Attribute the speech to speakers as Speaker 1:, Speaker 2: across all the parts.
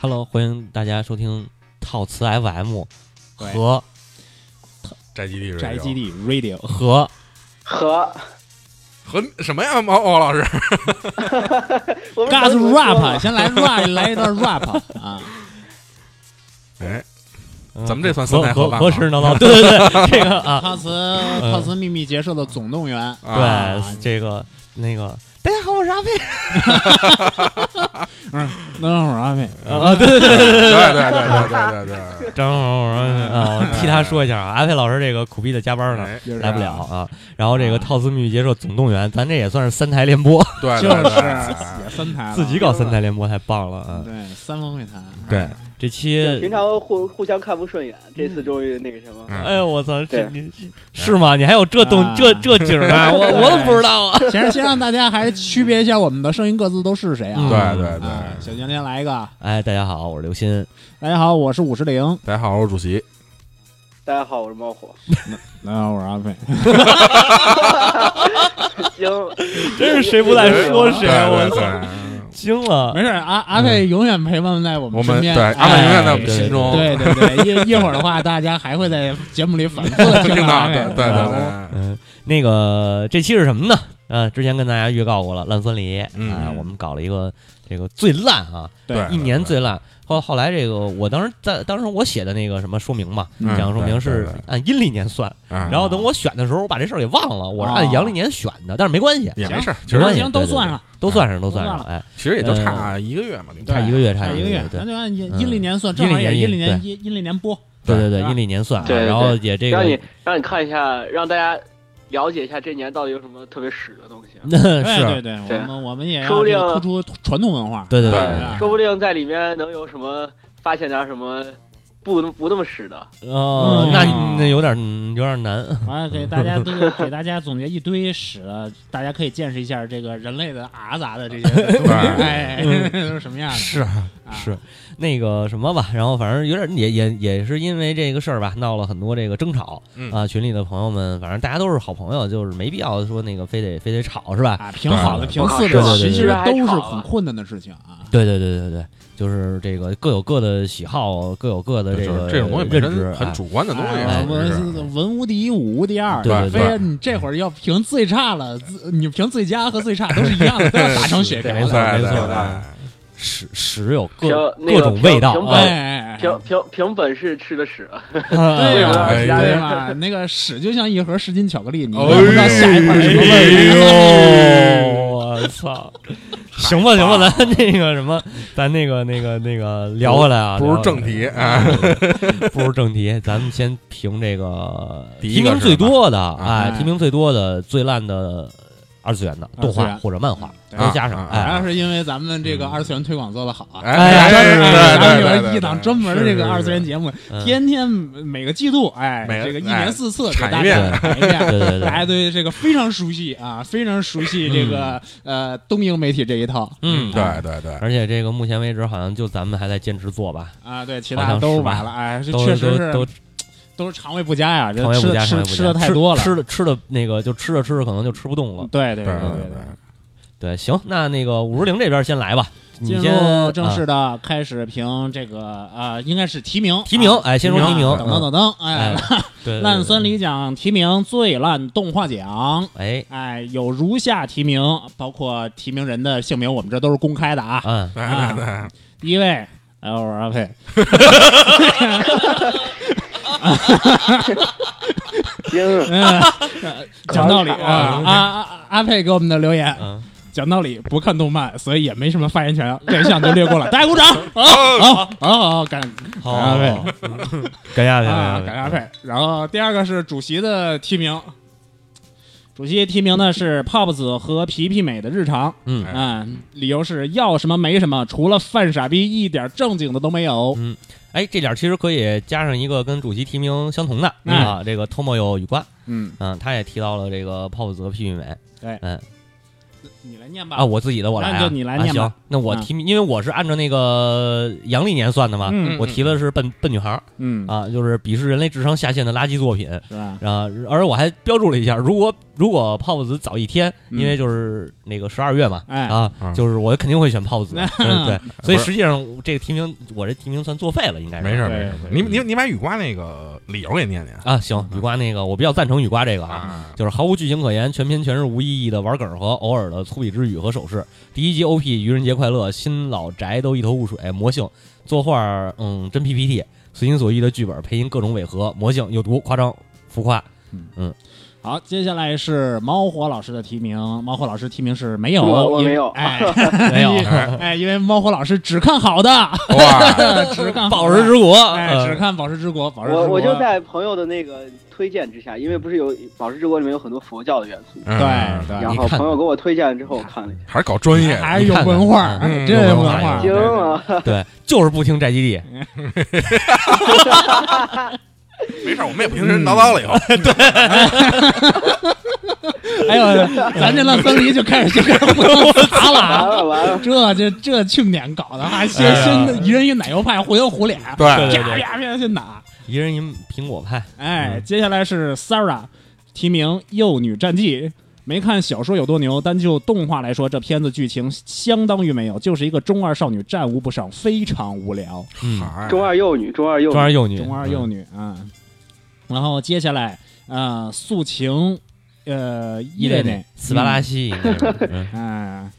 Speaker 1: Hello，欢迎大家收听套词 FM
Speaker 2: 对
Speaker 1: 和
Speaker 3: 宅基地是
Speaker 2: 宅基地 Radio
Speaker 1: 和
Speaker 4: 和
Speaker 3: 和什么呀？毛毛老师，
Speaker 4: 我们
Speaker 2: g a
Speaker 4: 上
Speaker 2: s
Speaker 4: 次不是说
Speaker 2: Rap，
Speaker 4: 了
Speaker 2: 先来 rap 来一段 rap 啊，
Speaker 3: 哎，
Speaker 1: 嗯
Speaker 3: 咱们这算三台
Speaker 1: 和
Speaker 3: 合办
Speaker 1: 和
Speaker 3: 吧
Speaker 1: 时呢吗？对对对，这个啊，
Speaker 2: 套词
Speaker 3: 嗯
Speaker 2: 套词秘密结社的总动员，
Speaker 3: 啊
Speaker 1: 对这个那个，大家好，我是阿飞
Speaker 2: 嗯，等会儿阿飞，
Speaker 1: 啊，对对对，
Speaker 3: 对对对对对对对
Speaker 1: 张我啊，我替他说一下啊，阿飞老师这个苦逼的加班
Speaker 3: 对，
Speaker 1: 呢。
Speaker 3: 哎
Speaker 2: 就是
Speaker 1: 来不了，啊！然后这个
Speaker 2: 啊
Speaker 1: 套词秘密结社总动员，咱这也算是三台联播，
Speaker 3: 对
Speaker 2: 就
Speaker 3: 对
Speaker 2: 是
Speaker 3: 对，
Speaker 2: 也三台了啊
Speaker 1: 自己搞三台联播太棒了啊！
Speaker 2: 对三方会谈，
Speaker 1: 对，这
Speaker 4: 对
Speaker 1: 期
Speaker 4: 平，常互互相看不顺眼，这次终于那个什么，
Speaker 3: 嗯
Speaker 1: 哎呦我操，这
Speaker 4: 对
Speaker 1: 你是吗？你还有这动
Speaker 2: 啊
Speaker 1: 这这景儿啊？我我怎么不知道啊？
Speaker 2: 先先让大家还是区别一下我们的声音各自都是谁啊？
Speaker 1: 嗯
Speaker 3: 对对对
Speaker 2: 啊，小强先来一个，
Speaker 1: 哎，大家好，我是刘鑫。
Speaker 2: 大家好，我是五十铃，
Speaker 3: 大家好，我是主席。
Speaker 4: 大家好，我是猫 火，
Speaker 2: 大家好，我是 阿飞，
Speaker 4: 行，
Speaker 1: 真是谁 不在说谁
Speaker 3: 对对对
Speaker 1: 我操，惊了
Speaker 2: 没！事，阿阿飞永远陪伴在我
Speaker 3: 嗯我
Speaker 2: 们身
Speaker 3: 们
Speaker 2: 边，
Speaker 3: 对阿
Speaker 2: 哎
Speaker 3: 曼永远在我们
Speaker 1: 对
Speaker 3: 心中，
Speaker 2: 对对对，一一会儿的话，大家还会在节目里反复 的
Speaker 3: 听
Speaker 2: 听
Speaker 3: 到，
Speaker 2: 阿
Speaker 3: 对
Speaker 2: 飞，啊
Speaker 3: 对对对，
Speaker 1: 嗯，那个这期是什么呢？呃，之前跟大家预告过了，烂番梨，
Speaker 3: 嗯
Speaker 1: 啊，我们搞了一个这个最烂啊，
Speaker 2: 对
Speaker 3: 对
Speaker 1: 一年最烂。后后来这个，我当时在当时我写的那个什么说明嘛，
Speaker 2: 嗯
Speaker 1: 讲说明是
Speaker 3: 对啊对对
Speaker 1: 按阴历年算，
Speaker 3: 然
Speaker 1: 然后等我选的时候，我把这事儿给忘了，我是按阳历年选的，但是没关系，
Speaker 3: 也没事儿，其
Speaker 1: 没关
Speaker 3: 实
Speaker 1: 系，
Speaker 2: 行都
Speaker 1: 对对
Speaker 2: 算
Speaker 1: 对
Speaker 2: 上
Speaker 1: 都算上，都
Speaker 2: 都
Speaker 1: 算上
Speaker 2: 算，
Speaker 1: 哎，
Speaker 3: 其实也就差一个月嘛，
Speaker 1: 差一个月，差
Speaker 2: 一个
Speaker 1: 月
Speaker 2: 月，，
Speaker 1: 对
Speaker 2: 咱
Speaker 1: 对
Speaker 2: 就按阴
Speaker 1: 嗯
Speaker 2: 阴历年算，正好也
Speaker 1: 阴
Speaker 2: 阴
Speaker 1: 历
Speaker 2: 历
Speaker 1: 年
Speaker 2: 年阴阴历年播，
Speaker 1: 对对
Speaker 2: 对
Speaker 1: 对，阴历年算啊，
Speaker 4: 对对
Speaker 1: 然后也这个
Speaker 4: 让你让你看一下，让大家了解一下这年到底有什么特别屎的东西，啊
Speaker 1: 嗯
Speaker 2: 对对
Speaker 1: 是，
Speaker 2: 哎对，
Speaker 4: 对
Speaker 2: 我们我们也要
Speaker 4: 说不定
Speaker 2: 这个突出传统文化，
Speaker 1: 对对啊
Speaker 3: 对
Speaker 1: 对，
Speaker 4: 啊说不定在里面能有什么发现点什么不不那么屎的，
Speaker 1: 哦
Speaker 2: 嗯，
Speaker 1: 那那有点嗯有点难，
Speaker 2: 完了给大 家都给大家总结一堆史了，大家可以见识一下这个人类的啊咋 的这些东西，哎， 都是什么样的？
Speaker 1: 嗯是啊
Speaker 2: 啊
Speaker 1: 是那个什么吧，然后反正有点也也也是因为这个事儿吧，闹了很多这个争吵
Speaker 3: 嗯
Speaker 1: 啊。群里的朋友们，反正大家都是好朋友，就是没必要说那个非得非得吵是吧？
Speaker 2: 啊，平好的
Speaker 3: 对
Speaker 2: 平次
Speaker 4: 对
Speaker 2: 的，
Speaker 1: 对
Speaker 2: 其
Speaker 1: 对
Speaker 2: 实
Speaker 4: 对
Speaker 2: 都是很困难的事情啊。
Speaker 1: 对对对对对，就是这个各有各的喜好，各有各的
Speaker 3: 就是
Speaker 1: 个
Speaker 3: 这种东西本
Speaker 1: 认知
Speaker 3: 身很
Speaker 1: 啊
Speaker 3: 主观的东
Speaker 2: 哎
Speaker 1: 哎
Speaker 3: 西，
Speaker 2: 文
Speaker 3: 是
Speaker 2: 文无第一，武无第二。
Speaker 1: 对对
Speaker 2: 非
Speaker 1: 对
Speaker 2: 要你这会儿要评最差了，自你评最佳和最差都是一样的，都要 打成雪
Speaker 3: 对
Speaker 2: 白
Speaker 3: 对
Speaker 2: 了。
Speaker 3: 对
Speaker 1: 屎屎有
Speaker 4: 平
Speaker 1: 各
Speaker 4: 那个
Speaker 1: 各种味道
Speaker 4: 平
Speaker 1: 哎
Speaker 4: 本
Speaker 2: 哎，哎哎
Speaker 4: 凭凭凭本事吃的屎，
Speaker 1: 啊
Speaker 2: 对啊呀，
Speaker 4: 为什么要
Speaker 3: 哎
Speaker 2: 对
Speaker 3: 呀
Speaker 2: 吧？那个屎就像一盒十斤巧克力，你
Speaker 3: 哎
Speaker 2: 也不知道下一块是什么味儿。
Speaker 1: 哎呦，我操！行吧，行吧，咱那个什么，咱那个那个那个聊回来啊，
Speaker 3: 不是
Speaker 1: 聊回来
Speaker 3: 正题啊，
Speaker 1: 不如正题，咱们先评这个
Speaker 3: 第
Speaker 1: 提
Speaker 3: 一个
Speaker 1: 名
Speaker 3: 是啊
Speaker 1: 最
Speaker 3: 吧
Speaker 1: 多的，哎，
Speaker 2: 哎
Speaker 1: 提名最多的、最烂的二次元的
Speaker 2: 二
Speaker 1: 动
Speaker 2: 次元
Speaker 1: 画或者漫画
Speaker 2: 对
Speaker 1: 都加上，
Speaker 3: 啊啊
Speaker 2: 主要
Speaker 1: 哎，
Speaker 2: 是因为咱们这个二次元推广做的好啊。
Speaker 1: 哎呀
Speaker 3: 对
Speaker 1: 是
Speaker 3: 对
Speaker 2: 咱们
Speaker 3: 对对
Speaker 2: 有
Speaker 3: 对
Speaker 2: 一档专门
Speaker 3: 是
Speaker 2: 这个
Speaker 3: 是
Speaker 2: 二次元
Speaker 3: 是
Speaker 2: 节目，
Speaker 1: 嗯
Speaker 2: 天天每个季度，哎，
Speaker 3: 每
Speaker 2: 这个一
Speaker 3: 哎
Speaker 2: 年四次给
Speaker 3: 产
Speaker 2: 大
Speaker 3: 一
Speaker 2: 家
Speaker 3: 遍
Speaker 2: 来一遍，
Speaker 1: 对对
Speaker 2: 大家
Speaker 1: 对，
Speaker 2: 对这个非常熟悉啊，非常熟悉这个、呃东英媒体这一套
Speaker 1: 嗯，
Speaker 3: 对对对，
Speaker 1: 而且这个目前为止，好像就咱们还在坚持做吧，
Speaker 2: 啊，对，其
Speaker 1: 好
Speaker 2: 他
Speaker 1: 像
Speaker 2: 都
Speaker 1: 是吧
Speaker 2: 完了，哎，这
Speaker 1: 都
Speaker 2: 确实是
Speaker 1: 都都
Speaker 2: 都是肠胃不佳呀，这
Speaker 1: 肠胃
Speaker 2: 吃
Speaker 1: 不
Speaker 2: 的
Speaker 1: 佳，肠
Speaker 2: 吃
Speaker 1: 胃不佳
Speaker 2: 吃的太多了，嗯
Speaker 1: 吃的吃的那个就吃着吃着可能就吃不动了。
Speaker 2: 对对
Speaker 3: 对
Speaker 2: 对
Speaker 3: 对
Speaker 2: 对。
Speaker 3: 对，
Speaker 1: 对，行，那那个五十铃这边先来吧，你
Speaker 2: 进入
Speaker 1: 先
Speaker 2: 正
Speaker 1: 啊
Speaker 2: 式的开始评这个啊，应该是提名
Speaker 1: 提名
Speaker 2: 啊
Speaker 1: 哎先说提名
Speaker 2: 等等等等，
Speaker 1: 哎
Speaker 2: 哎，
Speaker 1: 对
Speaker 2: 烂酸，梨奖提名最烂动画奖。
Speaker 1: 对对
Speaker 2: 哎，有如下提名，包括提名人的姓名，我们这都是公开的啊
Speaker 1: 哎，。嗯，
Speaker 3: 对对对，
Speaker 2: 第一位，哎，我是阿 佩。
Speaker 4: 行，
Speaker 2: 嗯，讲道理啊，阿阿阿佩给我们的留言，
Speaker 1: 嗯
Speaker 2: 讲道理不看动漫，所以也没什么发言权， 这项就略过了。大家鼓 掌！
Speaker 1: 哦
Speaker 2: 好，好，好，感
Speaker 1: 好，
Speaker 2: 感谢
Speaker 1: 好感谢阿
Speaker 2: 啊，感
Speaker 1: 佩，
Speaker 2: 谢阿佩。然后第二个是主席的提名，主席提名的是泡泡子和皮皮美的日常，
Speaker 1: 嗯
Speaker 3: 哎
Speaker 2: 嗯，理由是要什么没什么，除了犯傻逼一点正经的都没有。
Speaker 1: 哎，这点儿其实可以加上一个跟主席提名相同的
Speaker 2: 嗯
Speaker 1: 啊，这个 Tomoyo 雨瓜，
Speaker 2: 嗯，啊
Speaker 1: 嗯，他也提到了这个泡泡泽 P 美，
Speaker 2: 对
Speaker 1: 嗯，
Speaker 2: 你来念吧。
Speaker 1: 啊，我自己的我来、啊，
Speaker 2: 那就你来念吧
Speaker 1: 啊。行，那我提，因为我是按照那个阳历年算的嘛，
Speaker 2: 嗯
Speaker 1: 我提的是笨笨女孩儿
Speaker 2: 嗯，
Speaker 1: 啊，就是鄙视人类智商下限的垃圾作品。
Speaker 2: 是吧？
Speaker 1: 啊，而我还标注了一下，如果如果泡泡子早一天，
Speaker 2: 嗯
Speaker 1: 因为就是那个十二月嘛，
Speaker 2: 哎
Speaker 1: 啊，
Speaker 3: 嗯
Speaker 1: 就是我肯定会选泡泡子， 嗯对对，所以
Speaker 3: 不是
Speaker 1: 实际上这个提名，我这提名算作废了，应该是
Speaker 3: 没事儿
Speaker 2: 对
Speaker 3: 没事儿
Speaker 2: 对，
Speaker 3: 你你你把雨刮那个理由给念念
Speaker 1: 啊。行，雨刮那个，我比较赞成雨刮这个啊。
Speaker 3: 啊，
Speaker 1: 就是毫无剧情可言，全篇全是无意义的玩梗儿和偶尔的粗鄙之语和手势。第一集 OP 愚人节快乐，新老宅都一头雾水，魔性作画儿，嗯，真 PPT，随心所欲的剧本，配音各种违和，魔性有毒，夸张浮夸。
Speaker 2: 好，接下来是猫火老师的提名。猫火老师提名是没有，
Speaker 4: 我我
Speaker 2: 因为
Speaker 4: 没有
Speaker 2: 哎，
Speaker 1: 没有
Speaker 2: 哎，因为猫火老师只看好的，
Speaker 3: 哇，
Speaker 2: 只看好的
Speaker 1: 宝石之国，
Speaker 2: 哎，只
Speaker 1: 呃
Speaker 2: 看《宝石之国》，《宝石之国
Speaker 4: 我》我就在朋友的那个推荐之下，因为不是有《宝石之国》里面有很多佛教的元素，
Speaker 3: 对
Speaker 2: 对对，
Speaker 4: 然
Speaker 1: 啊你
Speaker 4: 后
Speaker 1: 看
Speaker 4: 朋友给我推荐了之后，我看了一下，
Speaker 3: 还是搞专业的，
Speaker 2: 还是有文化，
Speaker 3: 你看看
Speaker 2: 哎真有文化，
Speaker 1: 嗯
Speaker 4: 惊
Speaker 1: 有
Speaker 4: 了，
Speaker 1: 对，就是不听宅基地。
Speaker 3: 没事儿，我们也平时叨叨了以后，
Speaker 2: 哎呦，咱这烂分离就开始就开始互相砸了
Speaker 4: 完
Speaker 2: 啊！
Speaker 4: 了完
Speaker 2: 这
Speaker 4: 了，
Speaker 2: 这这庆典搞的啊，先
Speaker 3: 哎呀
Speaker 2: 先一人一奶油派，互相糊脸，
Speaker 1: 对
Speaker 3: 对
Speaker 1: 对
Speaker 2: 啪啪啪先打。
Speaker 1: 一人一苹果派，
Speaker 2: 哎，接下来是 Sarah 提名《幼女战记》。没看小说有多牛，单就动画来说，这片子剧情相当于没有，就是一个中二少女战无不胜，非常无聊。
Speaker 1: 嗯，
Speaker 3: 嗨
Speaker 4: 中二幼女，中二幼
Speaker 1: 中二
Speaker 4: 女，
Speaker 1: 幼女，
Speaker 2: 中二幼女
Speaker 1: 嗯
Speaker 2: 啊、然后接下来啊，呃素晴，呃，
Speaker 1: 一
Speaker 2: 叶
Speaker 1: 类
Speaker 2: 内
Speaker 1: 内斯巴拉西，应该是嗯
Speaker 2: 哎，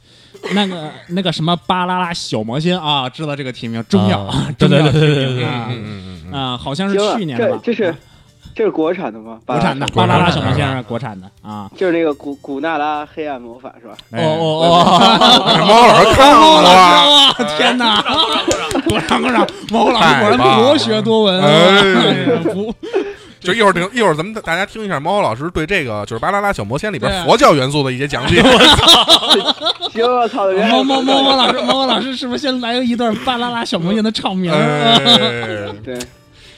Speaker 2: 那个那个什么巴啦啦小魔仙啊，知道这个提名重要，
Speaker 1: 啊
Speaker 2: 重要
Speaker 1: 对对对
Speaker 2: 提名
Speaker 1: 对
Speaker 2: 啊
Speaker 3: 嗯嗯嗯嗯
Speaker 2: 啊，好像是
Speaker 4: 惊了，
Speaker 2: 去年的
Speaker 4: 这
Speaker 2: 吧，嗯
Speaker 4: 这是这是国产的吗？
Speaker 2: 国产的
Speaker 4: 巴拉
Speaker 2: 巴啦啦小魔
Speaker 3: 国
Speaker 2: 仙
Speaker 3: 产
Speaker 2: 是国产的啊，
Speaker 4: 就是那个古古娜拉黑暗魔法是吧？
Speaker 1: 哦哦
Speaker 3: 嗯，
Speaker 2: 哎
Speaker 1: 哦，
Speaker 3: 猫老师看好了，
Speaker 2: 哇，天哪！鼓掌鼓掌，毛老师
Speaker 3: 啊
Speaker 2: 果然
Speaker 3: 哎太棒了
Speaker 2: 博学多闻啊，
Speaker 3: 哎
Speaker 2: 不，
Speaker 3: 就一会儿等一会儿咱们大家听一下猫老师对这个就是《巴啦啦小魔仙》里
Speaker 2: 对
Speaker 3: 边
Speaker 2: 啊
Speaker 3: 佛教元素的一些讲解，
Speaker 4: 行，我操，原来
Speaker 2: 毛毛毛毛老师，毛毛老师是不是先来一段巴啦啦小魔仙的唱名？
Speaker 3: 哎
Speaker 4: 对，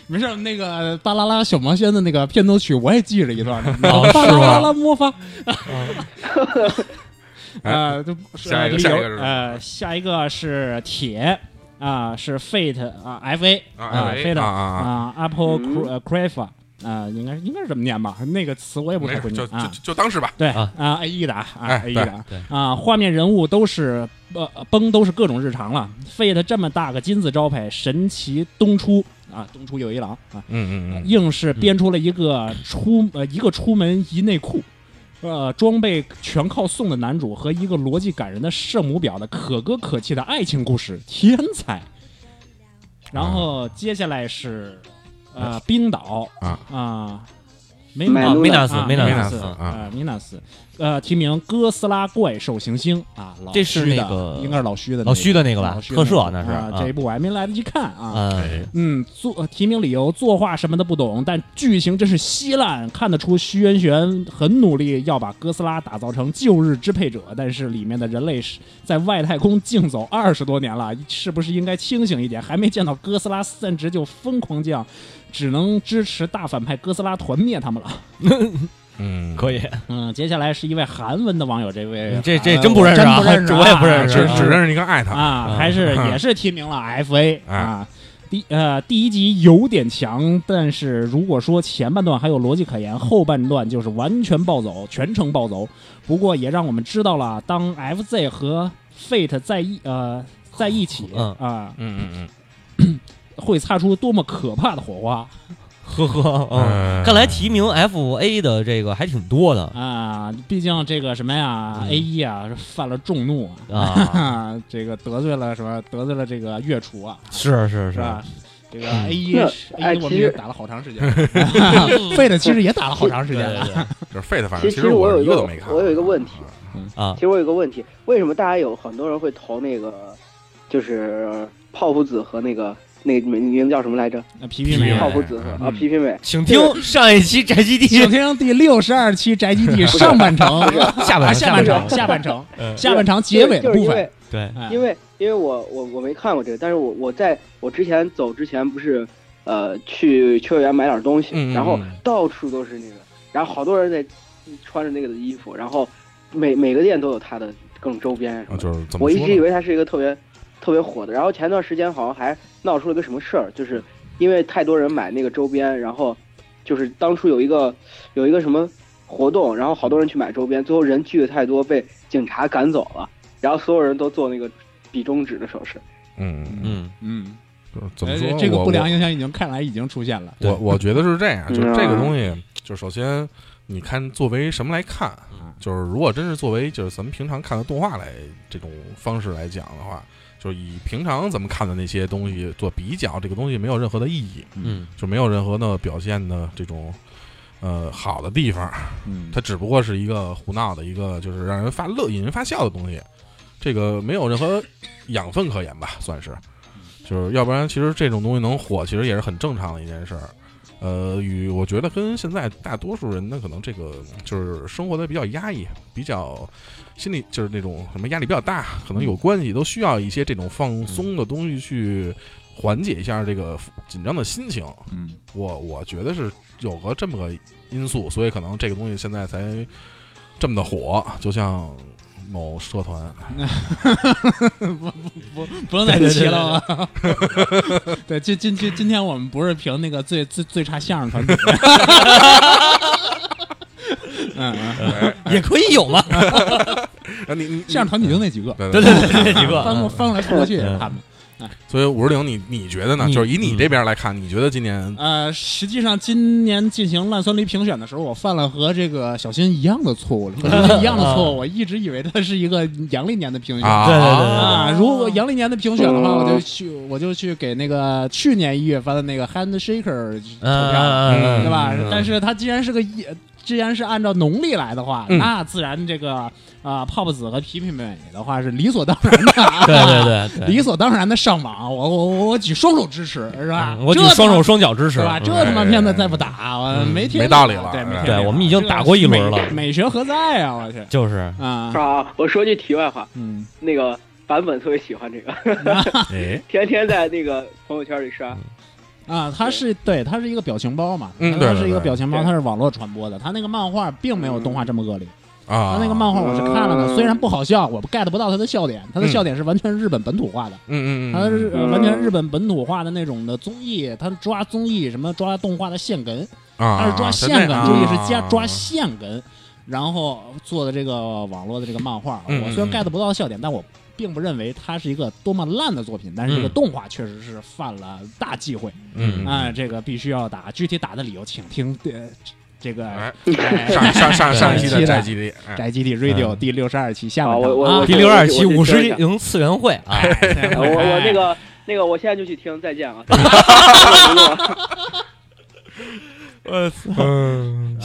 Speaker 2: 没事儿，那个巴啦啦小魔仙的那个片头曲我也记着一段呢。
Speaker 1: 哦是
Speaker 2: 巴啦
Speaker 1: 吗
Speaker 2: 啦啦魔法，
Speaker 3: 哎
Speaker 2: 啊，就是
Speaker 3: 下一个
Speaker 2: 理由
Speaker 3: 下一个是什么
Speaker 2: 呃，下一个是铁啊，是 Fate 啊，FA
Speaker 3: 啊哎
Speaker 2: ，Fate
Speaker 3: 啊啊啊！
Speaker 2: 啊，Apple
Speaker 4: 嗯
Speaker 2: Cra- 呃 Crave 啊，应该应该是这么念吧？那个词我也不
Speaker 3: 没事
Speaker 2: 太会
Speaker 3: 儿，就
Speaker 2: 念
Speaker 3: 就
Speaker 2: 啊。
Speaker 3: 就就当是吧，
Speaker 2: 对
Speaker 1: 啊
Speaker 2: 啊，A E 的啊啊
Speaker 3: 哎
Speaker 2: ，A E
Speaker 3: 对
Speaker 2: 的
Speaker 1: 对
Speaker 2: 啊，画面人物都是呃崩都是各种日常了。Fate 这么大个金字招牌，神奇东出啊，东出有一郎啊，
Speaker 3: 嗯嗯嗯，
Speaker 2: 硬是编出了一个出呃一个出门一内裤，呃装备全靠送的男主和一个逻辑感人的圣母婊的可歌可泣的爱情故事，天才。然后接下来是呃冰岛
Speaker 3: 哎啊
Speaker 2: 啊。梅
Speaker 4: 麦
Speaker 1: 啊
Speaker 4: 露
Speaker 1: 梅
Speaker 4: 娜
Speaker 1: 纳斯梅
Speaker 2: 纳
Speaker 1: 纳
Speaker 3: 斯
Speaker 1: 斯，
Speaker 3: 啊
Speaker 2: 啊，米纳斯，呃，提名哥斯拉怪兽行星啊，老
Speaker 1: 这是
Speaker 2: 虚
Speaker 1: 那
Speaker 2: 的
Speaker 1: 个
Speaker 2: 应该是老虚的那个
Speaker 1: 老虚的那个吧
Speaker 2: 老，虚的
Speaker 1: 特摄那是
Speaker 2: 啊，
Speaker 1: 啊
Speaker 2: 这一部我还没来得及看啊，
Speaker 1: 嗯，
Speaker 2: 嗯，作提名理由作画什么的不懂，但剧情真是稀烂，看得出徐元玄很努力要把哥斯拉打造成旧日支配者，但是里面的人类是在外太空竞走二十多年了，是不是应该清醒一点？还没见到哥斯拉三值就疯狂降，只能支持大反派哥斯拉团灭他们了。
Speaker 3: 嗯，
Speaker 1: 可以，
Speaker 2: 嗯，接下来是一位韩文的网友，这位
Speaker 1: 嗯这
Speaker 2: 韩
Speaker 1: 这
Speaker 2: 文
Speaker 1: 真不认识啊
Speaker 2: 我真不认识啊，
Speaker 1: 我也不认
Speaker 3: 只
Speaker 1: 识
Speaker 3: 只认识一个艾特，
Speaker 2: 啊，还是
Speaker 3: 嗯
Speaker 2: 也是提名了 FA
Speaker 3: 哎
Speaker 2: 啊。第呃第一集有点强，但是如果说前半段还有逻辑可言，后半段就是完全暴走，全程暴走。不过也让我们知道了，当 FZ 和 Fate 在一呃在一起
Speaker 1: 嗯
Speaker 2: 啊、
Speaker 3: 嗯嗯
Speaker 2: 会擦出多么可怕的火花
Speaker 1: 呵呵，嗯。
Speaker 3: 嗯，
Speaker 1: 看来提名 FA 的这个还挺多的
Speaker 2: 啊！毕竟这个什么呀、
Speaker 1: 嗯
Speaker 2: a 一啊是犯了众怒啊
Speaker 1: 啊，
Speaker 2: 啊，这个得罪了什么？得罪了这个月厨啊，
Speaker 1: 是是
Speaker 2: 是吧？这个 A
Speaker 1: 嗯
Speaker 2: 一
Speaker 4: 那
Speaker 2: A
Speaker 4: 哎
Speaker 2: 一我
Speaker 4: 其
Speaker 2: 们
Speaker 4: 实
Speaker 2: 也打了好长时间 了，费
Speaker 4: 嗯
Speaker 2: 的其实也打了好长时
Speaker 1: 对
Speaker 2: 间
Speaker 1: 对
Speaker 2: 了。
Speaker 3: 就
Speaker 1: 对
Speaker 3: 是 Fate，反
Speaker 4: 其
Speaker 3: 正实
Speaker 4: 实我有
Speaker 3: 一
Speaker 4: 一
Speaker 3: 个
Speaker 4: 个
Speaker 3: 都没看，
Speaker 4: 我有一个问题
Speaker 1: 啊
Speaker 4: 其，实我有个问题，为什么大家有很多人会投那个，就是泡芙子和那个那名名叫什么来着？
Speaker 2: 那皮皮美
Speaker 3: 对
Speaker 4: 泡
Speaker 3: 好
Speaker 4: 芙子和
Speaker 2: 嗯
Speaker 4: 啊皮皮美，
Speaker 1: 请听上一期宅基地
Speaker 2: 请听第六十二期宅基地上半程，
Speaker 1: 下
Speaker 2: 啊下
Speaker 1: 半下
Speaker 2: 半程，
Speaker 1: 场
Speaker 2: 下半程，
Speaker 1: 嗯
Speaker 2: 下半程结尾的
Speaker 4: 就是
Speaker 2: 部
Speaker 4: 因
Speaker 2: 分。
Speaker 4: 为
Speaker 1: 对，
Speaker 3: 嗯
Speaker 2: 哎
Speaker 4: 因为因为我我我没看过这个，但是我我在我之前走之前不是呃去秋叶原买点东西，
Speaker 3: 嗯嗯
Speaker 4: 然后
Speaker 3: 嗯
Speaker 4: 到处都是那个，然后好多人在穿着那个的衣服，然后每每个店都有它的各种周边什么
Speaker 3: 啊
Speaker 4: 的。
Speaker 3: 就是怎么
Speaker 4: 我一
Speaker 3: 说
Speaker 4: 直以
Speaker 3: 呢？
Speaker 4: 为它是一个特别特别火的，然后前段时间好像还闹出了个什么事儿，就是因为太多人买那个周边，然后就是当初有一个有一个什么活动，然后好多人去买周边，最后人聚的太多，被警察赶走了，然后所有人都做那个比中指的手势。
Speaker 3: 嗯，
Speaker 1: 嗯，
Speaker 2: 嗯，
Speaker 3: 就是怎么
Speaker 2: 哎
Speaker 3: 说呢？
Speaker 2: 这个
Speaker 3: 我
Speaker 2: 不良影响已经看来已经出现了。
Speaker 1: 对
Speaker 3: 我我觉得是这样，就是
Speaker 4: 嗯
Speaker 3: 这个东西，就首先你看作为什么来看
Speaker 2: 嗯，
Speaker 3: 就是如果真是作为就是咱们平常看的动画来这种方式来讲的话，就是以平常咱们看的那些东西做比较，这个东西没有任何的意义，
Speaker 1: 嗯，
Speaker 3: 就没有任何的表现的这种。呃，好的地方，
Speaker 2: 嗯，
Speaker 3: 它只不过是一个胡闹的一个，就是让人发乐、引人发笑的东西，这个没有任何养分可言吧，算是。就是要不然，其实这种东西能火，其实也是很正常的一件事儿。呃，与我觉得跟现在大多数人呢，可能这个就是生活的比较压抑，比较心理就是那种什么压力比较大，可能有关系，都需要一些这种放松的东西去缓解一下这个紧张的心情。
Speaker 2: 嗯
Speaker 3: 我我觉得是有个这么个因素，所以可能这个东西现在才这么的火。就像某社团，
Speaker 2: 不不用再提了吗？ 对，今今今今天我们不是评那个最最最差相声团体。 嗯嗯，
Speaker 1: 也可以有嘛，
Speaker 3: 啊，你你
Speaker 2: 相声团体就那几个，
Speaker 3: 对
Speaker 1: 对对对，几
Speaker 2: 翻过
Speaker 1: 个，
Speaker 2: 翻过来覆过去
Speaker 1: 嗯
Speaker 2: 他们。
Speaker 3: 所以五十零，你你觉得呢？
Speaker 1: 你
Speaker 3: 就是以你
Speaker 1: 嗯
Speaker 3: 这边来看，你觉得今年
Speaker 2: 呃，实际上今年进行烂酸梨评选的时候，我犯了和这个小新一样的错 误，一样的错误。我一直以为它是一个阳历年的评选。
Speaker 3: 啊？
Speaker 1: 对对对
Speaker 3: 啊
Speaker 2: 啊，如果阳历年的评选的话，我就去，我就去给那个去年一月份的那个 Handshaker 投票了，
Speaker 1: 嗯，
Speaker 2: 对吧？
Speaker 1: 嗯
Speaker 2: 但是它既然是个一，既然是按照农历来的话，
Speaker 3: 嗯
Speaker 2: 那自然这个啊、泡泡子和皮皮美的话是理所当然的啊，
Speaker 1: 对 对对 对，
Speaker 2: 理所当然的上榜，我我我我举双手支持，是吧？
Speaker 1: 嗯我举
Speaker 2: 这他妈
Speaker 1: 双手双脚支
Speaker 2: 是
Speaker 1: 持
Speaker 2: 吧？
Speaker 1: 嗯
Speaker 2: 这他妈片子再不打，我
Speaker 1: 嗯
Speaker 2: 没听
Speaker 3: 没道理了
Speaker 2: 对，没
Speaker 3: 对
Speaker 2: 听
Speaker 1: 对
Speaker 2: 理
Speaker 1: 我们已经打过一轮
Speaker 2: 这
Speaker 1: 了
Speaker 2: 个美美学何在啊？我去
Speaker 1: 就是
Speaker 2: 啊，
Speaker 4: 啊， 我说句题外话，
Speaker 2: 嗯，
Speaker 4: 那个版本特别喜欢这个，
Speaker 3: 哎，
Speaker 4: 天天在那个朋友圈里刷。
Speaker 2: 啊，它是对，它是一个表情包嘛，
Speaker 3: 嗯对
Speaker 2: 它
Speaker 3: 对
Speaker 2: 是一个
Speaker 3: 对
Speaker 2: 表情包，
Speaker 4: 对
Speaker 2: 它是网络传播的，它那个漫画并没有动画这么恶劣，它
Speaker 1: 哎
Speaker 3: 啊，
Speaker 2: 那个漫画我是看了的，
Speaker 4: 嗯
Speaker 2: 虽然不好笑，我 get 不到它的笑点，它
Speaker 3: 嗯
Speaker 2: 的笑点是完全日本本土化的，
Speaker 3: 嗯，嗯
Speaker 2: 它是
Speaker 3: 嗯
Speaker 2: 呃
Speaker 4: 嗯
Speaker 2: 完全日本本土化的那种的综艺，它抓综艺什么抓动画的线根，
Speaker 3: 嗯啊，
Speaker 2: 它是抓
Speaker 3: 现
Speaker 2: 线
Speaker 3: 在
Speaker 2: 根，
Speaker 3: 啊
Speaker 2: 注意是加抓线根，然后做的这个网络的这个漫画，
Speaker 3: 嗯
Speaker 2: 我虽然
Speaker 3: 嗯
Speaker 2: get 不到笑点，但我并不认为它是一个多么烂的作品，但是这个
Speaker 1: 嗯
Speaker 2: 动画确实是犯了大忌讳，
Speaker 3: 嗯嗯
Speaker 2: 啊，这个必须要打，具体打的理由请听呃这个
Speaker 3: 哎，上上上上一期的
Speaker 2: 对
Speaker 3: 宅基地，哎
Speaker 2: 宅基地 Radio
Speaker 1: 嗯
Speaker 2: 第六十二期下半
Speaker 4: 啊我
Speaker 2: 场
Speaker 4: 我
Speaker 2: 啊
Speaker 4: 我
Speaker 1: 第六二期
Speaker 4: 我
Speaker 1: 五
Speaker 4: 我
Speaker 1: 十
Speaker 4: 知道
Speaker 1: 零次元会啊，
Speaker 3: 哎
Speaker 4: 我我那个那个，我现在就去听，再 见啊！
Speaker 1: 我操，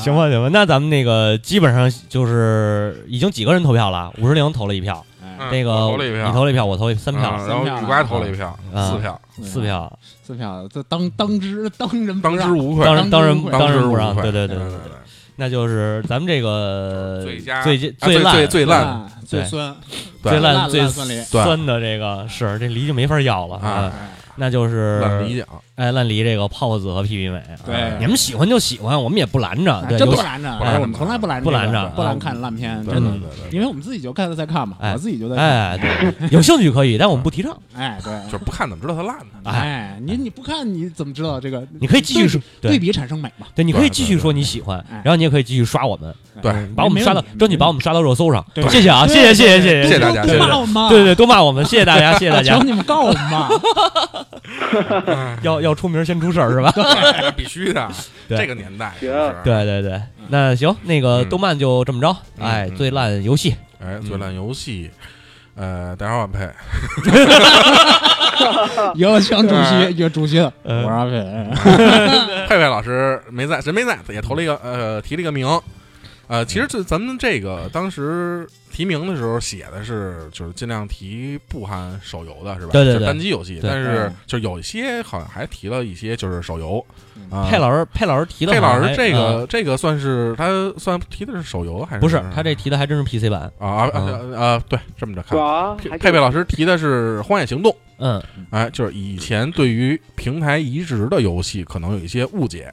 Speaker 1: 行吧行吧，那咱们那个基本上就是已经几个人投票了，五十零投了一票，
Speaker 2: 哎
Speaker 3: 嗯
Speaker 1: 那个
Speaker 3: 我投了一票
Speaker 1: 你投了一票，我投了三
Speaker 3: 啊
Speaker 1: 票，
Speaker 3: 然后
Speaker 2: 三票
Speaker 3: 雨瓜投了一票，
Speaker 1: 啊
Speaker 3: 四票，
Speaker 1: 四票，
Speaker 2: 四票，这当当之当仁不
Speaker 3: 当之
Speaker 2: 让
Speaker 3: 无愧，
Speaker 1: 当然当然
Speaker 2: 当
Speaker 1: 当
Speaker 3: 之
Speaker 1: 然
Speaker 3: 无
Speaker 1: 不让，
Speaker 3: 愧，啊
Speaker 1: 对对
Speaker 3: 对
Speaker 1: 对对，
Speaker 3: 对
Speaker 1: 那就是咱们这个
Speaker 3: 最佳
Speaker 1: 最
Speaker 3: 啊最
Speaker 1: 烂
Speaker 3: 最最烂
Speaker 2: 啊最
Speaker 1: 对
Speaker 2: 酸
Speaker 1: 最
Speaker 3: 对
Speaker 1: 烂
Speaker 2: 烂
Speaker 1: 最
Speaker 2: 烂酸梨
Speaker 1: 酸的这个是这梨就没法要了
Speaker 3: 啊
Speaker 1: 啊，那就是
Speaker 3: 烂理奖，
Speaker 1: 哎烂梨这个泡子和屁屁美，啊
Speaker 3: 哎
Speaker 2: 对哎
Speaker 1: 你们喜欢就喜欢，我们也不拦着，对，
Speaker 2: 真
Speaker 1: 有
Speaker 2: 不拦着，哎
Speaker 3: 不拦着啊
Speaker 2: 我们从来不拦着，
Speaker 1: 不拦着
Speaker 2: 不拦看烂片，
Speaker 3: 对
Speaker 2: 真
Speaker 3: 对
Speaker 2: 的，
Speaker 1: 嗯
Speaker 3: 对对对，
Speaker 2: 因为我们自己就看了在看嘛，
Speaker 1: 哎
Speaker 2: 我自己就在看，
Speaker 1: 哎对，有兴趣可以，但我们不提倡，
Speaker 2: 哎，
Speaker 3: 就是
Speaker 2: 对，
Speaker 3: 不看怎么知道它烂 呢？
Speaker 2: 哎，你你不看你怎么知道这个？
Speaker 1: 你可以继续说
Speaker 2: 对比产生美嘛，
Speaker 1: 对，你可以
Speaker 3: 对
Speaker 1: 继
Speaker 3: 对
Speaker 1: 续
Speaker 3: 对
Speaker 1: 说你喜欢
Speaker 2: 哎，
Speaker 1: 然后你也可以继续刷我们，
Speaker 3: 对，
Speaker 1: 把我们刷到
Speaker 2: 没问，题
Speaker 1: 争取把我们刷到热搜上。
Speaker 2: 对
Speaker 1: 谢谢啊，谢谢谢谢谢
Speaker 3: 谢谢大家
Speaker 2: 多
Speaker 3: 谢谢大
Speaker 2: 骂
Speaker 3: 家
Speaker 2: 我们嘛，
Speaker 1: 对对，多骂我们，谢谢大家，谢谢大 家
Speaker 2: 求。你们告我们 嘛，
Speaker 1: 要要出名先出事儿是吧？
Speaker 3: 那必须的，
Speaker 1: 对
Speaker 3: 这个年代
Speaker 4: 行
Speaker 3: 是，
Speaker 1: 对对对，那行，那个
Speaker 3: 嗯
Speaker 1: 动漫就这么着。
Speaker 3: 嗯
Speaker 1: 哎，
Speaker 3: 嗯
Speaker 1: 最烂游戏，
Speaker 3: 哎，最烂游戏，呃，大家晚配，
Speaker 2: 有请主
Speaker 3: 哎
Speaker 2: 席，有主席了，我
Speaker 1: 呃
Speaker 2: 说阿飞，哎
Speaker 3: 佩佩老师没在，谁没在，也投了一个呃，提了一个名，呃，其实这咱们这个当时提名的时候写的是，就是尽量提不含手游的是吧？
Speaker 1: 对对对
Speaker 3: 就是单机游戏，
Speaker 1: 对
Speaker 3: 但是
Speaker 2: 嗯
Speaker 3: 就是有一些好像还提了一些就是手游
Speaker 2: 嗯，
Speaker 3: 啊
Speaker 1: 佩老师，佩老师提的
Speaker 3: 佩
Speaker 1: 好像
Speaker 3: 老
Speaker 1: 还，
Speaker 3: 师这
Speaker 1: 呃
Speaker 3: 个嗯这个算是他算提的是手游还是
Speaker 1: 嗯不是他这提的还真是 PC 版，
Speaker 3: 啊啊啊啊对这么着看
Speaker 4: 主，要
Speaker 3: 佩
Speaker 4: 还
Speaker 3: 佩佩老师提的是《荒野行动》。
Speaker 1: 嗯
Speaker 3: 哎，就是以前对于平台移植的游戏可能有一些误解，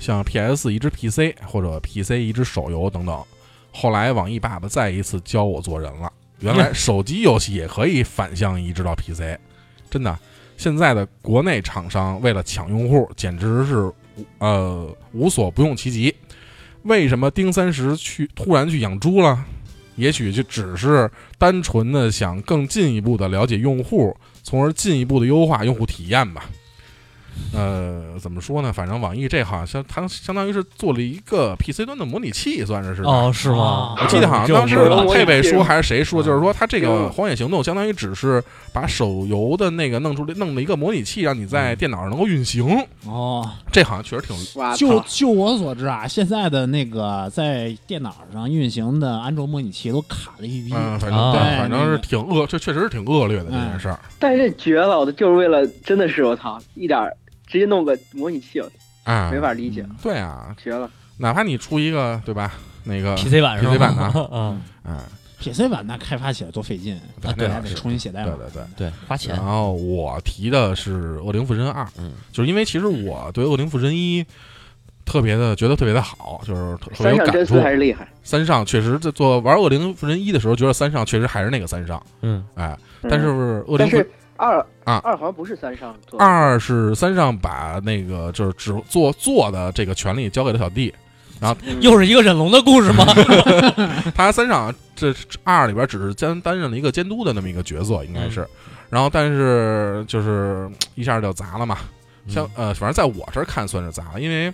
Speaker 3: 像 PS 移植 PC 或者 PC 移植手游等等。《后来网易爸爸再一次教我做人了，原来手机游戏也可以反向移植到 PC，真的。现在的国内厂商为了抢用户，简直是呃无所不用其极。为什么丁三十去突然去养猪了？也许就只是单纯的想更进一步的了解用户，从而进一步的优化用户体验吧。呃，怎么说呢？反正网易这好像它相当于是做了一个 PC 端的模拟器，算是是吧
Speaker 1: 哦，是吗？
Speaker 3: 我记得好像
Speaker 1: 这我
Speaker 3: 当
Speaker 1: 不
Speaker 3: 时
Speaker 1: 知道
Speaker 4: 我
Speaker 3: 佩佩说还是谁说，就是说他这个
Speaker 4: 嗯
Speaker 3: 《荒野行动》相当于只是把手游的那个弄出来，弄了一个模拟器，让你在电脑上能够运行。
Speaker 2: 哦，
Speaker 3: 这好像确实挺
Speaker 4: 哇
Speaker 2: 就
Speaker 4: 操！
Speaker 2: 就我所知啊，现在的那个在电脑上运行的安卓模拟器都卡了一逼。
Speaker 3: 嗯，反
Speaker 1: 啊
Speaker 3: 正对，反正
Speaker 2: 那
Speaker 3: 是
Speaker 2: 个
Speaker 3: 挺恶，这确实是挺恶劣的这件事儿。
Speaker 4: 但是绝了，我的就是为了真的是我操，一点儿直接弄个模拟器，
Speaker 3: 哎，
Speaker 4: 没法理解，
Speaker 3: 对啊，
Speaker 4: 绝了。
Speaker 3: 哪怕你出一个对吧，那个
Speaker 1: PC 版是
Speaker 3: PC 版
Speaker 1: 吗？
Speaker 3: 的
Speaker 1: 嗯，
Speaker 3: 哎，
Speaker 2: PC 版那开发起来多费劲，
Speaker 3: 对
Speaker 1: 对
Speaker 3: 那
Speaker 2: 还
Speaker 3: 倒
Speaker 2: 得
Speaker 3: 是，
Speaker 2: 重新写代
Speaker 3: 对
Speaker 2: 码。
Speaker 3: 对对。
Speaker 1: 对，花钱
Speaker 3: 然。后我提的是《恶灵附身二》，
Speaker 1: 嗯，
Speaker 3: 就是因为其实我对《恶灵附身一》特别的觉得特别的好，就是特特别
Speaker 4: 三
Speaker 3: 有
Speaker 4: 上
Speaker 3: 感
Speaker 4: 真
Speaker 3: 触
Speaker 4: 司。还是厉害，
Speaker 3: 三上确实在做玩《恶灵附身一》的时候，觉得三上确实还是那个三上，
Speaker 1: 嗯，
Speaker 3: 哎，
Speaker 4: 嗯
Speaker 3: 但是恶灵
Speaker 4: 但
Speaker 3: 附
Speaker 4: 是二
Speaker 3: 啊
Speaker 4: 二好像不是三上做的，
Speaker 3: 二是三上把那个就是只做做的这个权利交给了小弟，
Speaker 4: 嗯
Speaker 1: 又是一个忍龙的故 事吗？
Speaker 3: 他三上这二里边只是担担任了一个监督的那么一个角色，应该是，然后但是就是一下就砸了嘛，像呃，反正在我这儿看算是砸了，因为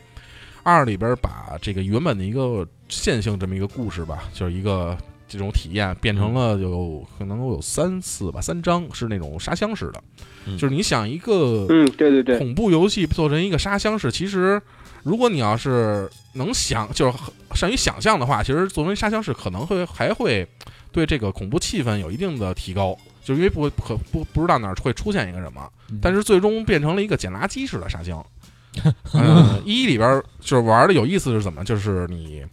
Speaker 3: 二里边把这个原本的一个线性这么一个故事吧，就是一个这种体验变成了有可能有三次吧，三章是那种沙箱式的，
Speaker 1: 嗯
Speaker 3: 就是你想一个
Speaker 4: 嗯，对对对，
Speaker 3: 恐怖游戏做成一个沙箱式，其实如果你要是能想，就是很善于想象的话，其实作为沙箱式可能会还会对这个恐怖气氛有一定的提高，就是因为不可不不知道哪儿会出现一个什么，但是最终变成了一个捡垃圾式的沙箱。嗯，一里边儿就是玩的有意思是怎么？就是你。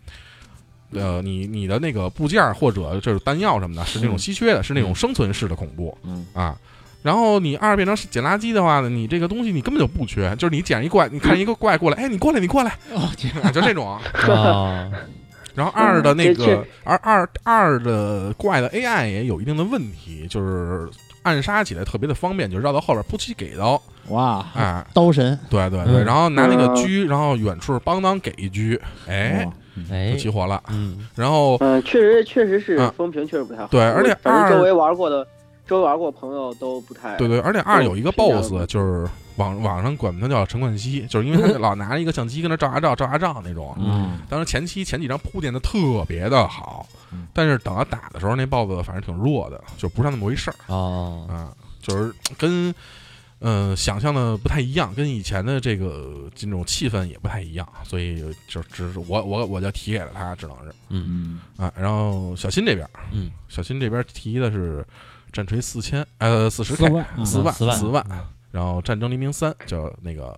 Speaker 3: 呃，你你的那个部件儿或者就是弹药什么的，是那种稀缺的，是那种生存式的恐怖。
Speaker 2: 嗯
Speaker 3: 啊，然后你二变成捡垃圾的话呢，你这个东西你根本就不缺，就是你捡一怪，你看一个怪过来，哎，你过来，你过来，
Speaker 2: 哦天，
Speaker 3: 啊就这种。
Speaker 1: 啊，
Speaker 3: 然后二的那
Speaker 4: 嗯这
Speaker 3: 个二二二的怪的 AI 也有一定的问题，就是暗杀起来特别的方便，就是绕到后边噗叽给一刀，
Speaker 2: 哇，
Speaker 3: 哎，
Speaker 2: 刀神，
Speaker 3: 对对对，
Speaker 1: 嗯
Speaker 3: 然后拿那个
Speaker 4: 嗯
Speaker 3: 狙，然后远处邦当给一狙，哎，
Speaker 2: 哇，
Speaker 1: 哎
Speaker 3: 就，起火了。
Speaker 1: 嗯，
Speaker 3: 然后
Speaker 4: 嗯，确实确实是
Speaker 3: 啊
Speaker 4: 风评确实不太好。
Speaker 3: 对而且
Speaker 4: 我反
Speaker 3: 二
Speaker 4: 正周围玩过的，周围玩过的朋友都不太
Speaker 3: 对对，而且二有一个
Speaker 4: 这种
Speaker 3: BOSS，就是网网上管他叫陈冠希，就是因为他老拿一个相机跟那照啊照照啊照那种。
Speaker 2: 嗯，
Speaker 3: 当时前期前几张铺垫的特别的好
Speaker 2: 嗯，
Speaker 3: 但是等到打的时候，那 BOSS 反正挺弱的，就不是那么回事儿
Speaker 1: 哦，
Speaker 3: 啊，
Speaker 2: 嗯
Speaker 3: 就是跟嗯、呃想象的不太一样，跟以前的这个这种气氛也不太一样，所以就只是我我我就提给了他，只能是
Speaker 1: 嗯
Speaker 2: 嗯，
Speaker 3: 啊。然后小新这边，
Speaker 1: 嗯，
Speaker 3: 小新这边提的是战锤四千呃四十
Speaker 2: 四
Speaker 3: K
Speaker 2: 万嗯
Speaker 3: 万
Speaker 1: 四万
Speaker 3: 四万，然后战争黎明三叫那 个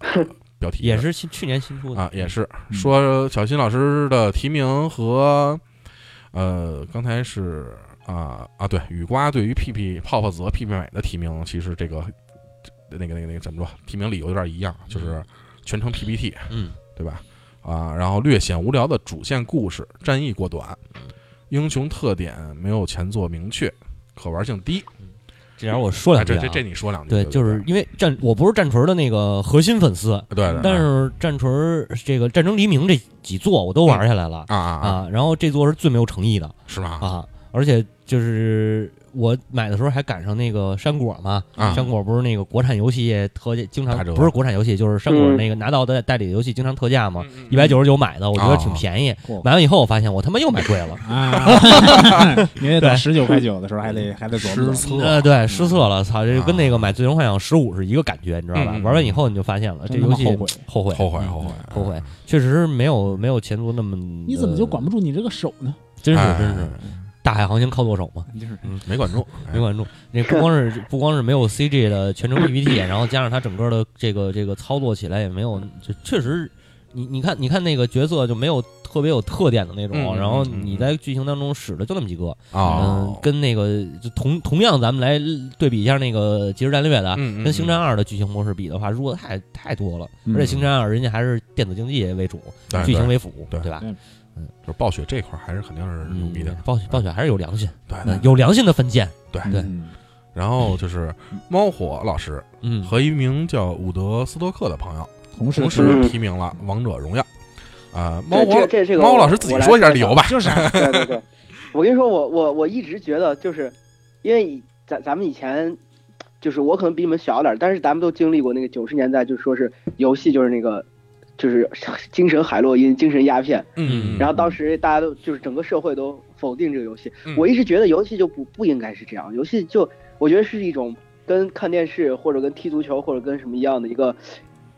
Speaker 3: 标题
Speaker 1: 也
Speaker 3: 是
Speaker 1: 是新去年新出的
Speaker 3: 啊，也是
Speaker 2: 嗯
Speaker 3: 说小新老师的提名和呃，刚才是啊啊，对，雨瓜对于屁屁泡泡泽屁屁美的提名，其实这个那个那个那个怎么说，提名理由有点一样，就是全程 PPT，
Speaker 1: 嗯，
Speaker 3: 对吧？啊，然后略显无聊的主线故事，战役过短，
Speaker 1: 嗯
Speaker 3: 英雄特点没有前作明确，可玩性低。
Speaker 1: 这点我说
Speaker 3: 哎
Speaker 1: 两句
Speaker 3: 这
Speaker 1: 啊，
Speaker 3: 这这你说两句，
Speaker 1: 对，就是因为战，我不是战锤的那个核心粉丝，
Speaker 3: 对啊对，对
Speaker 1: 但是战锤这个《战争黎明》这几座我都玩下来了
Speaker 3: 啊啊啊，
Speaker 1: 啊，然后这座是最没有诚意的
Speaker 3: 是吗？
Speaker 1: 啊，而且就是我买的时候还赶上那个山果嘛，
Speaker 3: 啊
Speaker 1: 山果不是那个国产游戏特价，经常
Speaker 3: 打折
Speaker 1: 不是国产游戏，就是山果
Speaker 4: 嗯
Speaker 1: 那个拿到的代理的游戏经常特价嘛，
Speaker 3: 嗯
Speaker 1: 一百九十九买的，我觉得挺便宜
Speaker 2: 哦，
Speaker 1: 买完以后我发现我他妈又买贵了。
Speaker 2: 啊，因为到十九块九的时候还得还得琢磨
Speaker 3: 失
Speaker 2: 琢磨，
Speaker 3: 策
Speaker 1: 呃，对，失策了，操，这就
Speaker 3: 啊
Speaker 1: 跟那个买《最终幻想十五》是一个感觉，你知道吧？
Speaker 3: 嗯嗯
Speaker 1: 玩完以后你就发现了，这
Speaker 2: 真他
Speaker 1: 游
Speaker 2: 妈
Speaker 1: 戏
Speaker 2: 后悔。
Speaker 1: 后悔，
Speaker 3: 后悔
Speaker 1: 嗯
Speaker 3: 后悔
Speaker 1: 后悔，确实没有没有前作那么。
Speaker 2: 你怎么就管不住你这个手呢？
Speaker 1: 真是
Speaker 3: 哎
Speaker 1: 真是，大海航行靠舵手嘛，
Speaker 2: 就是
Speaker 3: 没管 住，哎
Speaker 1: 没管住。那不光是不光是没有 CG 的全 程 PPT，然后加上它整个的这个这个操作起来也没有，就确实，你你看你看那个角色就没有特别有特点的那种，
Speaker 3: 嗯
Speaker 1: 然后
Speaker 3: 嗯嗯
Speaker 1: 你在剧情当中使的就那么几个，嗯
Speaker 3: 啊，，
Speaker 1: 跟那个就同同样咱们来对比一下那个《即时战略》的，啊
Speaker 3: 嗯嗯
Speaker 1: 跟《星战二》的剧情模式比的话，弱的太太多了，
Speaker 2: 嗯
Speaker 1: 而且《星战二》人家还是电子竞技为主，
Speaker 3: 对
Speaker 1: 剧情
Speaker 3: 哎对
Speaker 1: 为辅，
Speaker 3: 对
Speaker 1: 吧？嗯
Speaker 3: 就是暴雪这块儿还是肯定是牛逼的，
Speaker 1: 暴雪暴雪还是有良心，
Speaker 3: 对
Speaker 1: 嗯有良心的分件，
Speaker 3: 对
Speaker 1: 对
Speaker 2: 嗯
Speaker 3: 然后就是猫火老师
Speaker 1: 嗯，
Speaker 3: 和一名叫伍德斯托克的朋友
Speaker 2: 同时
Speaker 3: 同
Speaker 2: 是
Speaker 3: 时
Speaker 4: 嗯
Speaker 3: 提名了《王者荣耀》啊，猫
Speaker 4: 这
Speaker 3: 火
Speaker 4: 这这这个
Speaker 3: 猫
Speaker 4: 我
Speaker 3: 老师自己说一下理由。吧，
Speaker 2: 就是啊
Speaker 4: 我来 对对对，我跟你说，我我我一直觉得就是，因为以咱咱们以前。就是我可能比你们小点儿，但是咱们都经历过那个九十年代，就说是游戏就是那个，就是精神海洛因、精神鸦片，
Speaker 1: 嗯
Speaker 4: 然后当时大家都就是整个社会都否定这个游戏，
Speaker 3: 嗯
Speaker 4: 我一直觉得游戏就不不应该是这样，游戏就我觉得是一种跟看电视或者跟踢足球或者跟什么一样的一个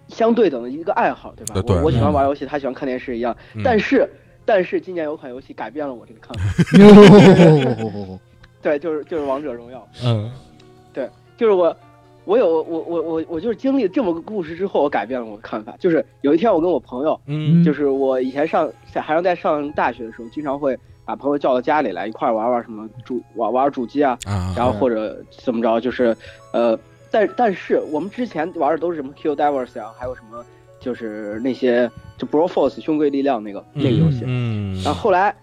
Speaker 4: 相对等的一个爱好，对吧？
Speaker 3: 对呃对
Speaker 4: 我我喜
Speaker 2: 嗯
Speaker 4: 欢玩游戏，他喜欢看电视一样，
Speaker 3: 嗯
Speaker 4: 但是。但是今年有款游戏改变了我这个看 法，
Speaker 2: 哟，
Speaker 4: 对，就是就是王者荣耀，
Speaker 1: 嗯
Speaker 4: 就是我，我有我我我我就是经历这么个故事之后，我改变了我的看法。就是有一天我跟我朋友，
Speaker 3: 嗯
Speaker 4: 就是我以前上在还是在上大学的时候，经常会把朋友叫到家里来一块儿玩玩什么主玩玩主机啊，
Speaker 3: 啊，
Speaker 4: 然后或者怎么着，就是呃，但但是我们之前玩的都是什么 Q Divers 啊，还有什么就是那些就 Bro Force 兄贵力量那个那个游戏，
Speaker 3: 嗯，
Speaker 4: 然后后来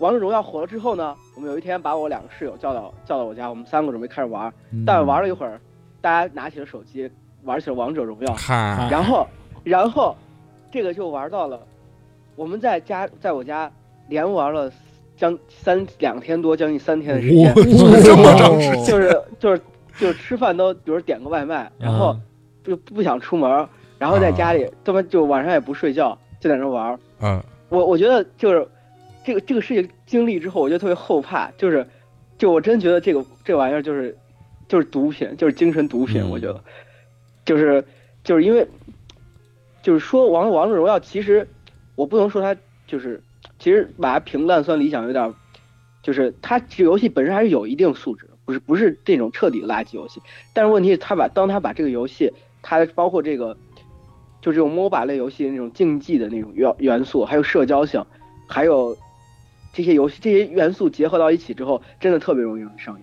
Speaker 4: 王者荣耀火了之后呢，我们有一天把我两个室友叫到叫到我家，我们三个准备开始玩，
Speaker 3: 嗯
Speaker 4: 但玩了一会儿，大家拿起了手机玩起了王者荣
Speaker 3: 嗯
Speaker 4: 耀，
Speaker 3: 嗨，
Speaker 4: 然后，然后，这个就玩到了，我们在家，在我家连玩了将三两天多，将近三天的时间，
Speaker 2: 这
Speaker 3: 么长时
Speaker 4: 就是就是就是吃饭都，比如点个外卖，然后
Speaker 1: 啊
Speaker 4: 就不想出门，然后在家里他妈就晚上也不睡觉，就在那玩。
Speaker 3: 嗯，
Speaker 4: 我我觉得就是这个这个事情经历之后，我就特别后怕，就是就我真觉得这个这玩意儿就是就是毒品，就是精神毒品，
Speaker 3: 嗯
Speaker 4: 我觉得就是就是因为就是说王王者荣耀，其实我不能说它就是其实把它平淡算理想有点儿，就是它这个游戏本身还是有一定素质，不是不是这种彻底垃圾游戏，但是问题是他把当他把这个游戏，他包括这个，就这种 MOBA 类游戏的那种竞技的那种元元素，还有社交性，还有这些游戏这些元素结合到一起之后，真的特别容易让人上瘾。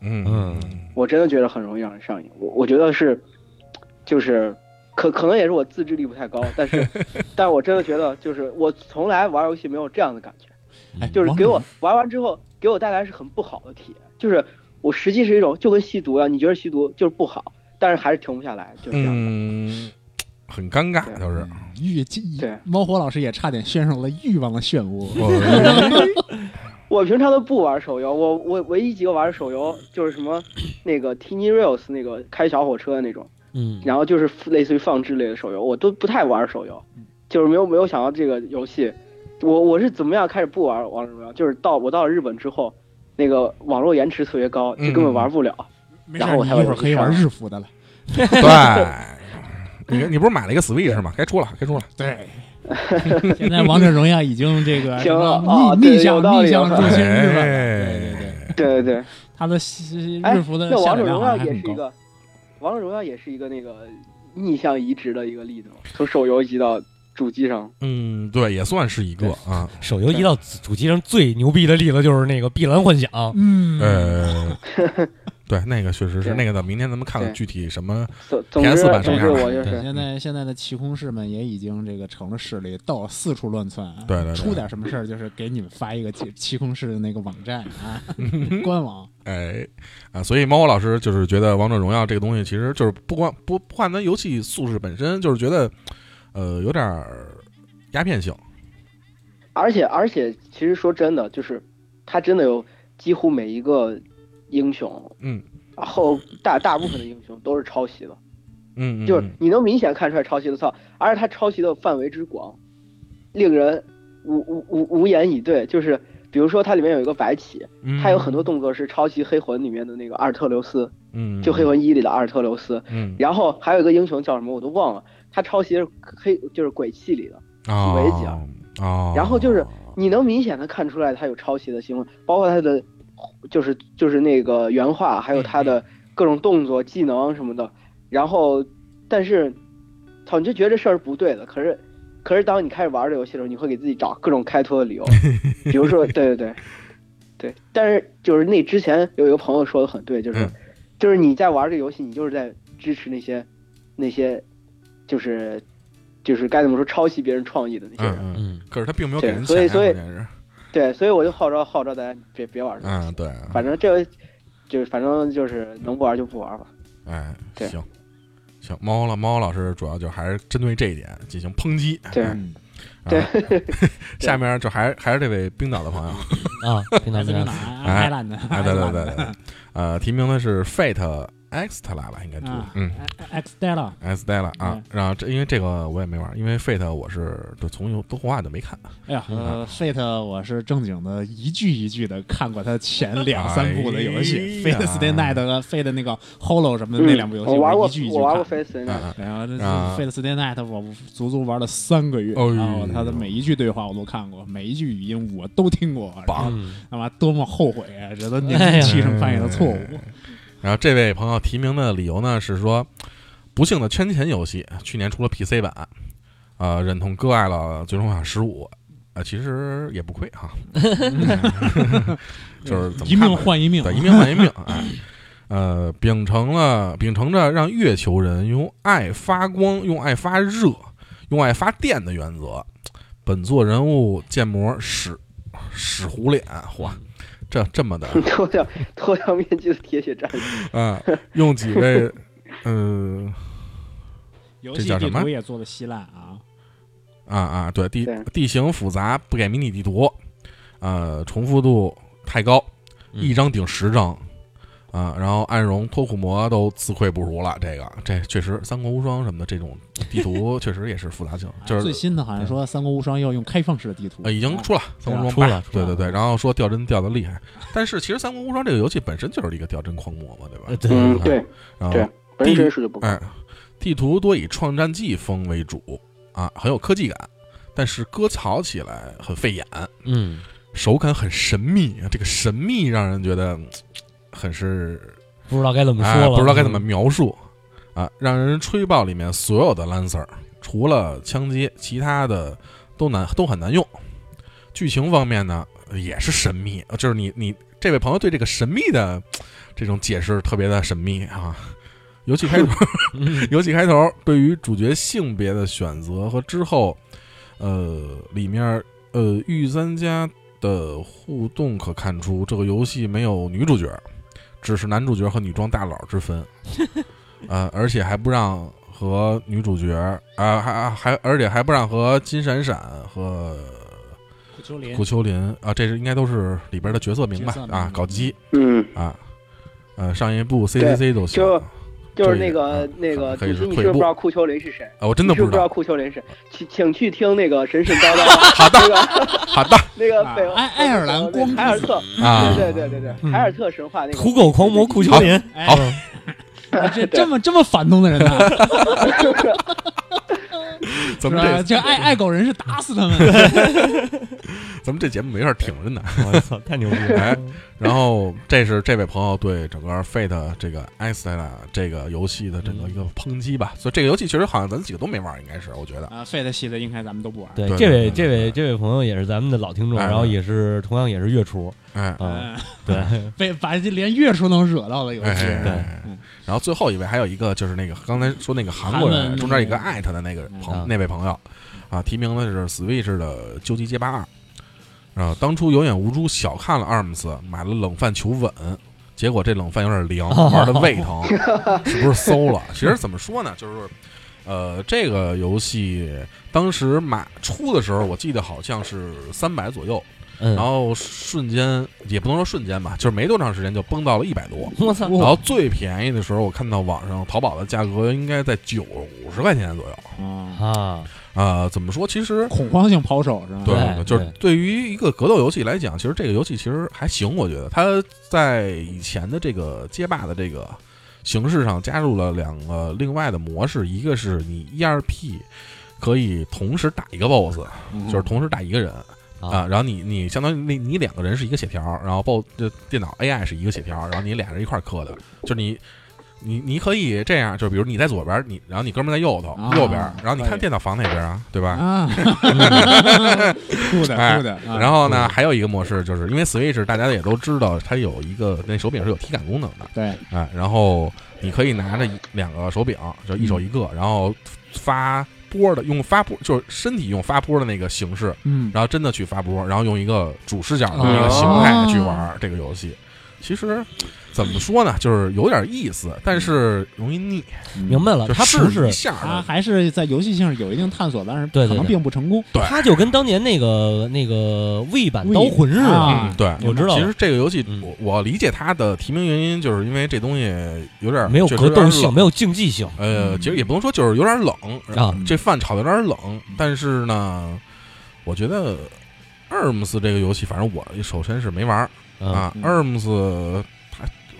Speaker 3: 嗯
Speaker 1: 嗯
Speaker 4: 我真的觉得很容易让人上瘾。我我觉得是，就是可可能也是我自制力不太高，但是但我真的觉得就是我从来玩游戏没有这样的感觉。
Speaker 2: 哎
Speaker 4: 就是给我玩完之后给我带来是很不好的体验，就是我实际是一种就跟吸毒一样，你觉得吸毒就是不好，但是还是停不下来，就是这样。
Speaker 3: 嗯，很尴尬，就是
Speaker 2: 欲
Speaker 4: 对
Speaker 2: 猫火老师也差点陷入了欲望的漩涡。
Speaker 3: 我
Speaker 4: 我平常都不玩手游，我我唯一几个玩手游就是什么那个 Tiny Rails 那个开小火车的那种，
Speaker 1: 嗯，
Speaker 4: 然后就是类似于放置类的手游，我都不太玩手游，就是没有没有想到这个游戏，我我是怎么样开始不玩王者荣耀，就是到我到了日本之后，那个网络延迟特别高，就根本玩不了。
Speaker 2: 没事
Speaker 4: 然后，我
Speaker 2: 你
Speaker 4: 还有
Speaker 2: 一会儿可以玩
Speaker 4: 事儿
Speaker 2: 日服的了。
Speaker 3: 对，你你不是买了一个 Switch 吗？该出了，该出了，
Speaker 2: 对，现在王者荣耀已经这个
Speaker 4: 行了
Speaker 2: 什么
Speaker 4: 哦
Speaker 2: 逆
Speaker 4: 对
Speaker 2: 逆向
Speaker 4: 有道
Speaker 2: 逆
Speaker 4: 理
Speaker 2: 向
Speaker 4: 有
Speaker 2: 入
Speaker 4: 道
Speaker 3: 理
Speaker 2: 侵日本了。
Speaker 3: 哎
Speaker 2: 对对对，
Speaker 4: 对对对，
Speaker 2: 他的西
Speaker 4: 哎
Speaker 2: 日服的
Speaker 4: 那
Speaker 2: 下
Speaker 4: 王
Speaker 2: 载
Speaker 4: 者
Speaker 2: 量
Speaker 4: 荣
Speaker 2: 好像
Speaker 4: 耀
Speaker 2: 还
Speaker 4: 也是
Speaker 2: 很
Speaker 4: 一
Speaker 2: 高。
Speaker 4: 个，王者荣耀也是一个那个逆向移植的一个例子嘛，从手游移到主机上。
Speaker 3: 嗯，对，也算是一个啊，
Speaker 1: 手游移到主机上最牛逼的例子就是那个《碧蓝幻想》，
Speaker 2: 嗯，
Speaker 3: 呃， 对，那个确实是那个的，明天咱们看看具体什么，
Speaker 4: 总总
Speaker 3: PS
Speaker 4: 之，
Speaker 3: 版什
Speaker 4: 总
Speaker 3: 么
Speaker 4: 之
Speaker 3: 样
Speaker 4: 我就
Speaker 1: 对
Speaker 4: 是
Speaker 2: 现
Speaker 3: 嗯
Speaker 2: 在现在的奇空士们也已经这个成了势力，到四处乱窜。啊
Speaker 3: 对对对
Speaker 2: 出点什么事儿就是给你们发一个奇奇空士的那个网站啊，官网。
Speaker 3: 哎啊，所以猫火老师就是觉得《王者荣耀》这个东西，其实就是不光不不换它游戏素质本身，就是觉得呃有点儿鸦片性，
Speaker 4: 而且而且，其实说真的，就是他真的有几乎每一个英雄，
Speaker 3: 嗯，
Speaker 4: 然后大大部分的英雄都是抄袭的，
Speaker 3: 嗯，嗯
Speaker 4: 就是你能明显看出来抄袭的操，而且他抄袭的范围之广，令人无无无无言以对。就是比如说，它里面有一个白起，
Speaker 3: 嗯
Speaker 4: 他有很多，动作是抄袭《黑魂》里面的那个阿尔特留斯，
Speaker 3: 嗯，嗯
Speaker 4: 就《黑，魂一》里的阿尔特留斯。
Speaker 3: 嗯，
Speaker 4: 然后还有一个英雄叫什么我都忘了，他抄袭是黑就是鬼泣里的，
Speaker 3: 啊
Speaker 4: 围剿
Speaker 3: 啊，
Speaker 4: 然后就是你能明显的看出来他有抄袭的行为，包括他的就是就是那个原画，
Speaker 3: 嗯
Speaker 4: 还有他的各种动作、技能什么的。然后，但是，操，你就觉得这事儿不对的，可是可是当你开始玩这游戏的时候，你会给自己找各种开脱的理由，比 如说，对对对，对。但是就是那之前有一个朋友说的很对，就是、
Speaker 3: 嗯
Speaker 4: 就是你在玩这个游戏，你就是在支持那些那些就是就是该怎么说抄袭别人创意的那些人。
Speaker 3: 嗯嗯，
Speaker 1: 嗯，
Speaker 3: 可是他并没有给人钱
Speaker 4: 对所以
Speaker 3: 啊，
Speaker 4: 所以
Speaker 3: 关键是，
Speaker 4: 对，所以我就号召号召大家别别玩这个游戏，
Speaker 3: 嗯，对，
Speaker 4: 反正这个就是反正就是能不玩就不玩吧。
Speaker 3: 哎，
Speaker 4: 对
Speaker 3: 行行，猫老猫老师主要就还是针对这一点进行抨击。
Speaker 4: 对
Speaker 3: 哎
Speaker 2: 嗯，
Speaker 3: 下面就还还是这位冰岛的朋 友，
Speaker 1: 啊， 冰岛
Speaker 2: 来
Speaker 1: 冰
Speaker 2: 自冰
Speaker 1: 岛
Speaker 2: 岛，
Speaker 3: 哎
Speaker 2: 爱烂的，
Speaker 3: 哎，
Speaker 2: 爱
Speaker 3: 对对
Speaker 2: 烂
Speaker 3: 对
Speaker 2: 的
Speaker 3: 对，对呃，提名的是 Fate Extra 吧，应该读
Speaker 2: 啊，
Speaker 3: 嗯。
Speaker 2: ，X Stella，
Speaker 3: S d e l a 啊
Speaker 2: 嗯，
Speaker 3: 然后这因为这个我也没玩，因为 Fate 我是就从游动画就没看，
Speaker 2: 哎呀，呃，Fate 我是正经的一句一句的看过他前两三部的游戏
Speaker 3: 哎呀
Speaker 2: ，Fate Stay Night 和 Fate 那个 Hollow 什么的那两部游戏，
Speaker 4: 嗯我玩过
Speaker 2: 一句一句
Speaker 4: 我玩过
Speaker 2: 看。
Speaker 4: Face t
Speaker 3: 啊
Speaker 2: 然哎后这是
Speaker 3: 啊
Speaker 2: Fate Stay Night，我足足玩了三个月，
Speaker 3: 哦
Speaker 2: 然后他的每一句对话我都看过，每一句语音我都听过，然
Speaker 3: 啊
Speaker 2: 后
Speaker 1: 嗯，
Speaker 2: 他妈多么后悔啊！觉得那
Speaker 1: 哎
Speaker 2: 个
Speaker 1: 呀
Speaker 2: 气上犯下的错误，
Speaker 3: 哎然后这位朋友提名的理由呢是说，不幸的圈钱游戏去年出了 PC 版，呃，忍痛割爱了《最终幻想十五》，呃，其实也不亏 哈， 就是怎么看吧
Speaker 2: 一命换一命，啊
Speaker 3: 对一命换一命，哎，呃，秉承了秉承着让月球人用爱发光、用爱发热、用爱发电的原则，本作人物建模屎屎糊脸，嚯！这这么的，
Speaker 4: 脱掉脱掉面具的铁血战士，
Speaker 3: 嗯，用几位，嗯、
Speaker 2: 游
Speaker 3: 这
Speaker 2: 戏
Speaker 3: 叫
Speaker 2: 地
Speaker 3: 什么
Speaker 2: 图也做的稀烂啊，
Speaker 3: 啊啊，对地
Speaker 4: 对
Speaker 3: 地形复杂，不给迷你地图，呃，重复度太高，
Speaker 1: 嗯
Speaker 3: 一张顶十张，啊、然后暗荣、脱裤魔都自愧不如了。这个这确实，三国无双什么的这种地 图确实也是复杂
Speaker 1: 啊
Speaker 3: 性，就
Speaker 2: 啊最
Speaker 3: 是
Speaker 2: 新的好像说《三国无双》要用开放式的地图，啊
Speaker 3: 呃已经出了三国无
Speaker 1: 啊出
Speaker 3: 双
Speaker 1: 了
Speaker 3: 八，
Speaker 1: 出
Speaker 3: 对
Speaker 1: 了嗯
Speaker 3: 对对，然后说掉帧掉的厉害，但是其实三国无双这个游戏本身就是一个掉帧狂魔嘛，对
Speaker 1: 呃
Speaker 3: 吧？
Speaker 1: 对
Speaker 4: 嗯，
Speaker 3: 嗯然
Speaker 4: 对，对
Speaker 3: 后
Speaker 4: 本身帧数就不高。
Speaker 3: 哎，地图多以创战记风为主啊，很有科技感，但是割草起来很费眼。
Speaker 1: 嗯，
Speaker 3: 手感很神秘，这个神秘让人觉得嗯很是
Speaker 1: 不知道该怎么
Speaker 3: 哎
Speaker 1: 说了，嗯
Speaker 3: 不知道该怎么描述啊，让人吹爆里面所有的 Lancer，除了枪击，其他的都难都很难用。剧情方面呢，也是神秘，呃就是你你这位朋友对这个神秘的这种解释特别的神秘啊。尤其 开头，
Speaker 1: 嗯，
Speaker 3: 尤其开头，对于主角性别的选择和之后，呃，里面呃御三家的互动可看出，这个游戏没有女主角，只是男主角和女装大佬之分，呃，而且还不让和女主角啊、还还而且还不让和金闪闪和
Speaker 2: 库丘林
Speaker 3: 顾秋林啊、这是应该都是里边的角色名吧
Speaker 2: 角色名
Speaker 3: 啊，搞基
Speaker 4: 嗯，
Speaker 3: 啊，呃，上一部 CCC 都行。
Speaker 4: 就
Speaker 3: 啊
Speaker 4: 就是
Speaker 3: 这
Speaker 4: 那
Speaker 3: 个
Speaker 4: 个
Speaker 3: 嗯
Speaker 4: 那
Speaker 3: 可
Speaker 4: 个，
Speaker 3: 以
Speaker 4: 主
Speaker 3: 是
Speaker 4: 席，你
Speaker 3: 退步
Speaker 4: 是不是不知道库丘林是谁？
Speaker 3: 我真
Speaker 4: 你
Speaker 3: 的
Speaker 4: 是
Speaker 3: 不
Speaker 4: 不
Speaker 3: 知
Speaker 4: 知
Speaker 3: 道。
Speaker 4: 道库 丘林是？请请去听那个神神叨叨，
Speaker 3: 好的，
Speaker 4: 那个
Speaker 3: 好的
Speaker 2: 啊
Speaker 4: 那个北欧
Speaker 2: 爱爱尔兰光之
Speaker 4: 海尔特，
Speaker 3: 啊，
Speaker 4: 对对对对对，
Speaker 1: 嗯
Speaker 4: 海尔特神话那个
Speaker 1: 土狗狂魔库丘林，
Speaker 2: 哎
Speaker 3: 好
Speaker 1: 嗯
Speaker 2: 这这么这么反动的人呢、
Speaker 3: 咱们
Speaker 2: 是吧
Speaker 3: 这
Speaker 2: 这爱爱狗人是打死他们的。
Speaker 3: 咱们这节目没事儿挺着呢。
Speaker 1: 我操，太牛逼了！
Speaker 3: 哎，然后这是这位朋友对整个 Fate 这个 e x t e l a 这个游戏的整
Speaker 2: 嗯
Speaker 3: 个一个抨击吧。所以这个游戏其实好像咱几个都没玩儿，应该是我觉得。
Speaker 2: 啊，费的系列应该咱们都不玩。
Speaker 1: 对，
Speaker 3: 对
Speaker 1: 这
Speaker 3: 对对
Speaker 1: 位这位
Speaker 3: 对
Speaker 1: 这位朋友也是咱们的老听众，
Speaker 3: 哎
Speaker 1: 然后也是同样也是月厨
Speaker 3: 哎
Speaker 1: 啊，
Speaker 2: 嗯，
Speaker 1: 对，
Speaker 2: 被把这连月叔能惹到的游
Speaker 3: 哎
Speaker 2: 戏，
Speaker 3: 哎，哎
Speaker 2: 嗯
Speaker 3: 然后最后一位还有一个就是那个刚才说那个韩国
Speaker 2: 韩文
Speaker 3: 人
Speaker 2: 那
Speaker 3: 中间一
Speaker 2: 个
Speaker 3: 个艾特的那个朋
Speaker 1: 嗯
Speaker 3: 那位朋友啊，提名的是 Switch 的《究极街霸二》，啊，当初有眼无珠，小看了 ARMS，买了冷饭求稳，结果这冷饭有点凉，
Speaker 1: 哦
Speaker 3: 玩的胃疼，是不是馊了？ 其实怎么说呢，就是呃，这个游戏当时买出的时候，我记得好像是三百左右，
Speaker 1: 嗯，
Speaker 3: 然后瞬间也不能说瞬间吧，就是没多长时间就崩到了一百多。
Speaker 1: 我操，
Speaker 3: 然后最便宜的时候，我看到网上淘宝的价格应该在九十块钱左右。
Speaker 2: 嗯，
Speaker 1: 啊，
Speaker 3: 啊、怎么说？其实
Speaker 2: 恐慌性抛手是吧？
Speaker 3: 对
Speaker 1: 对
Speaker 3: 就是
Speaker 1: 对
Speaker 3: 对于一个格斗游戏来讲，其实这个游戏其实还行，我觉得它在以前的这个街霸的这个形式上加入了两个另外的模式，一个是你 ERP 可以同时打一个 BOSS，
Speaker 2: 嗯
Speaker 3: 就是同时打一个人。
Speaker 1: 啊
Speaker 3: 啊，然后你你相当于你你两个人是一个血条，然后报这电脑 AI 是一个血条，然后你俩人一块儿磕的，就是你你你可以这样，就比如你在左边，你然后你哥们儿在右头、
Speaker 2: 啊
Speaker 3: 右边，然后你
Speaker 1: 可
Speaker 3: 看
Speaker 1: 以
Speaker 3: 电脑房那边啊，对吧？
Speaker 2: 啊，
Speaker 1: 嗯
Speaker 2: 酷的酷的啊，
Speaker 3: 然后呢，还有一个模式，就是因为 Switch 大家也都知道，它有一个那手柄是有体感功能的，
Speaker 2: 对，
Speaker 3: 哎，然后你可以拿着一两个手柄，就一手一个，然后发波的，用发波就是身体用发波的那个形式，
Speaker 2: 嗯，
Speaker 3: 然后真的去发波，然后用一个主视角的
Speaker 2: 哦
Speaker 3: 一个形态去玩这个游戏。其实怎么说呢，就是有点意思，但是容易腻。
Speaker 1: 明白了，
Speaker 3: 就
Speaker 1: 嗯它不
Speaker 3: 试
Speaker 1: 是
Speaker 3: 一下
Speaker 2: 嗯他
Speaker 3: 儿
Speaker 2: 还是在游戏性上有一定探索，但是
Speaker 1: 对对
Speaker 2: 可能
Speaker 1: 对
Speaker 2: 并不成功。
Speaker 3: 对
Speaker 1: 它就跟当年那个那个 V 版
Speaker 2: Wii
Speaker 1: 啊刀魂似的。
Speaker 2: 啊
Speaker 3: 嗯，对，
Speaker 1: 我知道了
Speaker 3: 其实这个游戏
Speaker 1: 嗯，
Speaker 3: 我我理解它的提名原因，就是因为这东西有点
Speaker 1: 没有格斗性，没
Speaker 3: 有
Speaker 1: 有竞技性
Speaker 3: 呃，其实也不能说就是有点冷，
Speaker 1: 啊！
Speaker 3: 这饭炒的有点冷，但是呢，我觉得 Arms 这个游戏，反正我首先是没玩儿
Speaker 1: 嗯
Speaker 3: 啊
Speaker 2: 嗯
Speaker 3: ，Arms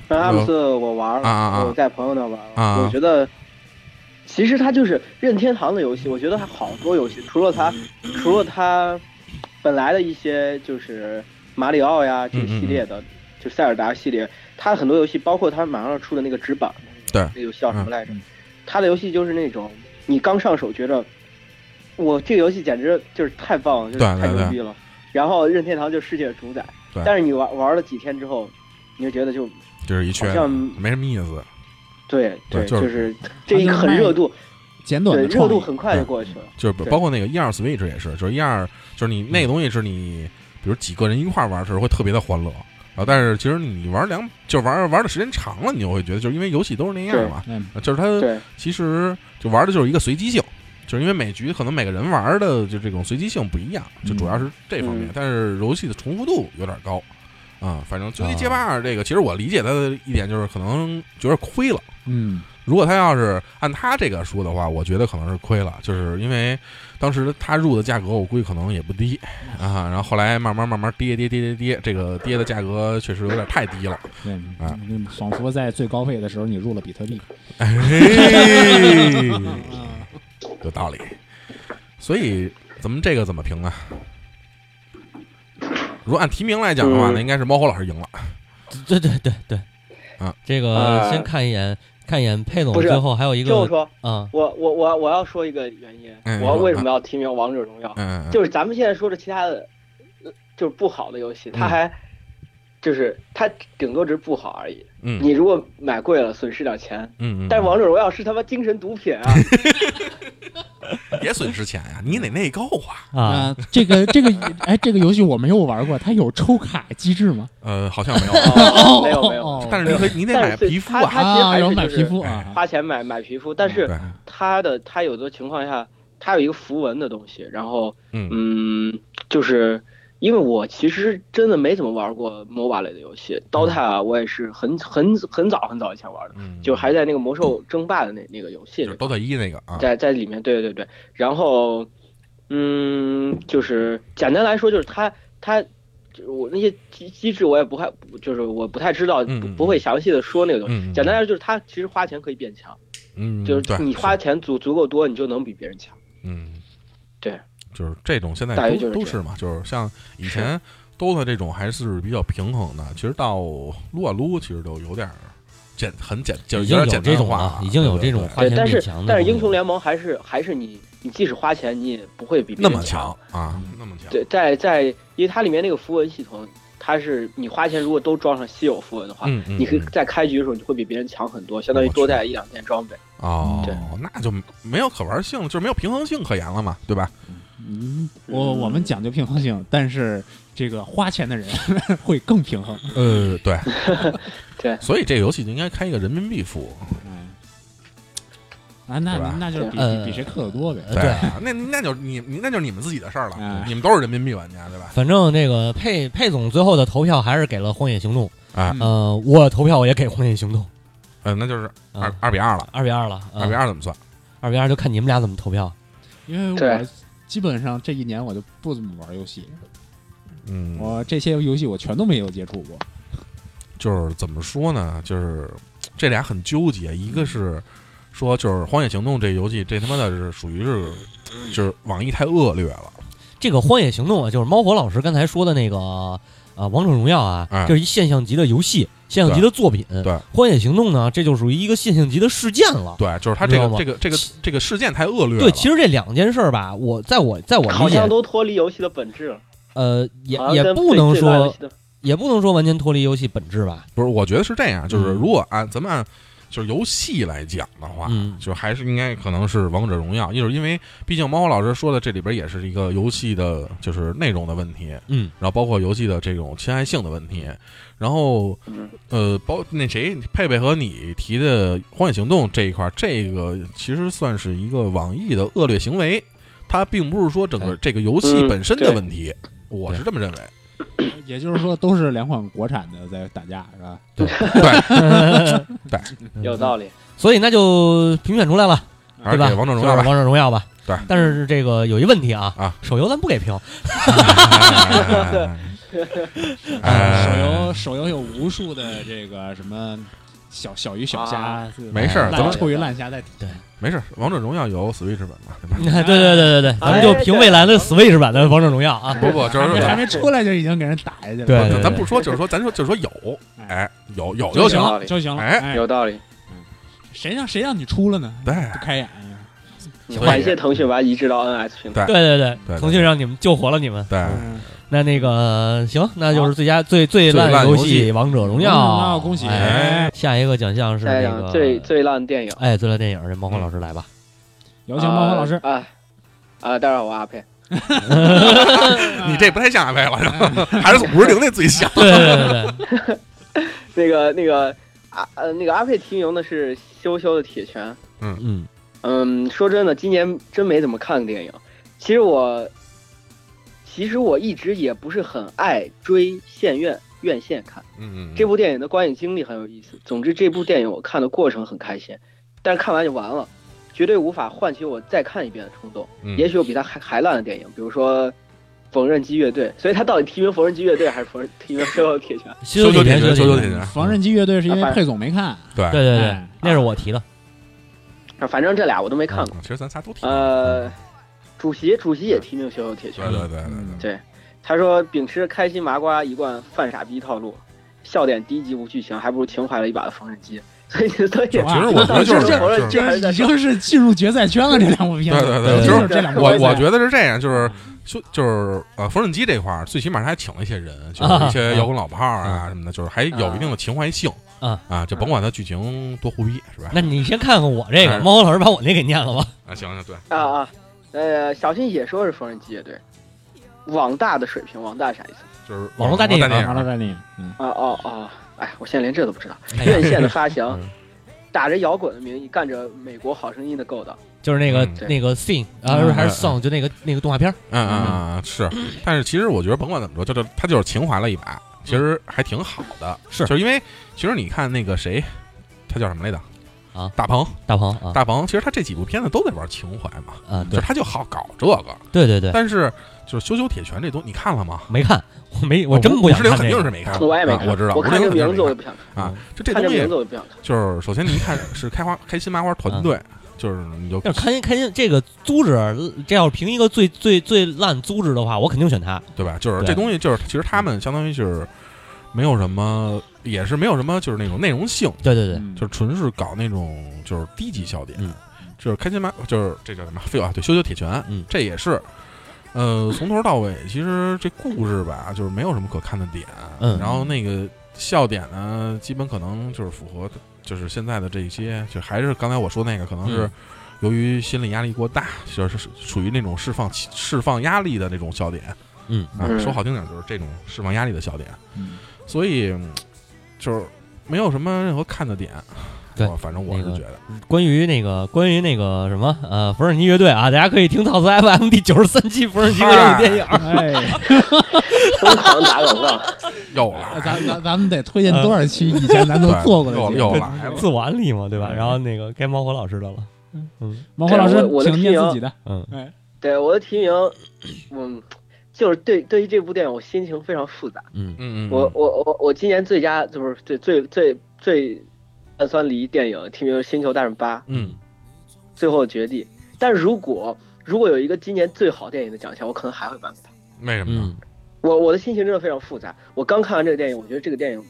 Speaker 4: 但阿姆斯我
Speaker 3: 啊
Speaker 4: 玩
Speaker 3: 啊啊
Speaker 4: 了，我在朋友那玩
Speaker 3: 啊
Speaker 4: 了，我觉得。其实它就是任天堂的游戏，我觉得它好多游戏，除了它，
Speaker 3: 嗯
Speaker 4: 除了它本来的一些就是马里奥呀
Speaker 3: 嗯
Speaker 4: 这个系列的，就塞尔达系列，它很多游戏，包括它马上要出的那个纸板，
Speaker 3: 对
Speaker 4: 那个游戏叫什么来着
Speaker 2: 嗯嗯？
Speaker 4: 它的游戏就是那种你刚上手觉着，我这个游戏简直就是太棒了，就是
Speaker 3: 对对
Speaker 4: 太牛
Speaker 3: 对
Speaker 4: 逼了。然后任天堂就世界主宰
Speaker 3: 对，
Speaker 4: 但是你玩玩了几天之后，你就觉得就
Speaker 3: 就是一缺
Speaker 4: 好像，
Speaker 3: 没什么意思。
Speaker 4: 对
Speaker 3: 对就
Speaker 4: 就是是这一很热度，
Speaker 2: 简短
Speaker 4: 对
Speaker 2: 的
Speaker 4: 热
Speaker 2: 创
Speaker 4: 度
Speaker 2: 意，
Speaker 4: 很快就过去了。
Speaker 3: 就是
Speaker 4: 对嗯
Speaker 3: 包括那个一二 Switch 也是，就是一二，就是你那个东西是你，比如几个人一块儿玩儿的时候会特别的欢乐。然后，但是其实你玩儿两，就玩儿玩儿的时间长了，你就会觉得，就是因为游戏都是那样嘛，
Speaker 2: 嗯，
Speaker 3: 就是它
Speaker 4: 对
Speaker 3: 其实就玩的就是一个随机性，就是因为每局可能每个人玩的就这种随机性不一样，就主要是这方面。
Speaker 4: 嗯
Speaker 3: 但是游戏的重复度有点高啊、反正《绝地
Speaker 1: 啊
Speaker 3: 街霸
Speaker 4: 哦
Speaker 3: 二》这个，其实我理解它的一点就是可能觉得亏了。
Speaker 2: 嗯，
Speaker 3: 如果他要是按他这个说的话，我觉得可能是亏了，就是因为当时他入的价格，我估计可能也不低啊。然后后来慢慢慢慢跌跌跌跌跌，这个跌的价格确实有点太低了。
Speaker 2: 对
Speaker 3: 啊，
Speaker 2: 嗯仿佛在最高位的时候你入了比特币，
Speaker 3: 哎，
Speaker 1: 啊
Speaker 3: 有道理。所以咱们这个怎么评呢？如果按提名来讲的话，
Speaker 4: 嗯
Speaker 3: 那应该是猫火老师赢了。
Speaker 1: 对对对对，
Speaker 3: 啊，
Speaker 1: 这个
Speaker 4: 呃
Speaker 1: 先看一眼，看一眼佩总，
Speaker 4: 不是
Speaker 1: 最后还有一
Speaker 4: 就是
Speaker 1: 个
Speaker 4: 说
Speaker 1: 啊，
Speaker 4: 我我我我要说一个原因
Speaker 3: 嗯，
Speaker 4: 我
Speaker 3: 你说
Speaker 4: 为什么要提名《王者荣耀》？
Speaker 3: 嗯，
Speaker 4: 就是咱们现在说的其他的，呃就是不好的游戏，它
Speaker 3: 嗯
Speaker 4: 还就是它顶多只是不好而已。
Speaker 3: 嗯
Speaker 4: 你如果买贵了，损失点钱。
Speaker 3: 嗯嗯，
Speaker 4: 但是《王者荣耀》是他妈精神毒品 啊！
Speaker 3: 别损失钱呀，你得内购啊。
Speaker 4: 嗯
Speaker 1: 啊，
Speaker 2: 啊，这个这个，哎，这个游戏我没有玩过，它有抽卡机制吗？
Speaker 3: 呃，好像没有，
Speaker 4: 哦没有没有，
Speaker 3: 但是你可以，你得
Speaker 4: 但
Speaker 3: 买
Speaker 4: 是最
Speaker 3: 皮肤
Speaker 4: 他
Speaker 3: 啊。
Speaker 4: 其实还
Speaker 2: 啊，
Speaker 4: 是
Speaker 2: 有买
Speaker 4: 就是哎
Speaker 2: 皮肤啊，
Speaker 4: 花钱买买皮肤，但是
Speaker 3: 对，
Speaker 4: 它的它有的情况下，它有一个符文的东西，然后
Speaker 3: 嗯
Speaker 4: 嗯，就是因为我其实真的没怎么玩过 MOBA 类的游戏，DOTA 啊我也是很很很早很早以前玩的，
Speaker 3: 嗯，
Speaker 4: 就还在那个魔兽争霸的那那个游戏
Speaker 3: 就是
Speaker 4: 里，
Speaker 3: DOTA 一那个啊，
Speaker 4: 在在里面，对对对，然后嗯，就是简单来说就是它它。就我那些机机制我也不太，就是我不太知道，
Speaker 3: 嗯
Speaker 4: 不
Speaker 3: 嗯
Speaker 4: 不会详细的说那个东西。
Speaker 3: 嗯嗯
Speaker 4: 简单来说就是它其实花钱可以变强，
Speaker 3: 嗯，
Speaker 4: 就
Speaker 3: 对
Speaker 4: 是你花钱足足够多，你就能比别人强。
Speaker 3: 嗯，
Speaker 4: 对，
Speaker 3: 就是这种现在
Speaker 4: 大约
Speaker 3: 都
Speaker 4: 就是
Speaker 3: 都
Speaker 4: 这
Speaker 3: 是嘛，就是像以前 DOTA 这种还是比较平衡的，其实到撸啊撸其实都有点儿简很简，就
Speaker 1: 已
Speaker 3: 是
Speaker 1: 经
Speaker 3: 有
Speaker 1: 有
Speaker 3: 点简
Speaker 1: 这
Speaker 3: 单
Speaker 1: 种
Speaker 3: 化
Speaker 1: 了
Speaker 3: 啊，
Speaker 1: 已经有这种
Speaker 3: 对对
Speaker 1: 花
Speaker 4: 对，
Speaker 1: 钱
Speaker 4: 但
Speaker 1: 变
Speaker 4: 是
Speaker 1: 强的，
Speaker 4: 但是英雄联盟还是还是你你即使花钱，你也不会比别
Speaker 3: 那
Speaker 4: 人
Speaker 3: 么
Speaker 4: 强
Speaker 3: 强。啊，那么强，
Speaker 4: 嗯对，在在因为它里面那个符文系统，它是你花钱如果都装上稀有符文的话，
Speaker 3: 嗯嗯，
Speaker 4: 你可以
Speaker 3: 嗯
Speaker 4: 在开局的时候你会比别人强很多，相当于多带一两件装备。对
Speaker 3: 哦，那就没有可玩性，就是没有平衡性可言了嘛，对吧？
Speaker 2: 嗯，我我们讲究平衡性，但是这个花钱的人 会更平衡。
Speaker 3: 呃，对
Speaker 4: 对
Speaker 3: 所以这个游戏就应该开一个人民币服务，
Speaker 2: 嗯啊，那
Speaker 3: 对吧
Speaker 2: 那就是比
Speaker 1: 呃
Speaker 2: 比比谁氪的多呗。
Speaker 1: 呃对
Speaker 3: 啊，那那就是你你那就是你们自己的事儿了
Speaker 2: 哎，
Speaker 3: 你们都是人民币玩家，对吧？
Speaker 1: 反正这个佩佩总最后的投票还是给了《荒野行动》
Speaker 3: 啊
Speaker 2: 嗯
Speaker 1: 呃，我投票也给《荒野行动》
Speaker 3: 嗯，那就是二
Speaker 1: 啊，
Speaker 3: 二比二了，
Speaker 1: 二比二了，啊
Speaker 3: 二比二怎么算？
Speaker 1: 二比二就看你们俩怎么投票。
Speaker 2: 因为我
Speaker 4: 对
Speaker 2: 基本上这一年我就不怎么玩游戏，
Speaker 3: 嗯，
Speaker 2: 我这些游戏我全都没有接触过。
Speaker 3: 就是怎么说呢？就是这俩很纠结，一个是说就是《荒野行动》这游戏，这他妈的是属于是就是网易太恶劣了，
Speaker 1: 这个《荒野行动》啊，就是猫火老师刚才说的那个呃《王者荣耀》啊
Speaker 3: 哎，
Speaker 1: 这是一现象级的游戏，现象级的作品。
Speaker 3: 对
Speaker 1: 荒野行动》呢，这就属于一个现象级的事件了。
Speaker 3: 对，就是他这
Speaker 1: 你知道吗
Speaker 3: 个这个这个这个事件太恶劣了。
Speaker 1: 对，其实这两件事儿吧，我在我在我
Speaker 4: 好
Speaker 1: 理
Speaker 4: 像
Speaker 1: 解，
Speaker 4: 都脱离游戏的本质了，
Speaker 1: 呃，也
Speaker 4: 好像
Speaker 1: 也
Speaker 4: 跟
Speaker 1: 不能
Speaker 4: 最烂游
Speaker 1: 说嗯
Speaker 4: 戏的
Speaker 1: 也不能说完全脱离游戏本质吧。
Speaker 3: 不是，我觉得是这样，就是
Speaker 1: 嗯
Speaker 3: 如果按咱们按就是游戏来讲的话，
Speaker 1: 嗯，
Speaker 3: 就还是应该可能是《王者荣耀》，就是因为毕竟猫猫老师说的这里边也是一个游戏的，就是内容的问题，
Speaker 1: 嗯，
Speaker 3: 然后包括游戏的这种侵害性的问题，然后
Speaker 4: 嗯
Speaker 3: 呃，包那谁佩佩和你提的《荒野行动》这一块儿，这个其实算是一个网易的恶劣行为，它并不是说整个这个游戏
Speaker 4: 嗯
Speaker 3: 本身的
Speaker 4: 对
Speaker 3: 问题，我是这么认为。
Speaker 2: 也就是说都是两款国产的在打架是吧？
Speaker 1: 嗯
Speaker 4: 有道理。
Speaker 1: 所以那就评选出来了，
Speaker 3: 还是
Speaker 1: 对吧
Speaker 3: 给王者荣
Speaker 1: 就
Speaker 3: 耀
Speaker 1: 是
Speaker 3: 吧
Speaker 1: 王，者荣耀吧。
Speaker 3: 对
Speaker 1: 但是这个有一问题啊，
Speaker 3: 啊
Speaker 1: 手游咱不给评，
Speaker 3: 哎哎
Speaker 2: 手游手游有无数的这个什么小小鱼小虾
Speaker 4: 啊，
Speaker 3: 没事儿，咱
Speaker 2: 烂
Speaker 3: 们
Speaker 1: 说
Speaker 2: 臭鱼烂虾在底下。
Speaker 3: 没事儿，王者荣耀有 Switch 版嘛，对吧？
Speaker 1: 对对对对对，咱们
Speaker 4: 哎
Speaker 1: 就评未来的 Switch 版的王者荣耀啊。
Speaker 3: 不不，就
Speaker 2: 还
Speaker 3: 是
Speaker 2: 没还
Speaker 3: 说。
Speaker 2: 没出来就已经给人打下去了，
Speaker 1: 对
Speaker 3: 咱不说，就是说，咱说，就是说有，哎，有有
Speaker 2: 就
Speaker 3: 就
Speaker 2: 行
Speaker 3: 行。
Speaker 2: 了就行了。
Speaker 3: 哎
Speaker 2: 哎，
Speaker 4: 有道理，
Speaker 2: 谁让谁让你出了呢？
Speaker 3: 对
Speaker 2: 不开眼呀。
Speaker 3: 哎
Speaker 4: 你
Speaker 3: 所以
Speaker 4: 感谢腾讯把它移植到 NS 平台。
Speaker 1: 对
Speaker 3: 对
Speaker 1: 对对，
Speaker 3: 对
Speaker 1: 腾讯让你们救活了你们。
Speaker 3: 对，
Speaker 2: 嗯
Speaker 1: 那那个行，那就是最佳最最
Speaker 3: 最
Speaker 1: 烂
Speaker 3: 烂游
Speaker 1: 游
Speaker 3: 戏
Speaker 1: 戏《王者荣
Speaker 2: 王者荣耀恭喜
Speaker 1: 哎，下一个奖项是
Speaker 4: 下一
Speaker 1: 那
Speaker 4: 讲
Speaker 1: 个
Speaker 4: 哎最最烂电影，
Speaker 1: 哎最烂电影，这毛孔老师来吧。
Speaker 2: 有请猫猫老师。
Speaker 4: 啊啊！待会儿我阿佩，
Speaker 3: 哎
Speaker 2: 嗯
Speaker 3: 你这不太像阿飞了，是吧还是五十铃那最像。
Speaker 1: 对对对 对，
Speaker 4: 那个那个啊呃那个阿佩提名的是《羞羞的铁拳》。
Speaker 1: 嗯
Speaker 4: 嗯，说真的，今年真没怎么看电影。其实我，其实我一直也不是很爱追现院院线看
Speaker 3: 嗯
Speaker 4: 这部电影的观影经历很有意思。总之，这部电影我看的过程很开心，但是看完就完了，绝对无法唤起我再看一遍的冲动。
Speaker 3: 嗯
Speaker 4: 也许有比它还还烂的电影，比如说《缝纫机乐队》。所以他到底提名《缝纫机乐队》还是缝纫提名《最后的铁拳》？
Speaker 1: 羞
Speaker 3: 羞
Speaker 1: 铁
Speaker 3: 铁拳羞
Speaker 1: 羞
Speaker 3: 羞铁拳
Speaker 2: 缝纫机乐队是因
Speaker 4: 啊
Speaker 2: 为佩总没看，
Speaker 3: 对
Speaker 1: 对对对
Speaker 2: 哎，
Speaker 1: 那是我提的。
Speaker 4: 啊反正这俩我都没看过。
Speaker 3: 嗯其实咱仨都挺。
Speaker 4: 呃，主席主席也提名《最后的铁拳
Speaker 3: 对》，对对对对
Speaker 2: 嗯
Speaker 4: 他说秉持开心麻瓜一贯犯傻逼套路，笑点低级无剧情，还不如情怀了一把的缝纫机。 所以所以
Speaker 3: 就其实我觉得就是
Speaker 4: 缝纫机
Speaker 2: 这
Speaker 4: 还是在
Speaker 2: 已经是进入决赛圈了。这两部片子，
Speaker 3: 对对
Speaker 1: 对
Speaker 2: 就是这两嗯部
Speaker 3: 我
Speaker 2: 决赛
Speaker 3: 我觉得是这样，就是就就是呃，缝纫机这块儿，最起码他还请了一些人，就是一些摇滚老炮儿啊
Speaker 2: 嗯
Speaker 3: 什么的，就是还有一定的情怀性
Speaker 1: 啊
Speaker 3: 啊，就甭管他剧情多胡逼是吧？
Speaker 1: 那你先看看我这个，
Speaker 3: 哎
Speaker 1: 猫孔老师把我那给念了吧。
Speaker 3: 啊，行行对，
Speaker 4: 啊啊，呃，小新也说是缝纫机乐队，网大的水平，网大啥意思？
Speaker 3: 就是
Speaker 1: 网络大
Speaker 3: 大
Speaker 1: 电影
Speaker 2: 完了再那个，嗯，
Speaker 4: 啊哦哦，哎，我现在连这都不知道。
Speaker 1: 哎呀
Speaker 4: 院线的发行
Speaker 3: 嗯，
Speaker 4: 打着摇滚的名义，干着美国好声音的勾当。
Speaker 1: 就是那个
Speaker 3: 嗯
Speaker 1: 那个 Sing 啊，
Speaker 2: 嗯
Speaker 1: 还是
Speaker 3: 嗯
Speaker 1: Song，就那个那个动画片儿。
Speaker 3: 嗯嗯嗯嗯是，但是其实我觉得甭管怎么说，就是他就是情怀了一把，其实还挺好的。
Speaker 1: 是
Speaker 3: 就是因为其实你看那个谁，他叫什么来着？
Speaker 1: 啊，
Speaker 3: 大鹏，
Speaker 1: 大鹏啊
Speaker 3: 大鹏，其实他这几部片子都在玩情怀嘛，
Speaker 1: 啊，
Speaker 3: 就
Speaker 1: 对
Speaker 3: 是他就好搞这个。
Speaker 1: 对对对，
Speaker 3: 但是就是《羞羞铁拳》这东西，你看了吗？
Speaker 1: 没看，我没哦我真不
Speaker 3: 五
Speaker 1: 想
Speaker 3: 十铃
Speaker 1: 看
Speaker 3: 肯
Speaker 1: 这
Speaker 3: 定
Speaker 1: 个
Speaker 3: 是没看，
Speaker 4: 我也没
Speaker 3: 啊
Speaker 4: 看，
Speaker 3: 我知道，
Speaker 4: 我看这
Speaker 3: 这
Speaker 4: 个名字我就不想看，
Speaker 3: 啊，就这
Speaker 4: 看
Speaker 3: 东
Speaker 4: 这名
Speaker 3: 西
Speaker 4: 字我就不想 看。
Speaker 3: 就是首先你一看是开花开心麻花团队，就是你就
Speaker 1: 嗯 要是开心开心，这个租值，这要是评一个最最最烂租值的话，我肯定选它。
Speaker 3: 对吧？就是
Speaker 1: 对
Speaker 3: 这东西就是其实他们相当于就是没有什么，也是没有什么就是那种内容性。
Speaker 1: 对对对，
Speaker 2: 嗯
Speaker 3: 就是纯是搞那种就是低级笑点，
Speaker 1: 嗯
Speaker 3: 就是开心麻，就是这叫什么 废话，对，羞羞铁拳，
Speaker 1: 嗯
Speaker 3: 这也是，呃，从头到尾其实这故事吧，就是没有什么可看的点，
Speaker 1: 嗯
Speaker 3: 然后那个笑点呢，基本可能就是符合就是现在的这一些，就还是刚才我说那个，可能是
Speaker 1: 嗯
Speaker 3: 由于心理压力过大，就是属于那种释放释放压力的那种笑点，
Speaker 1: 嗯
Speaker 3: 啊，
Speaker 4: 嗯
Speaker 3: 说好听点就是这种释放压力的笑点，
Speaker 2: 嗯
Speaker 3: 所以嗯就是没有什么任何看的点。
Speaker 1: 对
Speaker 3: 我反正我是
Speaker 1: 那个
Speaker 3: 觉得，
Speaker 1: 关于那个关于那个什么呃缝纫机乐队啊，大家可以听套词 FM 第九十三期缝纫机乐队的电影。
Speaker 2: 哎，
Speaker 4: 疯狂打广告，
Speaker 3: 又来
Speaker 2: 咱咱咱们得推荐多少期以前咱都做过的
Speaker 3: 嗯又
Speaker 2: 节
Speaker 3: 又
Speaker 2: 目？
Speaker 4: 哎
Speaker 3: 来了，
Speaker 1: 自我安利嘛，对吧？然后那个该猫火老师的了，嗯
Speaker 2: 毛辉老师
Speaker 4: 对我，我的
Speaker 2: 请念自己的。
Speaker 1: 嗯，
Speaker 2: 哎，
Speaker 4: 对我的提名，嗯，就是对对于这部电影，我心情非常复杂。
Speaker 1: 嗯，
Speaker 3: 嗯嗯，
Speaker 4: 我我我我今年最佳就是最最最最碳酸梨电影提名是《星球大战八》《
Speaker 3: 嗯
Speaker 4: 最后的绝地》，但如果如果有一个今年最好电影的奖项，我可能还会颁给他。
Speaker 3: 为什么呢？
Speaker 1: 嗯
Speaker 4: 我我的心情真的非常复杂。我刚看完这个电影，我觉得这个电影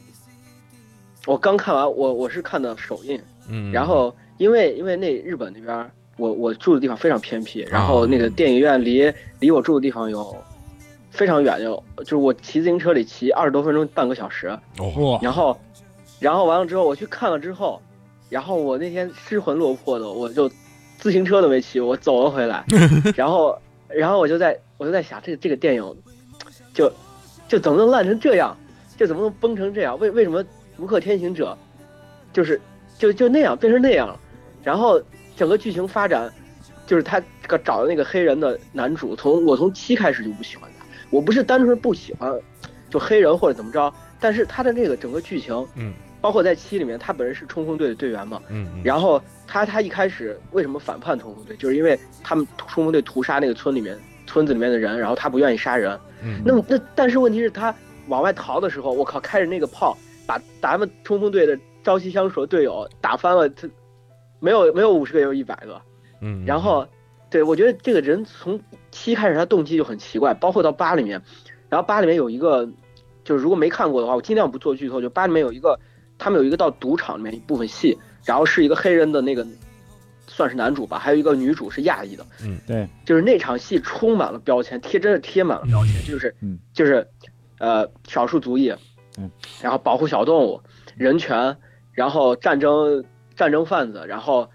Speaker 4: 我刚看完，我我是看的首映，
Speaker 3: 嗯，
Speaker 4: 然后因为因为那日本那边儿，我我住的地方非常偏
Speaker 3: 啊
Speaker 4: 僻，然后那个电影院离离我住的地方有非常远，有就是我骑自行车里骑二十多分钟，半个小时，
Speaker 3: 哦，
Speaker 2: 哇，
Speaker 4: 然后然后完了之后我去看了之后，然后我那天失魂落魄的，我就自行车都没骑，我走了回来，然后然后我就在我就在想这这个电影就就怎么能烂成这样，就怎么能崩成这样？为为什么《无客天行者》就是就就那样变成那样了？然后整个剧情发展，就是他这个找的那个黑人的男主，从我从七开始就不喜欢他，我不是单纯不喜欢就黑人或者怎么着，但是他的这个整个剧情，
Speaker 3: 嗯，
Speaker 4: 包括在七里面，他本人是冲锋队的队员嘛，
Speaker 3: 嗯，
Speaker 4: 然后他他一开始为什么反叛冲锋队，就是因为他们冲锋队屠杀那个村里面村子里面的人，然后他不愿意杀人，
Speaker 3: 嗯
Speaker 4: 那么那但是问题是，他往外逃的时候，我靠，开着那个炮把咱们冲锋队的朝夕相处的队友打翻了，他没有没有五十个也有一百个。
Speaker 3: 嗯，
Speaker 4: 然后，对我觉得这个人从七开始他动机就很奇怪，包括到八里面，然后八里面有一个，就是如果没看过的话，我尽量不做剧透。就八里面有一个，他们有一个到赌场里面一部分戏，然后是一个黑人的那个，算是男主吧，还有一个女主是亚裔的，
Speaker 2: 对，
Speaker 4: 就是那场戏充满了标签，贴真是贴满了标签，就是
Speaker 2: 嗯
Speaker 4: 就是，呃，少数族裔
Speaker 2: 嗯，
Speaker 4: 然后保护小动物、人权，然后战争战争贩子，然后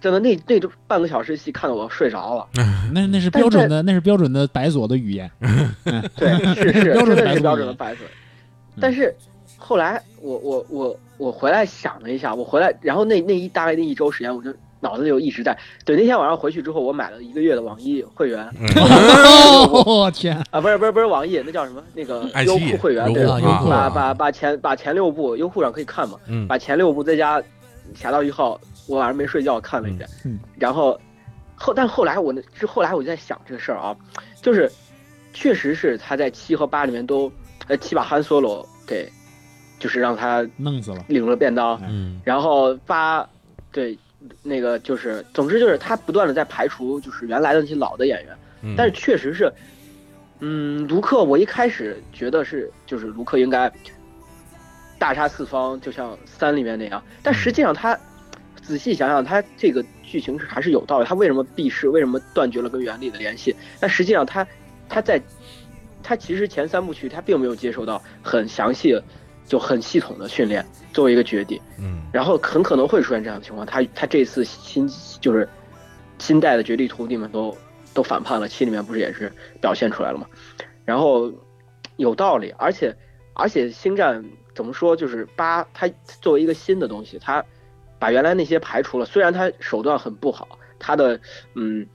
Speaker 4: 真的那那都半个小时戏看得我睡着了，
Speaker 3: 嗯
Speaker 2: 那那是标准的，那是标准的白左的语言。
Speaker 4: 对，是是，
Speaker 2: 标准
Speaker 4: 真
Speaker 2: 白
Speaker 4: 的
Speaker 2: 族
Speaker 4: 是标准
Speaker 2: 语
Speaker 4: 的白嘴。但是后来我我我我回来想了一下，我回来，然后那那一大概那一周时间，我就脑子里就一直在对那天晚上回去之后，我买了一个月的网易会员，
Speaker 3: 哎
Speaker 2: 哦天，
Speaker 4: 啊，不是不是不是网易，那叫什么？那个
Speaker 3: 爱奇
Speaker 4: 优
Speaker 3: 艺
Speaker 4: 酷会员
Speaker 3: 优
Speaker 4: 对
Speaker 3: 酷
Speaker 4: 吧
Speaker 1: 啊？优酷
Speaker 4: 把
Speaker 1: 啊
Speaker 4: 把把前把前六部优酷上可以看嘛，
Speaker 3: 嗯
Speaker 4: 把前六部再加《侠盗一号》，我晚上没睡觉看了一遍，
Speaker 2: 嗯嗯
Speaker 4: 然后后但后来我那是后来我就在想这个事儿啊，就是确实是他在七和八里面都呃七把汉 solo 给就是让他
Speaker 2: 弄死了。
Speaker 4: 领了便当，
Speaker 1: 嗯
Speaker 4: 然后八，对，那个就是总之就是他不断的在排除就是原来的那些老的演员。
Speaker 3: 嗯，
Speaker 4: 但是确实是，嗯，卢克，我一开始觉得是就是卢克应该大杀四方，就像三里面那样，但实际上他仔细想想，他这个剧情是还是有道理。他为什么避世？为什么断绝了跟原力的联系？但实际上他他在他其实前三部曲他并没有接受到很详细、就很系统的训练，作为一个绝地。
Speaker 3: 嗯
Speaker 4: 然后很可能会出现这样的情况。他他这次新就是新代的绝地徒弟们都都反叛了，七里面不是也是表现出来了嘛？然后有道理，而且而且星战怎么说就是八，它作为一个新的东西，它把原来那些排除了。虽然它手段很不好，它的嗯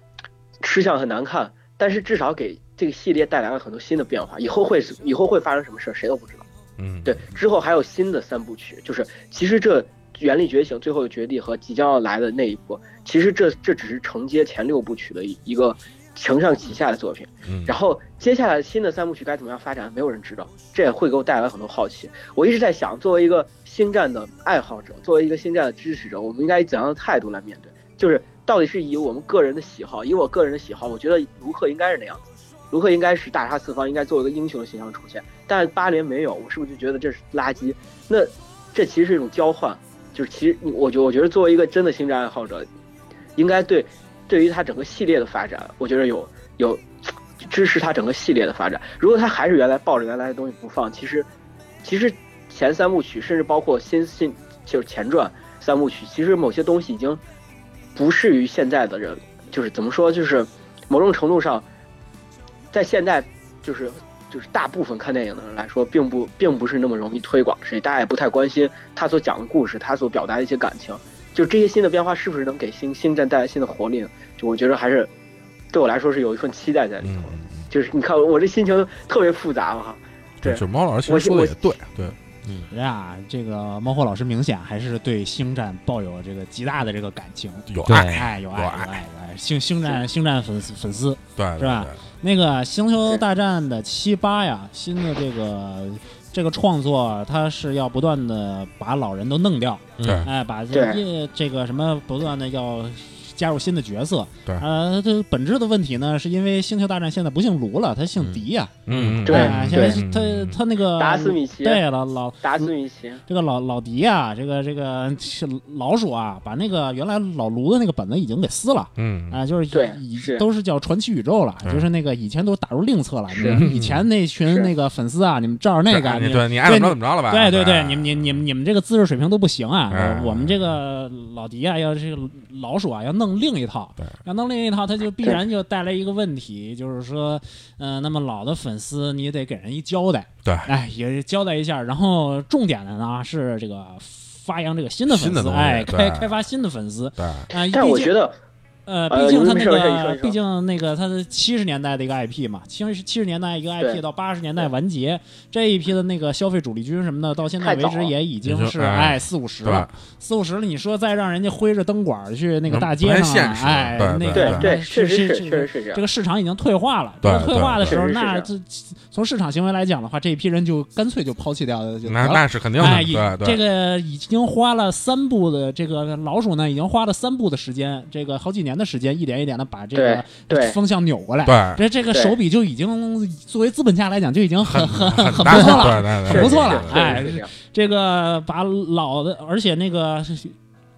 Speaker 4: 吃相很难看，但是至少给这个系列带来了很多新的变化。以后会以后会发生什么事儿，谁都不知道。
Speaker 3: 嗯，
Speaker 4: 对，之后还有新的三部曲，就是其实这《原力觉醒》最后的绝地和即将要来的那一部，其实这这只是承接前六部曲的一一个承上启下的作品。
Speaker 3: 嗯，
Speaker 4: 然后接下来新的三部曲该怎么样发展，没有人知道，这也会给我带来很多好奇。我一直在想，作为一个星战的爱好者，作为一个星战的支持者，我们应该以怎样的态度来面对？就是到底是以我们个人的喜好，以我个人的喜好，我觉得卢克应该是那样子，卢克应该是大杀四方，应该作为一个英雄的形象出现。但是八连没有，我是不是就觉得这是垃圾？那这其实是一种交换，就是其实我觉我觉得作为一个真的星战爱好者，应该对对于它整个系列的发展，我觉得有有支持它整个系列的发展。如果它还是原来抱着原来的东西不放，其实其实前三部曲，甚至包括新新就是前传三部曲，其实某些东西已经不适于现在的人，就是怎么说，就是某种程度上，在现在就是就是大部分看电影的人来说，并不并不是那么容易推广，所以大家也不太关心他所讲的故事，他所表达的一些感情，就这些新的变化是不是能给星星战带来新的活力呢？就我觉得还是对我来说是有一份期待在里头的。
Speaker 3: 嗯，
Speaker 4: 就是你看我这心情特别复杂啊哈，
Speaker 3: 就是猫老师其实说的也对，对，
Speaker 2: 人啊，这个猫火老师明显还是对星战抱有这个极大的这个感情，
Speaker 3: 有
Speaker 1: 对
Speaker 3: 爱，
Speaker 2: 爱有爱
Speaker 3: 哎有
Speaker 2: 有
Speaker 3: 爱
Speaker 2: 爱有爱，星星战星战粉丝粉丝。
Speaker 3: 对，对
Speaker 2: 是吧？那个《星球大战》的七八呀，新的这个这个创作，它是要不断的把老人都弄掉，
Speaker 1: 嗯
Speaker 2: 哎，把
Speaker 4: 对
Speaker 2: 这这个什么不断的要。加入新的角色。
Speaker 3: 对
Speaker 2: 呃，这本质的问题呢，是因为《星球大战》现在不姓卢了，他姓迪呀、
Speaker 3: 嗯，嗯
Speaker 1: 对
Speaker 2: 哎现在是
Speaker 3: 对嗯
Speaker 2: 他他那个
Speaker 4: 达斯米奇，啊
Speaker 2: 对了，老
Speaker 4: 达斯米奇，
Speaker 2: 这个老老迪呀，这个这个是老鼠啊，把那个原来老卢的那个本子已经给撕了
Speaker 3: 嗯
Speaker 2: 啊、就是
Speaker 4: 对
Speaker 2: 以
Speaker 4: 是
Speaker 2: 都是叫传奇宇宙了，
Speaker 3: 嗯
Speaker 2: 就是那个以前都打入另册了，你
Speaker 4: 是
Speaker 2: 们以前那群
Speaker 4: 是
Speaker 2: 那个粉丝啊，你们照着那个，
Speaker 3: 你
Speaker 2: 你们
Speaker 3: 对你爱怎么着怎么着了吧？
Speaker 2: 对
Speaker 3: 对
Speaker 2: 对对，你们你你们你们这个姿势水平都不行啊！
Speaker 3: 哎
Speaker 2: 我们这个老迪啊，要这个老鼠啊，要弄另一套
Speaker 3: 对，
Speaker 2: 要弄另一套，他就必然就带来一个问题，就是说，呃，那么老的粉丝你得给人一交代，
Speaker 3: 对
Speaker 2: 哎，也是交代一下。然后重点的呢是这个发扬这个新的粉
Speaker 3: 新的
Speaker 2: 丝，
Speaker 3: 东西
Speaker 2: 哎，
Speaker 3: 对
Speaker 2: 开开发新的粉丝
Speaker 3: 对，
Speaker 2: 啊。
Speaker 1: 但是我
Speaker 2: 毕竟
Speaker 1: 觉得，
Speaker 2: 呃，
Speaker 1: 呃
Speaker 2: 毕竟他
Speaker 1: 你
Speaker 2: 那
Speaker 1: 说你说你说
Speaker 2: 个
Speaker 1: 你，说
Speaker 2: 毕竟那个他是七十年代的一个 IP 嘛，七十七十年代一个 IP
Speaker 1: 对
Speaker 2: 到八十年代完结，这一批的那个消费主力军什么的，到现在
Speaker 4: 太
Speaker 2: 为
Speaker 4: 早
Speaker 2: 止
Speaker 4: 了
Speaker 2: 也已
Speaker 3: 你
Speaker 2: 经
Speaker 3: 说
Speaker 2: 是
Speaker 3: 哎
Speaker 2: 哎四五十
Speaker 3: 对吧
Speaker 2: 了，？四五十了，你说再让人家挥着灯管儿去那个
Speaker 3: 嗯
Speaker 2: 大
Speaker 3: 不
Speaker 2: 街
Speaker 3: 太
Speaker 2: 上
Speaker 3: 现
Speaker 2: 啊，
Speaker 3: 实
Speaker 2: 哎
Speaker 3: 对，
Speaker 2: 那
Speaker 3: 对
Speaker 2: 个
Speaker 1: 对，确
Speaker 2: 是
Speaker 1: 实
Speaker 2: 是
Speaker 1: 是，确实是这
Speaker 2: 这
Speaker 1: 样。
Speaker 2: 个市场已经退化了，
Speaker 3: 对
Speaker 2: 这个退化的时候，
Speaker 1: 对对
Speaker 2: 那
Speaker 1: 确
Speaker 2: 这从市场行为来讲的话，这一批人就干脆就抛弃掉了，就得
Speaker 3: 那
Speaker 2: 了。
Speaker 3: 那是肯定
Speaker 2: 哎，
Speaker 3: 的，
Speaker 2: 已
Speaker 3: 对
Speaker 2: 这
Speaker 3: 对，
Speaker 2: 个已经花了三部的这个老鼠呢，已经花了三部的时间，这个好几年的时间，一点一点的把这个
Speaker 4: 对对
Speaker 2: 风向扭过来。
Speaker 3: 对
Speaker 2: 这这个手笔就已经作为资本家来讲，就已经很很很
Speaker 3: 很
Speaker 2: 很
Speaker 3: 大
Speaker 2: 不错了。
Speaker 3: 了
Speaker 2: 很不错了
Speaker 1: 确实
Speaker 2: 哎
Speaker 1: 是这样
Speaker 2: 这个把老的，而且那个。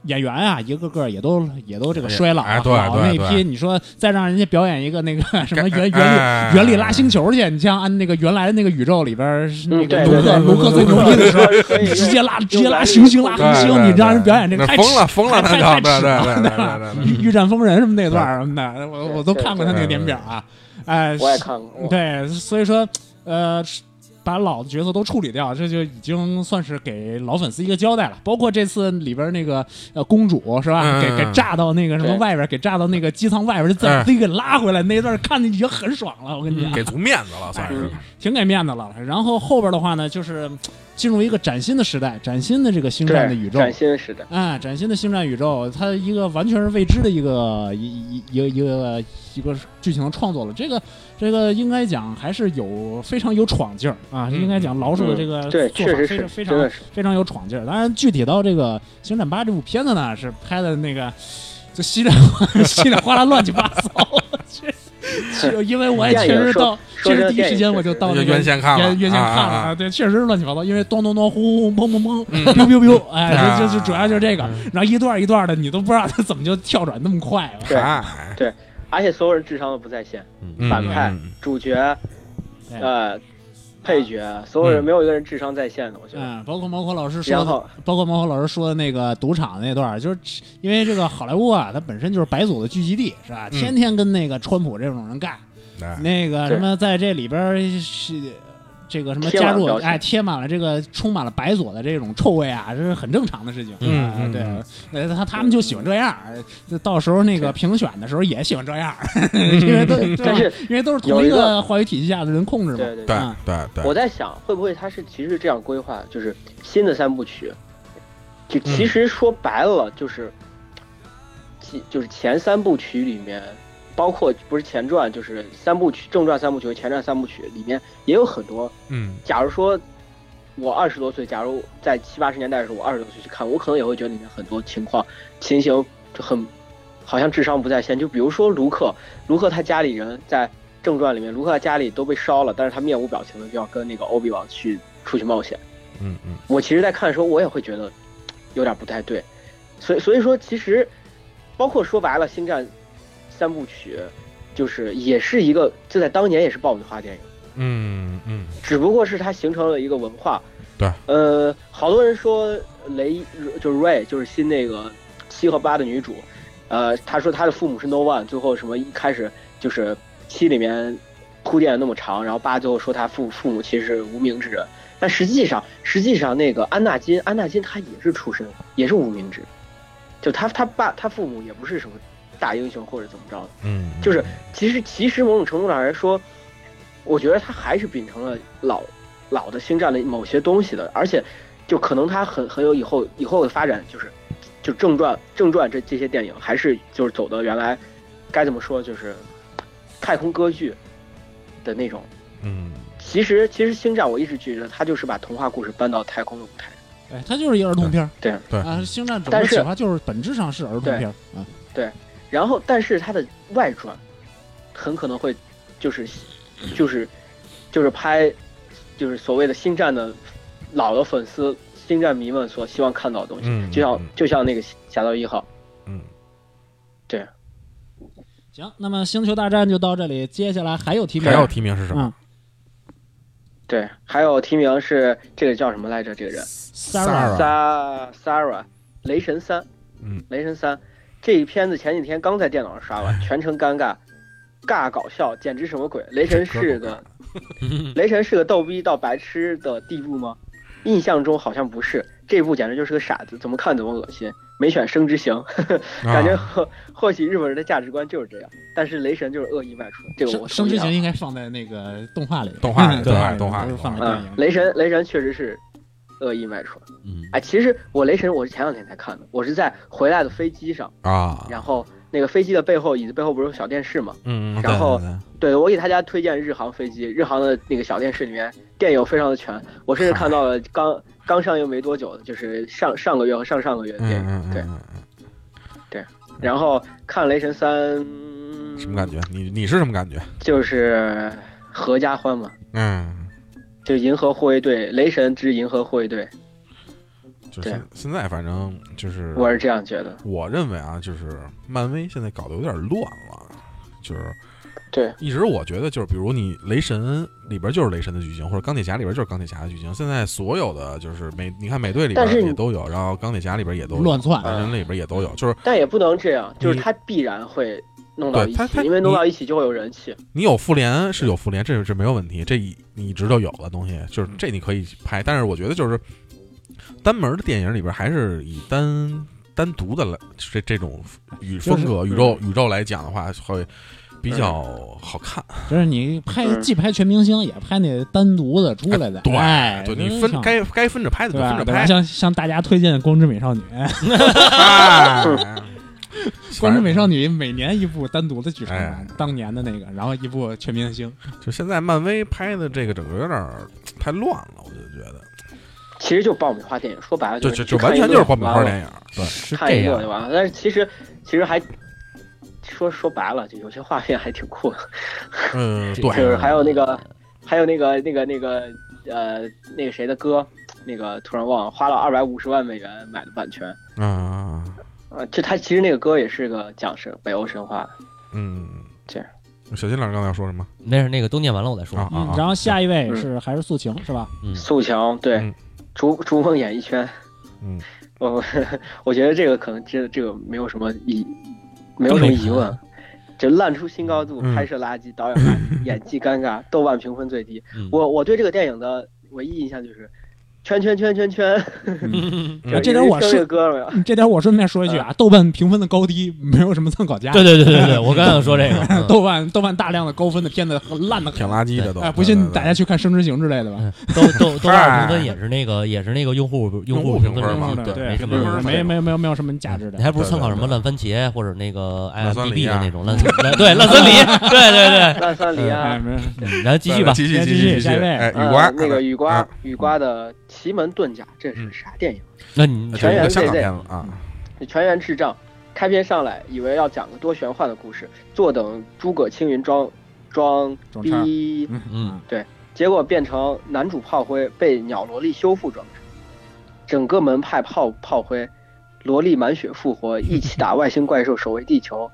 Speaker 2: 演员啊，一个个也都也都这个衰老了，
Speaker 3: 哎对
Speaker 2: 老的那
Speaker 3: 对
Speaker 2: 一
Speaker 3: 对
Speaker 2: 批，你说再让人家表演一个那个什么原原力
Speaker 3: 哎
Speaker 2: 原力拉星球去，你像按那个原来的那个宇宙里边儿是那
Speaker 4: 嗯
Speaker 2: 个
Speaker 4: 对
Speaker 2: 卢
Speaker 4: 对
Speaker 2: 克
Speaker 4: 对
Speaker 2: 卢克最牛逼的 时候，
Speaker 4: 可以
Speaker 2: 直接拉直接
Speaker 4: 用
Speaker 2: 拉
Speaker 4: 来
Speaker 2: 行星拉
Speaker 4: 对
Speaker 2: 恒星，
Speaker 3: 对
Speaker 2: 你让人表演这
Speaker 3: 哎那
Speaker 2: 个太
Speaker 3: 疯了疯了，
Speaker 2: 太
Speaker 3: 那就对
Speaker 2: 太太
Speaker 3: 对
Speaker 2: 迟
Speaker 3: 对对
Speaker 2: 了
Speaker 3: 对对
Speaker 2: 御御战风人什么那段儿什么的，我我都看过他那
Speaker 3: 嗯对对
Speaker 2: 个年表啊，哎，
Speaker 4: 我也看过，我
Speaker 2: 对，所以说呃，是把老的角色都处理掉，这就已经算是给老粉丝一个交代了。包括这次里边那个呃公主是吧，
Speaker 3: 嗯
Speaker 2: 给给炸到那个什么
Speaker 4: 对
Speaker 2: 外边，给炸到那个机舱外边，就再
Speaker 3: 哎
Speaker 2: 自己给拉回来那段，看的已经很爽了，我跟你讲
Speaker 3: 嗯对，。给足面子了，算是
Speaker 2: 挺给面子了。然后后边的话呢，就是嗯进入一个崭新的时代，崭新的这个星战的宇
Speaker 4: 对，
Speaker 2: 宙，
Speaker 4: 崭新的时代，
Speaker 2: 啊，崭新的星战宇宙，它一个完全是未知的一个一一一个一个一个剧情的创作了。这个这个应该讲还是有非常有闯劲儿啊，
Speaker 3: 嗯
Speaker 2: 应该讲老鼠的这个呃
Speaker 4: 嗯
Speaker 2: 做
Speaker 4: 对，
Speaker 2: 法
Speaker 4: 确实
Speaker 2: 非常
Speaker 4: 是，
Speaker 2: 非
Speaker 4: 真
Speaker 2: 常
Speaker 4: 的是，
Speaker 2: 非常有闯劲儿。当然，具体到这个《星战八》这部片子呢，是拍的那个就稀里 哗稀里哗啦乱七八糟。 这 就因为我也确实到，
Speaker 4: 说
Speaker 2: 确
Speaker 4: 说
Speaker 2: 实第一时间我就到那个
Speaker 3: 原先看了，
Speaker 2: 原原先看了
Speaker 3: 啊，
Speaker 2: 对，确实是乱七八糟，因为咚咚咚、呼呼、砰砰砰、
Speaker 3: 嗯
Speaker 2: biu biu biu，哎，
Speaker 3: 啊
Speaker 2: 就就就主要就是这个
Speaker 5: 嗯，
Speaker 2: 然后一段一段的，你都不知道它怎么就跳转那么快了。
Speaker 4: 对
Speaker 3: 哎
Speaker 4: 而且所有人智商都不在线，
Speaker 5: 嗯
Speaker 4: 反派主角，
Speaker 2: 对
Speaker 4: 呃，配角，所有人没有一个人智商在线的，我觉得。
Speaker 2: 嗯，包括毛孔老师说
Speaker 4: 然
Speaker 2: 的，
Speaker 4: 后
Speaker 2: 包括毛孔老师说的那个赌场那段儿，就是因为这个好莱坞啊，它本身就是白左的聚集地，是吧？
Speaker 3: 嗯
Speaker 2: 天天跟那个川普这种人干，
Speaker 3: 哎
Speaker 2: 那个
Speaker 4: 对
Speaker 2: 什么在这里边儿是这个什么
Speaker 4: 贴满
Speaker 2: 加
Speaker 4: 了
Speaker 2: 入
Speaker 4: 标签
Speaker 2: 哎贴满了这个充满了白左的这种臭味啊，这是很正常的事情。
Speaker 3: 嗯
Speaker 2: 啊
Speaker 3: 嗯
Speaker 2: 对
Speaker 3: 嗯，
Speaker 2: 呃他他们就喜欢这样，呃到时候那个评选的时候也喜欢这样， 因为都
Speaker 3: 嗯
Speaker 2: 对吧
Speaker 4: 但是
Speaker 2: 因为都是同
Speaker 4: 有
Speaker 2: 一
Speaker 4: 一个
Speaker 2: 个话语体系下的人控制嘛。
Speaker 4: 对对
Speaker 3: 对
Speaker 4: 对，
Speaker 2: 嗯
Speaker 3: 对对，
Speaker 4: 我在想会不会他是其实这样规划，就是新的三部曲，就其实说白了就是，其就是前三部曲里面。包括不是前传，就是三部曲，正传三部曲和前传三部曲里面也有很多
Speaker 3: 嗯
Speaker 4: 假如说我二十多岁，假如在七八十年代的时候，我二十多岁去看，我可能也会觉得里面很多情况情形就很好像智商不在线。就比如说卢克，卢克他家里人在正传里面，卢克他家里都被烧了，但是他面无表情的就要跟那个欧比王去出去冒险。
Speaker 3: 嗯嗯，
Speaker 4: 我其实，在看的时候，我也会觉得有点不太对，所以所以说，其实包括说白了，《星战》三部曲就是也是一个，就在当年也是爆米花电影。
Speaker 3: 嗯嗯，
Speaker 4: 只不过是它形成了一个文化。
Speaker 3: 对，
Speaker 4: 呃，好多人说雷就是 Ray 就是新那个七和八的女主，呃，她说她的父母是 No One，最后什么一开始就是七里面铺垫了那么长，然后八最后说她父父母其实是无名之人，但实际上实际上那个安纳金安纳金她也是出身也是无名之人，就她她爸她父母也不是什么大英雄或者怎么着的。
Speaker 3: 嗯，
Speaker 4: 就是其实其实某种程度上来说，我觉得他还是秉承了老老的星战的某些东西的，而且就可能他很很有以后以后的发展，就是就正传正传这这些电影还是就是走的原来该怎么说就是太空歌剧的那种。
Speaker 3: 嗯，
Speaker 4: 其实其实星战我一直觉得它就是把童话故事搬到太空的舞台。
Speaker 2: 哎，它就是一个儿童片儿。
Speaker 4: 对
Speaker 3: 对
Speaker 2: 啊，星战整
Speaker 4: 但
Speaker 2: 个
Speaker 4: 是
Speaker 2: 企划就是本质上是儿童片儿啊。
Speaker 4: 然后但是它的外传很可能会就是就是就是拍就是所谓的星战的老的粉丝、星战迷们所希望看到的东西，
Speaker 3: 嗯
Speaker 4: 就像
Speaker 3: 嗯
Speaker 4: 就像那个侠盗一号，
Speaker 3: 嗯，
Speaker 2: 行，那么《星球大战》就到这里，接下来还有提名
Speaker 3: 还，有提名是什么？
Speaker 2: 嗯
Speaker 4: 对，还有提名是这个叫什么来着？这个人
Speaker 3: Sarah
Speaker 2: ，Sarah，
Speaker 4: Sa Sara 啊雷神三，
Speaker 3: 嗯，
Speaker 4: 雷神三这一片子前几天刚在电脑上 刷完，全程尴尬，尬搞笑，简直什么鬼？雷神是个 雷神是个逗逼到白痴的地步吗？印象中好像不是，这部简直就是个傻子，怎么看怎么恶心。没选生之行，感觉
Speaker 3: 啊
Speaker 4: 或或许日本人的价值观就是这样，但是雷神就是恶意外出，这个我
Speaker 2: 生生之
Speaker 4: 同
Speaker 2: 行
Speaker 4: 意啊
Speaker 2: 应该放在那个动画里边，
Speaker 3: 动画里
Speaker 2: 嗯
Speaker 3: 动画
Speaker 2: 对
Speaker 3: 动画
Speaker 2: 不是
Speaker 3: 里
Speaker 2: 放在电
Speaker 4: 嗯
Speaker 2: 影，里。
Speaker 4: 雷神雷神确实是恶意外出。
Speaker 1: 嗯，
Speaker 4: 哎，其实我雷神我是前两天才看的，我是在回来的飞机上，
Speaker 3: 啊，
Speaker 4: 然后那个飞机的背后椅子背后不是有小电视吗？
Speaker 3: 嗯，嗯
Speaker 4: 然后
Speaker 3: 对对对
Speaker 4: 对，我给大家推荐日航飞机，日航的那个小电视里面电影非常的全，我甚至看到了 刚刚上映没多久的，就是上上个月和上上个月的电
Speaker 3: 嗯
Speaker 4: 影。
Speaker 3: 嗯
Speaker 4: 对
Speaker 3: 嗯，嗯
Speaker 4: 然后看《雷神三》，
Speaker 3: 嗯，什么感觉？你你是什么感觉？
Speaker 4: 就是合家欢嘛，
Speaker 3: 嗯，
Speaker 4: 就银河护卫队，雷神之银河护卫队，
Speaker 3: 就是
Speaker 4: 对
Speaker 3: 现在反正就是
Speaker 4: 我是这样觉得。
Speaker 3: 我认为啊，就是漫威现在搞得有点乱了，就是
Speaker 4: 对，
Speaker 3: 一直我觉得就是，比如你雷神里边就是雷神的剧情，或者钢铁侠里边就是钢铁侠的剧情。现在所有的就是美，你看美队里
Speaker 4: 但是
Speaker 3: 边
Speaker 4: 你嗯
Speaker 3: 也都有，然后钢铁侠里边也都有，
Speaker 2: 乱窜，
Speaker 3: 雷神里边也都有，就是
Speaker 4: 但也不能这样，就是
Speaker 3: 你
Speaker 4: 它必然会弄到
Speaker 3: 对
Speaker 4: 一
Speaker 3: 它
Speaker 4: 起
Speaker 3: 它，
Speaker 4: 因为弄
Speaker 3: 你
Speaker 4: 到一起就会有人气。
Speaker 3: 你有复联是有复联，这是这没有问题，这一你一直都有的东西，就是这你可以拍。但是我觉得就是单门的电影里边还是以单单独的来这这种宇
Speaker 2: 就是
Speaker 3: 风格、宇宙宇宙来讲的话，会比较好看。
Speaker 2: 就是你拍
Speaker 4: 嗯
Speaker 2: 既拍全明星，也拍那单独的出来的，
Speaker 3: 对，
Speaker 2: 哎，
Speaker 3: 对，
Speaker 2: 就是
Speaker 3: 你分
Speaker 2: 像
Speaker 3: 该该分着拍的
Speaker 2: 对
Speaker 3: 就分
Speaker 2: 吧？
Speaker 3: 着
Speaker 2: 对吧
Speaker 3: 拍。
Speaker 2: 像像大家推荐的《光之美少女》，《
Speaker 3: 哎
Speaker 2: 光之美少女》每年一部单独的剧场版
Speaker 3: 哎，
Speaker 2: 当年的那个，然后一部全明星，
Speaker 3: 就现在漫威拍的这个整个有点儿太乱了，我就觉得，
Speaker 4: 其实就爆米花电影，说白了
Speaker 3: 就是就
Speaker 4: 去
Speaker 3: 就
Speaker 4: 看
Speaker 3: 完
Speaker 4: 一
Speaker 3: 全
Speaker 4: 乐
Speaker 3: 就是爆米
Speaker 4: 完
Speaker 3: 花
Speaker 4: 了
Speaker 3: 电影。对，
Speaker 1: 是
Speaker 4: 看
Speaker 1: 这
Speaker 4: 一乐
Speaker 1: 样
Speaker 4: 就。完了。但是其实其实还说说白了，就有些画面还挺酷的，
Speaker 3: 嗯，
Speaker 4: 就
Speaker 3: 对，
Speaker 4: 是还有那个还有那个那个那个呃那个谁的歌，那个突然忘了，花了二百五十万美元买的版权。
Speaker 3: 嗯
Speaker 4: 呃，就他其实那个歌也是个讲神北欧神话的，
Speaker 3: 嗯，
Speaker 4: 这样。
Speaker 3: 小金老师刚才要说什么
Speaker 1: 没事，那个都念完了我再说。
Speaker 3: 啊
Speaker 2: 嗯
Speaker 3: 啊，
Speaker 2: 然
Speaker 3: 啊
Speaker 2: 后下一位
Speaker 4: 嗯
Speaker 2: 是还是素晴是吧？
Speaker 1: 嗯
Speaker 4: 素强对
Speaker 3: 嗯，
Speaker 4: 逐逐梦演艺圈，
Speaker 3: 嗯，
Speaker 4: 我我觉得这个可能这这个没有什么疑，没有什么疑问，就烂出新高度，
Speaker 3: 嗯
Speaker 4: 拍摄垃圾，导演垃圾，演技尴尬，豆瓣评分最低。
Speaker 1: 嗯
Speaker 4: 我我对这个电影的唯一印象就是，圈圈圈圈圈，
Speaker 2: 啊这点我
Speaker 4: 听这个
Speaker 2: 是
Speaker 4: 歌了没有？
Speaker 2: 嗯这点我顺便说一句
Speaker 4: 嗯
Speaker 2: 啊，豆瓣评分的高低没有什么参考价，
Speaker 1: 对对对对对，我刚想说这个， 嗯
Speaker 2: 豆瓣豆瓣大量的高分的片子很烂的
Speaker 3: 挺垃圾的都。
Speaker 2: 哎，不信
Speaker 3: 对
Speaker 2: 大家。去看《生之行》之类的吧。
Speaker 1: 嗯 豆豆豆瓣评分也是那个也是那个用户用户评
Speaker 3: 用户评分
Speaker 1: 嘛
Speaker 3: 嘛，
Speaker 1: 对，
Speaker 2: 对，
Speaker 1: 没什
Speaker 3: 评分
Speaker 1: 么
Speaker 3: 儿
Speaker 2: 没没没有没有什么价值
Speaker 1: 你
Speaker 2: 的。
Speaker 1: 还不如参考什么
Speaker 3: 对对对
Speaker 1: 烂番茄或者那个哎
Speaker 3: 烂酸
Speaker 1: IMDB
Speaker 3: 梨
Speaker 1: 的
Speaker 3: 啊
Speaker 1: 那种烂烂对烂酸梨， 对对对
Speaker 4: 烂三梨
Speaker 2: 哎，
Speaker 4: 啊，
Speaker 2: 没有
Speaker 1: 嗯，然后继续吧，
Speaker 3: 继续
Speaker 2: 继续
Speaker 3: 继续继续。
Speaker 2: 下一位
Speaker 3: 哎，
Speaker 4: 呃
Speaker 3: 雨瓜
Speaker 4: 那个雨瓜
Speaker 3: 啊，
Speaker 4: 雨瓜的《奇门遁甲》，这是啥电影？
Speaker 1: 那你
Speaker 3: 呃这是
Speaker 4: 全
Speaker 3: 一
Speaker 4: 员
Speaker 3: 个香港
Speaker 4: ZZ
Speaker 3: 片子啊，
Speaker 4: 这全员智障。开篇上来以为要讲个多玄幻的故事，坐等诸葛青云装装
Speaker 2: 装叉
Speaker 4: 逼，
Speaker 1: 嗯
Speaker 4: 结果变成男主炮灰被鸟萝莉修复装置，整个门派炮炮灰，萝莉满血复活，一起打外星怪兽守卫地球，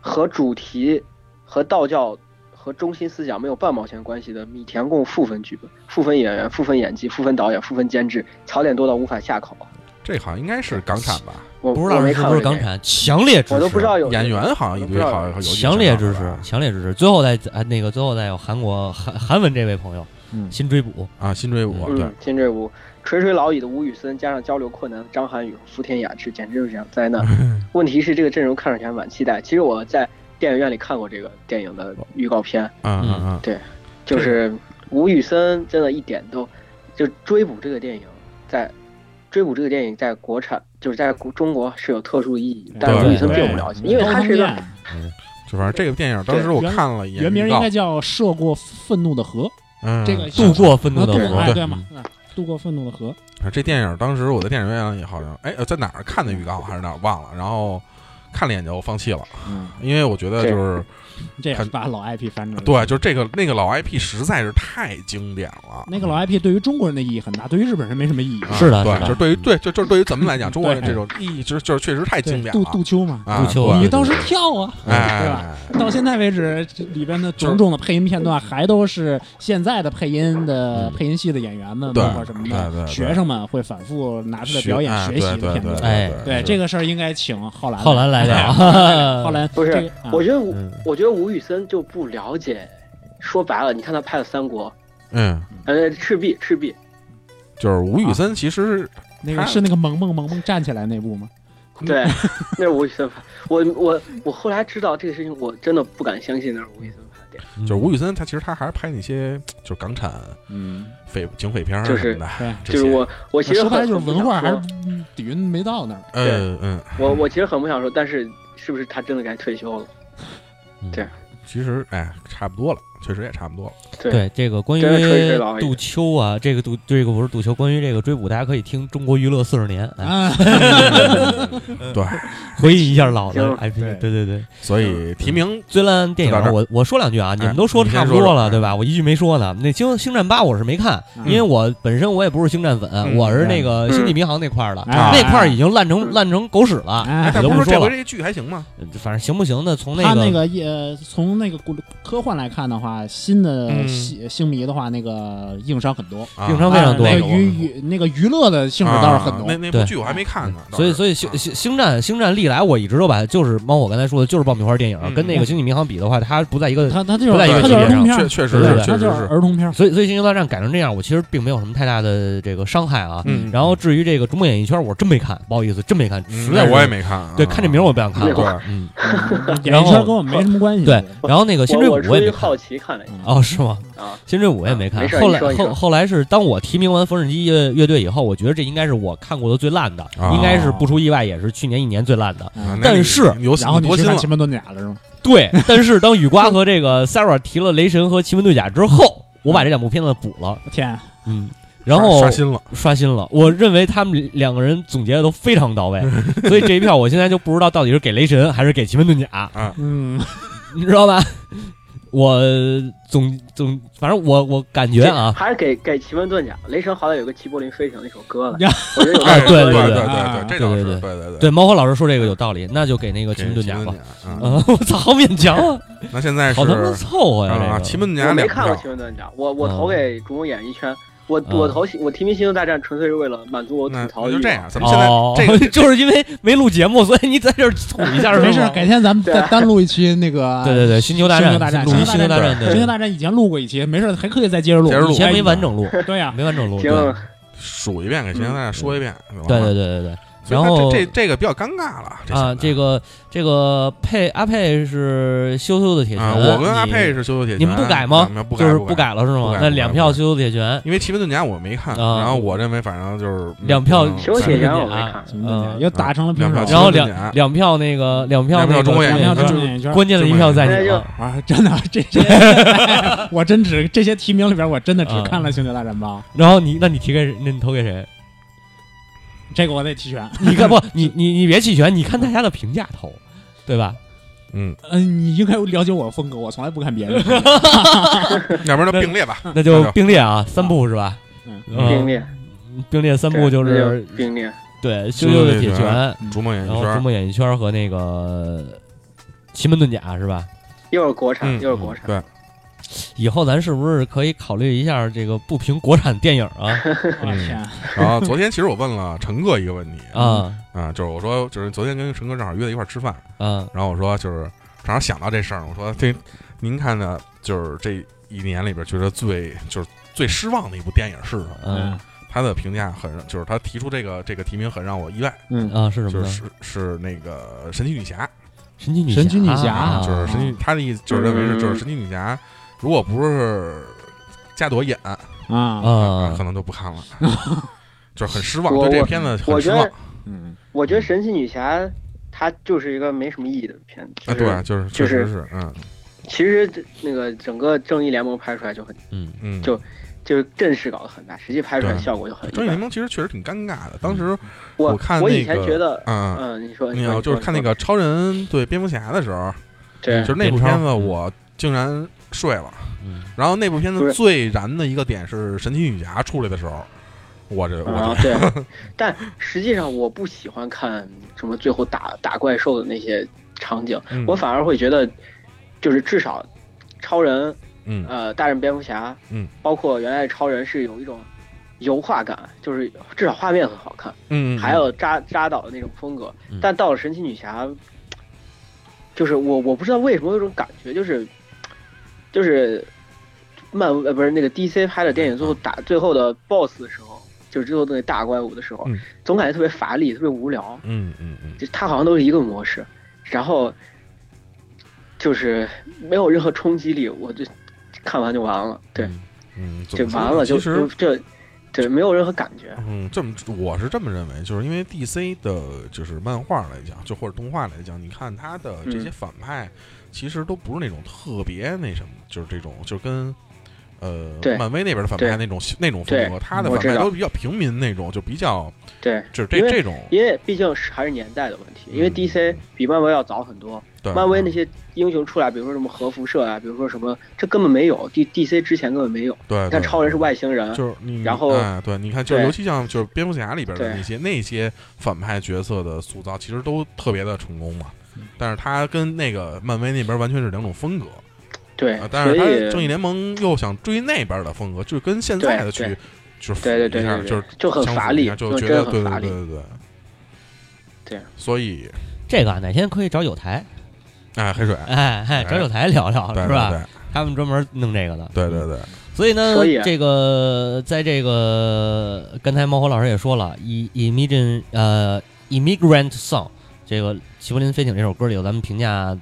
Speaker 4: 和主题和道教和中心思想没有半毛钱关系的米田共负分剧本、负分演员、负分演技、负分导演、负分监制，槽点多到无法下口。
Speaker 3: 这好像应该是港产吧？
Speaker 4: 我
Speaker 1: 不知
Speaker 4: 我
Speaker 1: 道
Speaker 4: 没
Speaker 1: 是
Speaker 4: 看
Speaker 1: 不
Speaker 4: 过
Speaker 1: 是
Speaker 4: 这
Speaker 1: 港
Speaker 4: 电影，
Speaker 1: 产，强烈支持，
Speaker 4: 我都不知道有嗯
Speaker 3: 演员好像一堆，好像有
Speaker 1: 强烈支
Speaker 3: 几个
Speaker 1: 持
Speaker 3: 吧，
Speaker 1: 强烈支持。最后再啊那个最后再有韩国韩韩文这位朋友
Speaker 2: 嗯
Speaker 1: 新追捕，
Speaker 3: 啊！新追捕对
Speaker 4: 嗯，金坠武垂垂老矣的吴宇森，加上交流困难的张涵予、福田雅治，简直就是场灾难。 问题是这个阵容看上去还蛮期待。其实我在电影院里看过这个电影的预告片，
Speaker 3: 嗯嗯嗯，
Speaker 4: 就是吴宇森真的一点都就追捕这个电影，在追捕这个电影在国产就是在国中国是有特殊意义的，但
Speaker 1: 对
Speaker 4: 吴宇森
Speaker 1: 对
Speaker 4: 并不了解，因为他是一个
Speaker 2: 高仓
Speaker 3: 就反正这个电影当时我看了一眼
Speaker 2: 健原名
Speaker 3: 预
Speaker 2: 应
Speaker 3: 告
Speaker 2: 该叫《涉过愤怒的河》，
Speaker 3: 嗯
Speaker 2: 这个
Speaker 1: 度过愤怒
Speaker 2: 啊
Speaker 1: 的
Speaker 2: 对
Speaker 1: 我
Speaker 2: 哎
Speaker 3: 对
Speaker 2: 对嘛，啊渡过愤怒的河，
Speaker 3: 啊这电影当时我在电影院也好像哎呃在哪儿看的预告还是哪儿忘了，然后看了一眼就放弃了，
Speaker 2: 嗯，
Speaker 3: 因为我觉得就是
Speaker 2: 这也是
Speaker 3: 看
Speaker 2: 把老 IP 翻出来。
Speaker 3: 对，就是这个那个老 IP 实在是太经典了。
Speaker 2: 那个老 IP 对于中国人的意义很大，对于日本人没什么意义。
Speaker 1: 是的
Speaker 3: 啊
Speaker 1: 是的
Speaker 3: 对，
Speaker 1: 嗯
Speaker 3: 就是对于对，就就是对于咱们来讲，中国人
Speaker 2: 对
Speaker 3: 这种一直就是确实太经
Speaker 2: 对，
Speaker 3: 典
Speaker 2: 杜
Speaker 3: 了
Speaker 2: 杜秋嘛，
Speaker 3: 啊，
Speaker 1: 杜秋
Speaker 3: 对
Speaker 1: 啊
Speaker 2: 你倒是跳啊，对吧？
Speaker 3: 哎，
Speaker 2: 到现在为止，这里边的种种的配音片段还都是现在的配音的
Speaker 1: 嗯
Speaker 2: 配音系的演员们，
Speaker 3: 对
Speaker 2: 包括什么
Speaker 3: 对
Speaker 2: 的
Speaker 3: 对对
Speaker 2: 学生们会反复拿出来表演
Speaker 3: 哎
Speaker 2: 学习的
Speaker 3: 对对
Speaker 2: 片
Speaker 3: 对
Speaker 2: 段。
Speaker 1: 哎
Speaker 2: 对
Speaker 3: 是
Speaker 2: 这个事儿，应该请浩兰。
Speaker 1: 浩兰来聊，
Speaker 4: 哎
Speaker 2: 浩兰
Speaker 6: 不
Speaker 2: 这个
Speaker 6: 是
Speaker 2: 啊，
Speaker 6: 我觉得吴
Speaker 1: 嗯
Speaker 6: 我觉得吴宇森就不了解，说白了，你看他拍了《三国》，
Speaker 3: 嗯，
Speaker 6: 呃，赤壁，赤壁，
Speaker 3: 就是吴
Speaker 2: 啊
Speaker 3: 宇森其实
Speaker 2: 那个是那个萌萌萌萌站起来那部吗？
Speaker 6: 对，那是吴宇森拍。我我我后来知道这个事情，我真的不敢相信那是吴宇森拍的电影。
Speaker 1: 就
Speaker 3: 就是吴宇森，他其实他还是拍那些就是港产
Speaker 2: 嗯，匪
Speaker 3: 警匪片儿
Speaker 6: 就是
Speaker 3: 什么的，
Speaker 2: 对，
Speaker 3: 这
Speaker 6: 就是
Speaker 3: 些
Speaker 6: 我我其实
Speaker 2: 说白了
Speaker 6: 很
Speaker 2: 就是文化还是
Speaker 6: 很不想
Speaker 2: 嗯底蕴没到那儿。
Speaker 3: 嗯嗯，
Speaker 6: 说我我其实很不想说，但是是不是他真的该退休了？
Speaker 1: 嗯
Speaker 3: 其实哎，差不多了，确实也差不多了。
Speaker 1: 对这个关于
Speaker 6: 真的吹吹老一点
Speaker 1: 杜秋啊，这个杜这个不是杜秋，关于这个追捕，大家可以听《中国娱乐四十年》，哎，
Speaker 2: 啊，
Speaker 3: 对，
Speaker 1: 回忆一下老的
Speaker 6: 行
Speaker 1: IP。
Speaker 2: 对
Speaker 1: 对对对，
Speaker 3: 所
Speaker 1: 嗯
Speaker 3: 以提名
Speaker 1: 最烂电
Speaker 3: 就到
Speaker 1: 影，
Speaker 3: 这儿
Speaker 1: 我我说两句啊，你们都
Speaker 3: 你先
Speaker 1: 差不
Speaker 3: 说
Speaker 1: 多
Speaker 3: 说
Speaker 1: 了，
Speaker 3: 哎
Speaker 1: 对吧？我一句没说呢。那《星星战八》我是没看，
Speaker 2: 嗯
Speaker 1: 因为我本身我也不是星战粉，啊我是那个
Speaker 6: 嗯
Speaker 1: 星际迷航那块儿的，
Speaker 2: 哎
Speaker 1: 那块儿已经烂成
Speaker 6: 嗯
Speaker 1: 烂成狗屎了。
Speaker 2: 哎
Speaker 3: 哎，
Speaker 1: 我
Speaker 3: 但
Speaker 1: 就
Speaker 3: 不
Speaker 1: 不
Speaker 3: 是说这
Speaker 1: 说
Speaker 3: 回
Speaker 1: 了，
Speaker 3: 这剧还行吗？
Speaker 1: 反正行不行的，从
Speaker 2: 他
Speaker 1: 个
Speaker 2: 那个也从那个古科幻来看的话，新的
Speaker 3: 嗯
Speaker 2: 星星迷的话，那个硬伤很多，
Speaker 3: 啊
Speaker 1: 硬伤非常多
Speaker 2: 啊
Speaker 3: 那
Speaker 2: 那
Speaker 3: 个
Speaker 2: 个
Speaker 3: 我
Speaker 2: 娱娱那个娱乐的性质倒是很
Speaker 3: 啊
Speaker 2: 浓
Speaker 3: 那。那部
Speaker 1: 对
Speaker 3: 剧我还没看呢，
Speaker 1: 嗯
Speaker 3: 啊
Speaker 1: 所以，所以星星星战星战历来我一直都把就是猫我刚才说的，就是爆米花电影，
Speaker 3: 嗯
Speaker 1: 跟那个星际迷航比的话，它不在一个。
Speaker 2: 他他就
Speaker 1: 不
Speaker 2: 是
Speaker 1: 在一个
Speaker 2: 他
Speaker 1: 级
Speaker 2: 就是
Speaker 1: 别
Speaker 2: 儿
Speaker 1: 上
Speaker 2: 童片
Speaker 3: 确
Speaker 2: 儿，
Speaker 3: 确实
Speaker 1: 对对
Speaker 3: 是，
Speaker 1: 对
Speaker 2: 他
Speaker 3: 确
Speaker 2: 就是
Speaker 3: 实是，
Speaker 2: 儿童 片儿。
Speaker 1: 所以，所以《星球大战》改成这样，我其实并没有什么太大的这个伤害啊。
Speaker 3: 嗯
Speaker 1: 然后，至于这个中国演艺圈，我真没看，不好意思，真没看，
Speaker 3: 嗯
Speaker 1: 实在
Speaker 3: 那
Speaker 1: 是
Speaker 3: 我也。没看啊，
Speaker 1: 对，看这名儿我不想看
Speaker 6: 那会
Speaker 1: 了。
Speaker 3: 对，
Speaker 1: 嗯，
Speaker 2: 演艺圈跟我们没什么关系。
Speaker 1: 对。然后那个《新追
Speaker 6: 我
Speaker 1: 捕
Speaker 6: 我》出
Speaker 1: 我也
Speaker 6: 于
Speaker 1: 没看
Speaker 6: 好。奇看了一下
Speaker 1: 哦，是吗？
Speaker 6: 啊，
Speaker 1: 《新追捕》我也没
Speaker 6: 啊
Speaker 1: 看
Speaker 6: 没。事
Speaker 1: 后
Speaker 6: 你
Speaker 1: 来
Speaker 6: 说你
Speaker 1: 后
Speaker 6: 说
Speaker 1: 后来是当我提名完缝纫机乐乐队以后，我觉得这应该是我看过的最烂的，
Speaker 3: 啊
Speaker 1: 应该是不出意外也是去年一年最烂的。
Speaker 3: 啊
Speaker 2: 嗯
Speaker 3: 那
Speaker 1: 但
Speaker 3: 你
Speaker 1: 是
Speaker 3: 你有
Speaker 2: 然后
Speaker 3: 你
Speaker 2: 你
Speaker 3: 多
Speaker 2: 去
Speaker 3: 心
Speaker 2: 看
Speaker 3: 了
Speaker 2: 《奇门遁甲》了是吗？
Speaker 1: 对，但是当雨瓜和这个 Sarah 提了《雷神》和《奇门遁甲》之后，我把这两部片子补了，
Speaker 2: 天，
Speaker 1: 嗯，然
Speaker 3: 刷
Speaker 1: 后
Speaker 3: 刷新了，
Speaker 1: 刷新了。我认为他们两个人总结的都非常到 位，所以这一票我现在就不知道到底是给雷神还是给奇门 遁甲，
Speaker 2: 嗯，
Speaker 1: 你知道吧？我总总，反正我我感觉啊，
Speaker 6: 还是给给奇门遁甲，雷神好歹有个齐柏林飞行那首歌了，我觉得有
Speaker 1: 哎
Speaker 6: 个
Speaker 1: 对
Speaker 6: 歌
Speaker 3: 对
Speaker 1: 对
Speaker 3: 对
Speaker 2: 啊
Speaker 3: 对，这倒是
Speaker 1: 对对
Speaker 3: 对对
Speaker 1: 对猫火老师说这个有道理，那就给那个
Speaker 3: 对，
Speaker 1: 奇门遁甲吧。
Speaker 3: 嗯
Speaker 1: 啊， 我操，好勉强啊，
Speaker 3: 那现在是
Speaker 1: 好他妈凑合呀！这
Speaker 3: 啊，
Speaker 1: 个
Speaker 3: 奇门遁
Speaker 6: 我
Speaker 3: 甲
Speaker 6: 没
Speaker 3: 两
Speaker 6: 看过《
Speaker 3: 票
Speaker 6: 奇，门遁甲》，我我
Speaker 1: 嗯
Speaker 6: 投给《逐梦演艺圈》，我
Speaker 1: 嗯
Speaker 6: 我投我提名《星球大战》纯粹是为了满足我吐
Speaker 3: 那
Speaker 6: 槽
Speaker 3: 那
Speaker 6: 的欲望。
Speaker 3: 就这样，咱们现在
Speaker 1: 哦
Speaker 3: 这个，
Speaker 1: 就是因为没录节目，所以你在这儿吐一下是吗
Speaker 2: 没事，改天咱们再单录一期那个。
Speaker 1: 对对对，星球大
Speaker 2: 星
Speaker 1: 战
Speaker 2: 球大，战
Speaker 1: 录一星球大战，
Speaker 2: 《神
Speaker 1: 对
Speaker 2: 经，大战》以前录过一期，没事还可以再接着录
Speaker 3: 接着录。
Speaker 1: 以前没完整录，
Speaker 2: 对呀，
Speaker 1: 没完整录，对
Speaker 6: 行，
Speaker 3: 数一遍给现在大家说一遍，
Speaker 1: 对对对对对。
Speaker 3: 所以
Speaker 1: 然
Speaker 3: 他
Speaker 1: 后
Speaker 3: 这这这个比较尴尬了
Speaker 1: 啊，这
Speaker 3: 个
Speaker 1: 个这个佩阿佩是羞羞的铁拳，
Speaker 3: 啊，我跟阿
Speaker 1: 你
Speaker 3: 佩是修修铁拳，
Speaker 1: 你们不改吗
Speaker 3: 咱们不改，
Speaker 1: 就是
Speaker 3: 不改。
Speaker 1: 改了是
Speaker 3: 不改
Speaker 1: 吗？那
Speaker 3: 不改
Speaker 1: 两
Speaker 3: 不
Speaker 1: 票
Speaker 3: 改
Speaker 1: 羞羞铁拳，
Speaker 3: 因为《奇门遁甲》我没看，
Speaker 1: 啊
Speaker 3: 然后我认为反正就是嗯
Speaker 1: 两票
Speaker 3: 嗯
Speaker 6: 《球
Speaker 1: 奇
Speaker 6: 铁
Speaker 1: 门
Speaker 6: 拳》
Speaker 1: 遁
Speaker 6: 我没
Speaker 1: 甲
Speaker 6: 看，
Speaker 2: 什么东西又打成了平
Speaker 3: 两票
Speaker 2: 手
Speaker 3: 奇，
Speaker 1: 啊嗯然后
Speaker 3: 门遁甲
Speaker 1: 两两票那个两票
Speaker 3: 两票
Speaker 1: 那个
Speaker 3: 中国演
Speaker 2: 两
Speaker 3: 员
Speaker 2: 票
Speaker 1: 中
Speaker 2: 中
Speaker 1: 国
Speaker 2: 国
Speaker 1: 演
Speaker 2: 演
Speaker 1: 员
Speaker 2: 艺圈。
Speaker 1: 关键的一票在你啊，
Speaker 2: 啊，真的，这这， 我真只这些提名里边，我真的只
Speaker 1: 嗯
Speaker 2: 看了《星球大战八》，
Speaker 1: 然后你那你提给谁？那你投给谁？
Speaker 2: 这个我得弃 权。
Speaker 1: 你看不？你你你别弃权，你看大家的评价投，对吧？
Speaker 3: 嗯，
Speaker 2: 嗯，你应该了解我的风格，我从来不看别人的。
Speaker 3: 要不嗯然就并列吧。
Speaker 1: 那就并列啊，三部是吧？
Speaker 2: 嗯
Speaker 1: 嗯
Speaker 6: 并列，
Speaker 1: 并列三部
Speaker 6: 对
Speaker 1: 就
Speaker 6: 那
Speaker 1: 是
Speaker 6: 并列。
Speaker 1: 对羞羞
Speaker 3: 羞
Speaker 1: 的
Speaker 3: 羞
Speaker 1: 铁
Speaker 3: 铁拳
Speaker 1: 拳，
Speaker 3: 逐梦演艺
Speaker 1: 嗯然后《
Speaker 3: 圈
Speaker 1: 中，国演艺圈》和那个《奇门遁甲》是吧？
Speaker 6: 又是国
Speaker 3: 嗯
Speaker 6: 产，又是国产，
Speaker 3: 对，
Speaker 1: 以后咱是不是可以考虑一下这个不评国产电影 啊？
Speaker 2: 我天，
Speaker 3: 然后昨天其实我问了陈哥一个问题
Speaker 1: 啊
Speaker 3: 啊，就是我说就是昨天跟陈哥正好约在一块儿吃饭，
Speaker 1: 啊
Speaker 3: 然后我说就是正好想到这事儿，我说这您看的就是这一年里边觉得最就是最失望的一部电影是什么？
Speaker 1: 嗯
Speaker 3: 他的评价很就是他提出这个这个提名很让我意外，
Speaker 2: 嗯，
Speaker 1: 啊！是什
Speaker 3: 就
Speaker 1: 么
Speaker 3: 是
Speaker 1: 呢？
Speaker 3: 是是那个神奇女侠，
Speaker 1: 神奇女
Speaker 2: 神奇女侠
Speaker 1: 啊
Speaker 3: 就是神奇，他的意思就是认为是
Speaker 6: 嗯
Speaker 3: 就是神奇女侠，如果不是加朵演啊，
Speaker 2: 啊，
Speaker 1: 啊
Speaker 3: 可，能就不 看了，就是很失望，
Speaker 6: 我
Speaker 3: 对这
Speaker 6: 我
Speaker 3: 片子很
Speaker 6: 我
Speaker 3: 失
Speaker 6: 觉
Speaker 3: 望
Speaker 6: 得
Speaker 3: 啊，
Speaker 2: 嗯，
Speaker 6: 我觉得《神奇女侠》它就是一个没什么意义的片子。就是
Speaker 3: 啊对，就是确
Speaker 6: 就是
Speaker 3: 实是，嗯
Speaker 6: 其实这那个整个正义联盟拍出来就很
Speaker 1: 嗯
Speaker 3: 嗯，
Speaker 6: 就
Speaker 4: 就是阵势搞得很大，实际拍出
Speaker 3: 啊
Speaker 4: 来效果就很
Speaker 3: 终
Speaker 4: 一
Speaker 3: 于联
Speaker 4: 般。
Speaker 3: 盟其实确实挺尴尬的。当时
Speaker 4: 嗯我
Speaker 3: 看
Speaker 4: 我
Speaker 3: 那
Speaker 4: 以前
Speaker 3: 个
Speaker 4: 觉得，
Speaker 3: 啊，
Speaker 4: 嗯，你说
Speaker 3: 你要
Speaker 4: 说
Speaker 3: 就是
Speaker 4: 说
Speaker 3: 看那个超人对蝙蝠侠的时候，
Speaker 4: 对
Speaker 3: 就是那部
Speaker 1: 蝙蝠侠
Speaker 3: 片子
Speaker 1: 嗯
Speaker 3: 我竟然睡了。
Speaker 1: 嗯，
Speaker 3: 然后那部片
Speaker 4: 不
Speaker 3: 子
Speaker 4: 是
Speaker 3: 最燃的一个点是神奇女侠出来的时候，我这我
Speaker 4: 啊，对，但实际上我不喜欢看什么最后打打怪兽的那些场景，
Speaker 3: 这
Speaker 4: 我反而会觉得，就是至少超人
Speaker 3: 嗯
Speaker 4: 呃，大人蝙蝠侠，
Speaker 3: 嗯，
Speaker 4: 包括原来超人是有一种油画感，就是至少画面很好看，
Speaker 3: 嗯，嗯
Speaker 4: 还有扎扎导的那种风格。
Speaker 1: 嗯
Speaker 4: 但到了神奇女侠，就是我我不知道为什么有种感觉，就是就是漫呃不是那个 DC 拍的
Speaker 3: 嗯
Speaker 4: 电影最后打最后的 BOSS 的时候，就是最后那个大怪物的时候，
Speaker 3: 嗯
Speaker 4: 总感觉特别乏力，特别无聊。
Speaker 3: 嗯嗯嗯
Speaker 4: 就它好像都是一个模式，然后就是没有任何冲击力，我就看完就完了，对，
Speaker 3: 嗯，怎
Speaker 4: 就
Speaker 3: 么说
Speaker 4: 完
Speaker 3: 呢
Speaker 4: 了，就
Speaker 3: 其实
Speaker 4: 就这，对，没有任何感觉，
Speaker 3: 嗯，这么我是这么认为，就是因为 DC 的，就是漫画来讲，就或者动画来讲，你看它的这些
Speaker 4: 嗯
Speaker 3: 反派，其实都不是那种特别那什么，就是这种，就是跟呃
Speaker 4: 对
Speaker 3: 漫威那边的反派
Speaker 4: 对
Speaker 3: 那种那种风格，
Speaker 4: 对
Speaker 3: 他的
Speaker 4: 我
Speaker 3: 反
Speaker 4: 知
Speaker 3: 派
Speaker 4: 道
Speaker 3: 都比较平民那种，就比较
Speaker 4: 对，
Speaker 3: 就是
Speaker 4: 因
Speaker 3: 这
Speaker 4: 为
Speaker 3: 这种
Speaker 4: 因为毕竟是还是年代的问题，因为
Speaker 3: 嗯
Speaker 4: DC 比漫威要早很多，
Speaker 3: 对
Speaker 4: 漫威那些英雄出来，比如说什么核辐射啊，比如说什么，这根本没有，D DC 之前根本没有，
Speaker 3: 对，
Speaker 4: 你
Speaker 3: 啊对
Speaker 4: 看超人是
Speaker 3: 对
Speaker 4: 外星人，
Speaker 3: 就是你，
Speaker 4: 然后
Speaker 3: 哎，对，你看，就是
Speaker 4: 对
Speaker 3: 尤其像就是蝙蝠侠里边的
Speaker 4: 对
Speaker 3: 那些那些反派角色的塑造，其实都特别的成功嘛。
Speaker 4: 嗯
Speaker 3: 但是他跟那个漫威那边完全是两种风格
Speaker 4: 对
Speaker 3: 啊，，但
Speaker 4: 所
Speaker 3: 是他
Speaker 4: 以
Speaker 3: 正义联盟又想追那边的风格，就跟现在的去
Speaker 4: 对
Speaker 3: 就是
Speaker 4: 对对对
Speaker 3: 一下
Speaker 4: 对对
Speaker 3: 就是
Speaker 4: 就很
Speaker 3: 相
Speaker 4: 乏
Speaker 3: 符一
Speaker 4: 力
Speaker 3: 下就
Speaker 4: 就
Speaker 3: 觉
Speaker 4: 真
Speaker 3: 得
Speaker 4: 的
Speaker 3: 对
Speaker 4: 很
Speaker 3: 对
Speaker 4: 乏
Speaker 3: 对
Speaker 4: 力
Speaker 3: 对对，
Speaker 4: 对
Speaker 3: 所以
Speaker 1: 这个啊哪天可以找有台，
Speaker 3: 哎，黑水
Speaker 1: 哎哎，找有台聊聊
Speaker 3: 对
Speaker 1: 是吧？
Speaker 3: 对
Speaker 1: 他们专门弄这个的，
Speaker 3: 对对对对，
Speaker 1: 所以呢，
Speaker 4: 所以啊
Speaker 1: 这个在这个刚才猫火老师也说了，以 immigrant 呃 immigrant song 这个《齐柏林飞艇》这首歌里头，咱们评价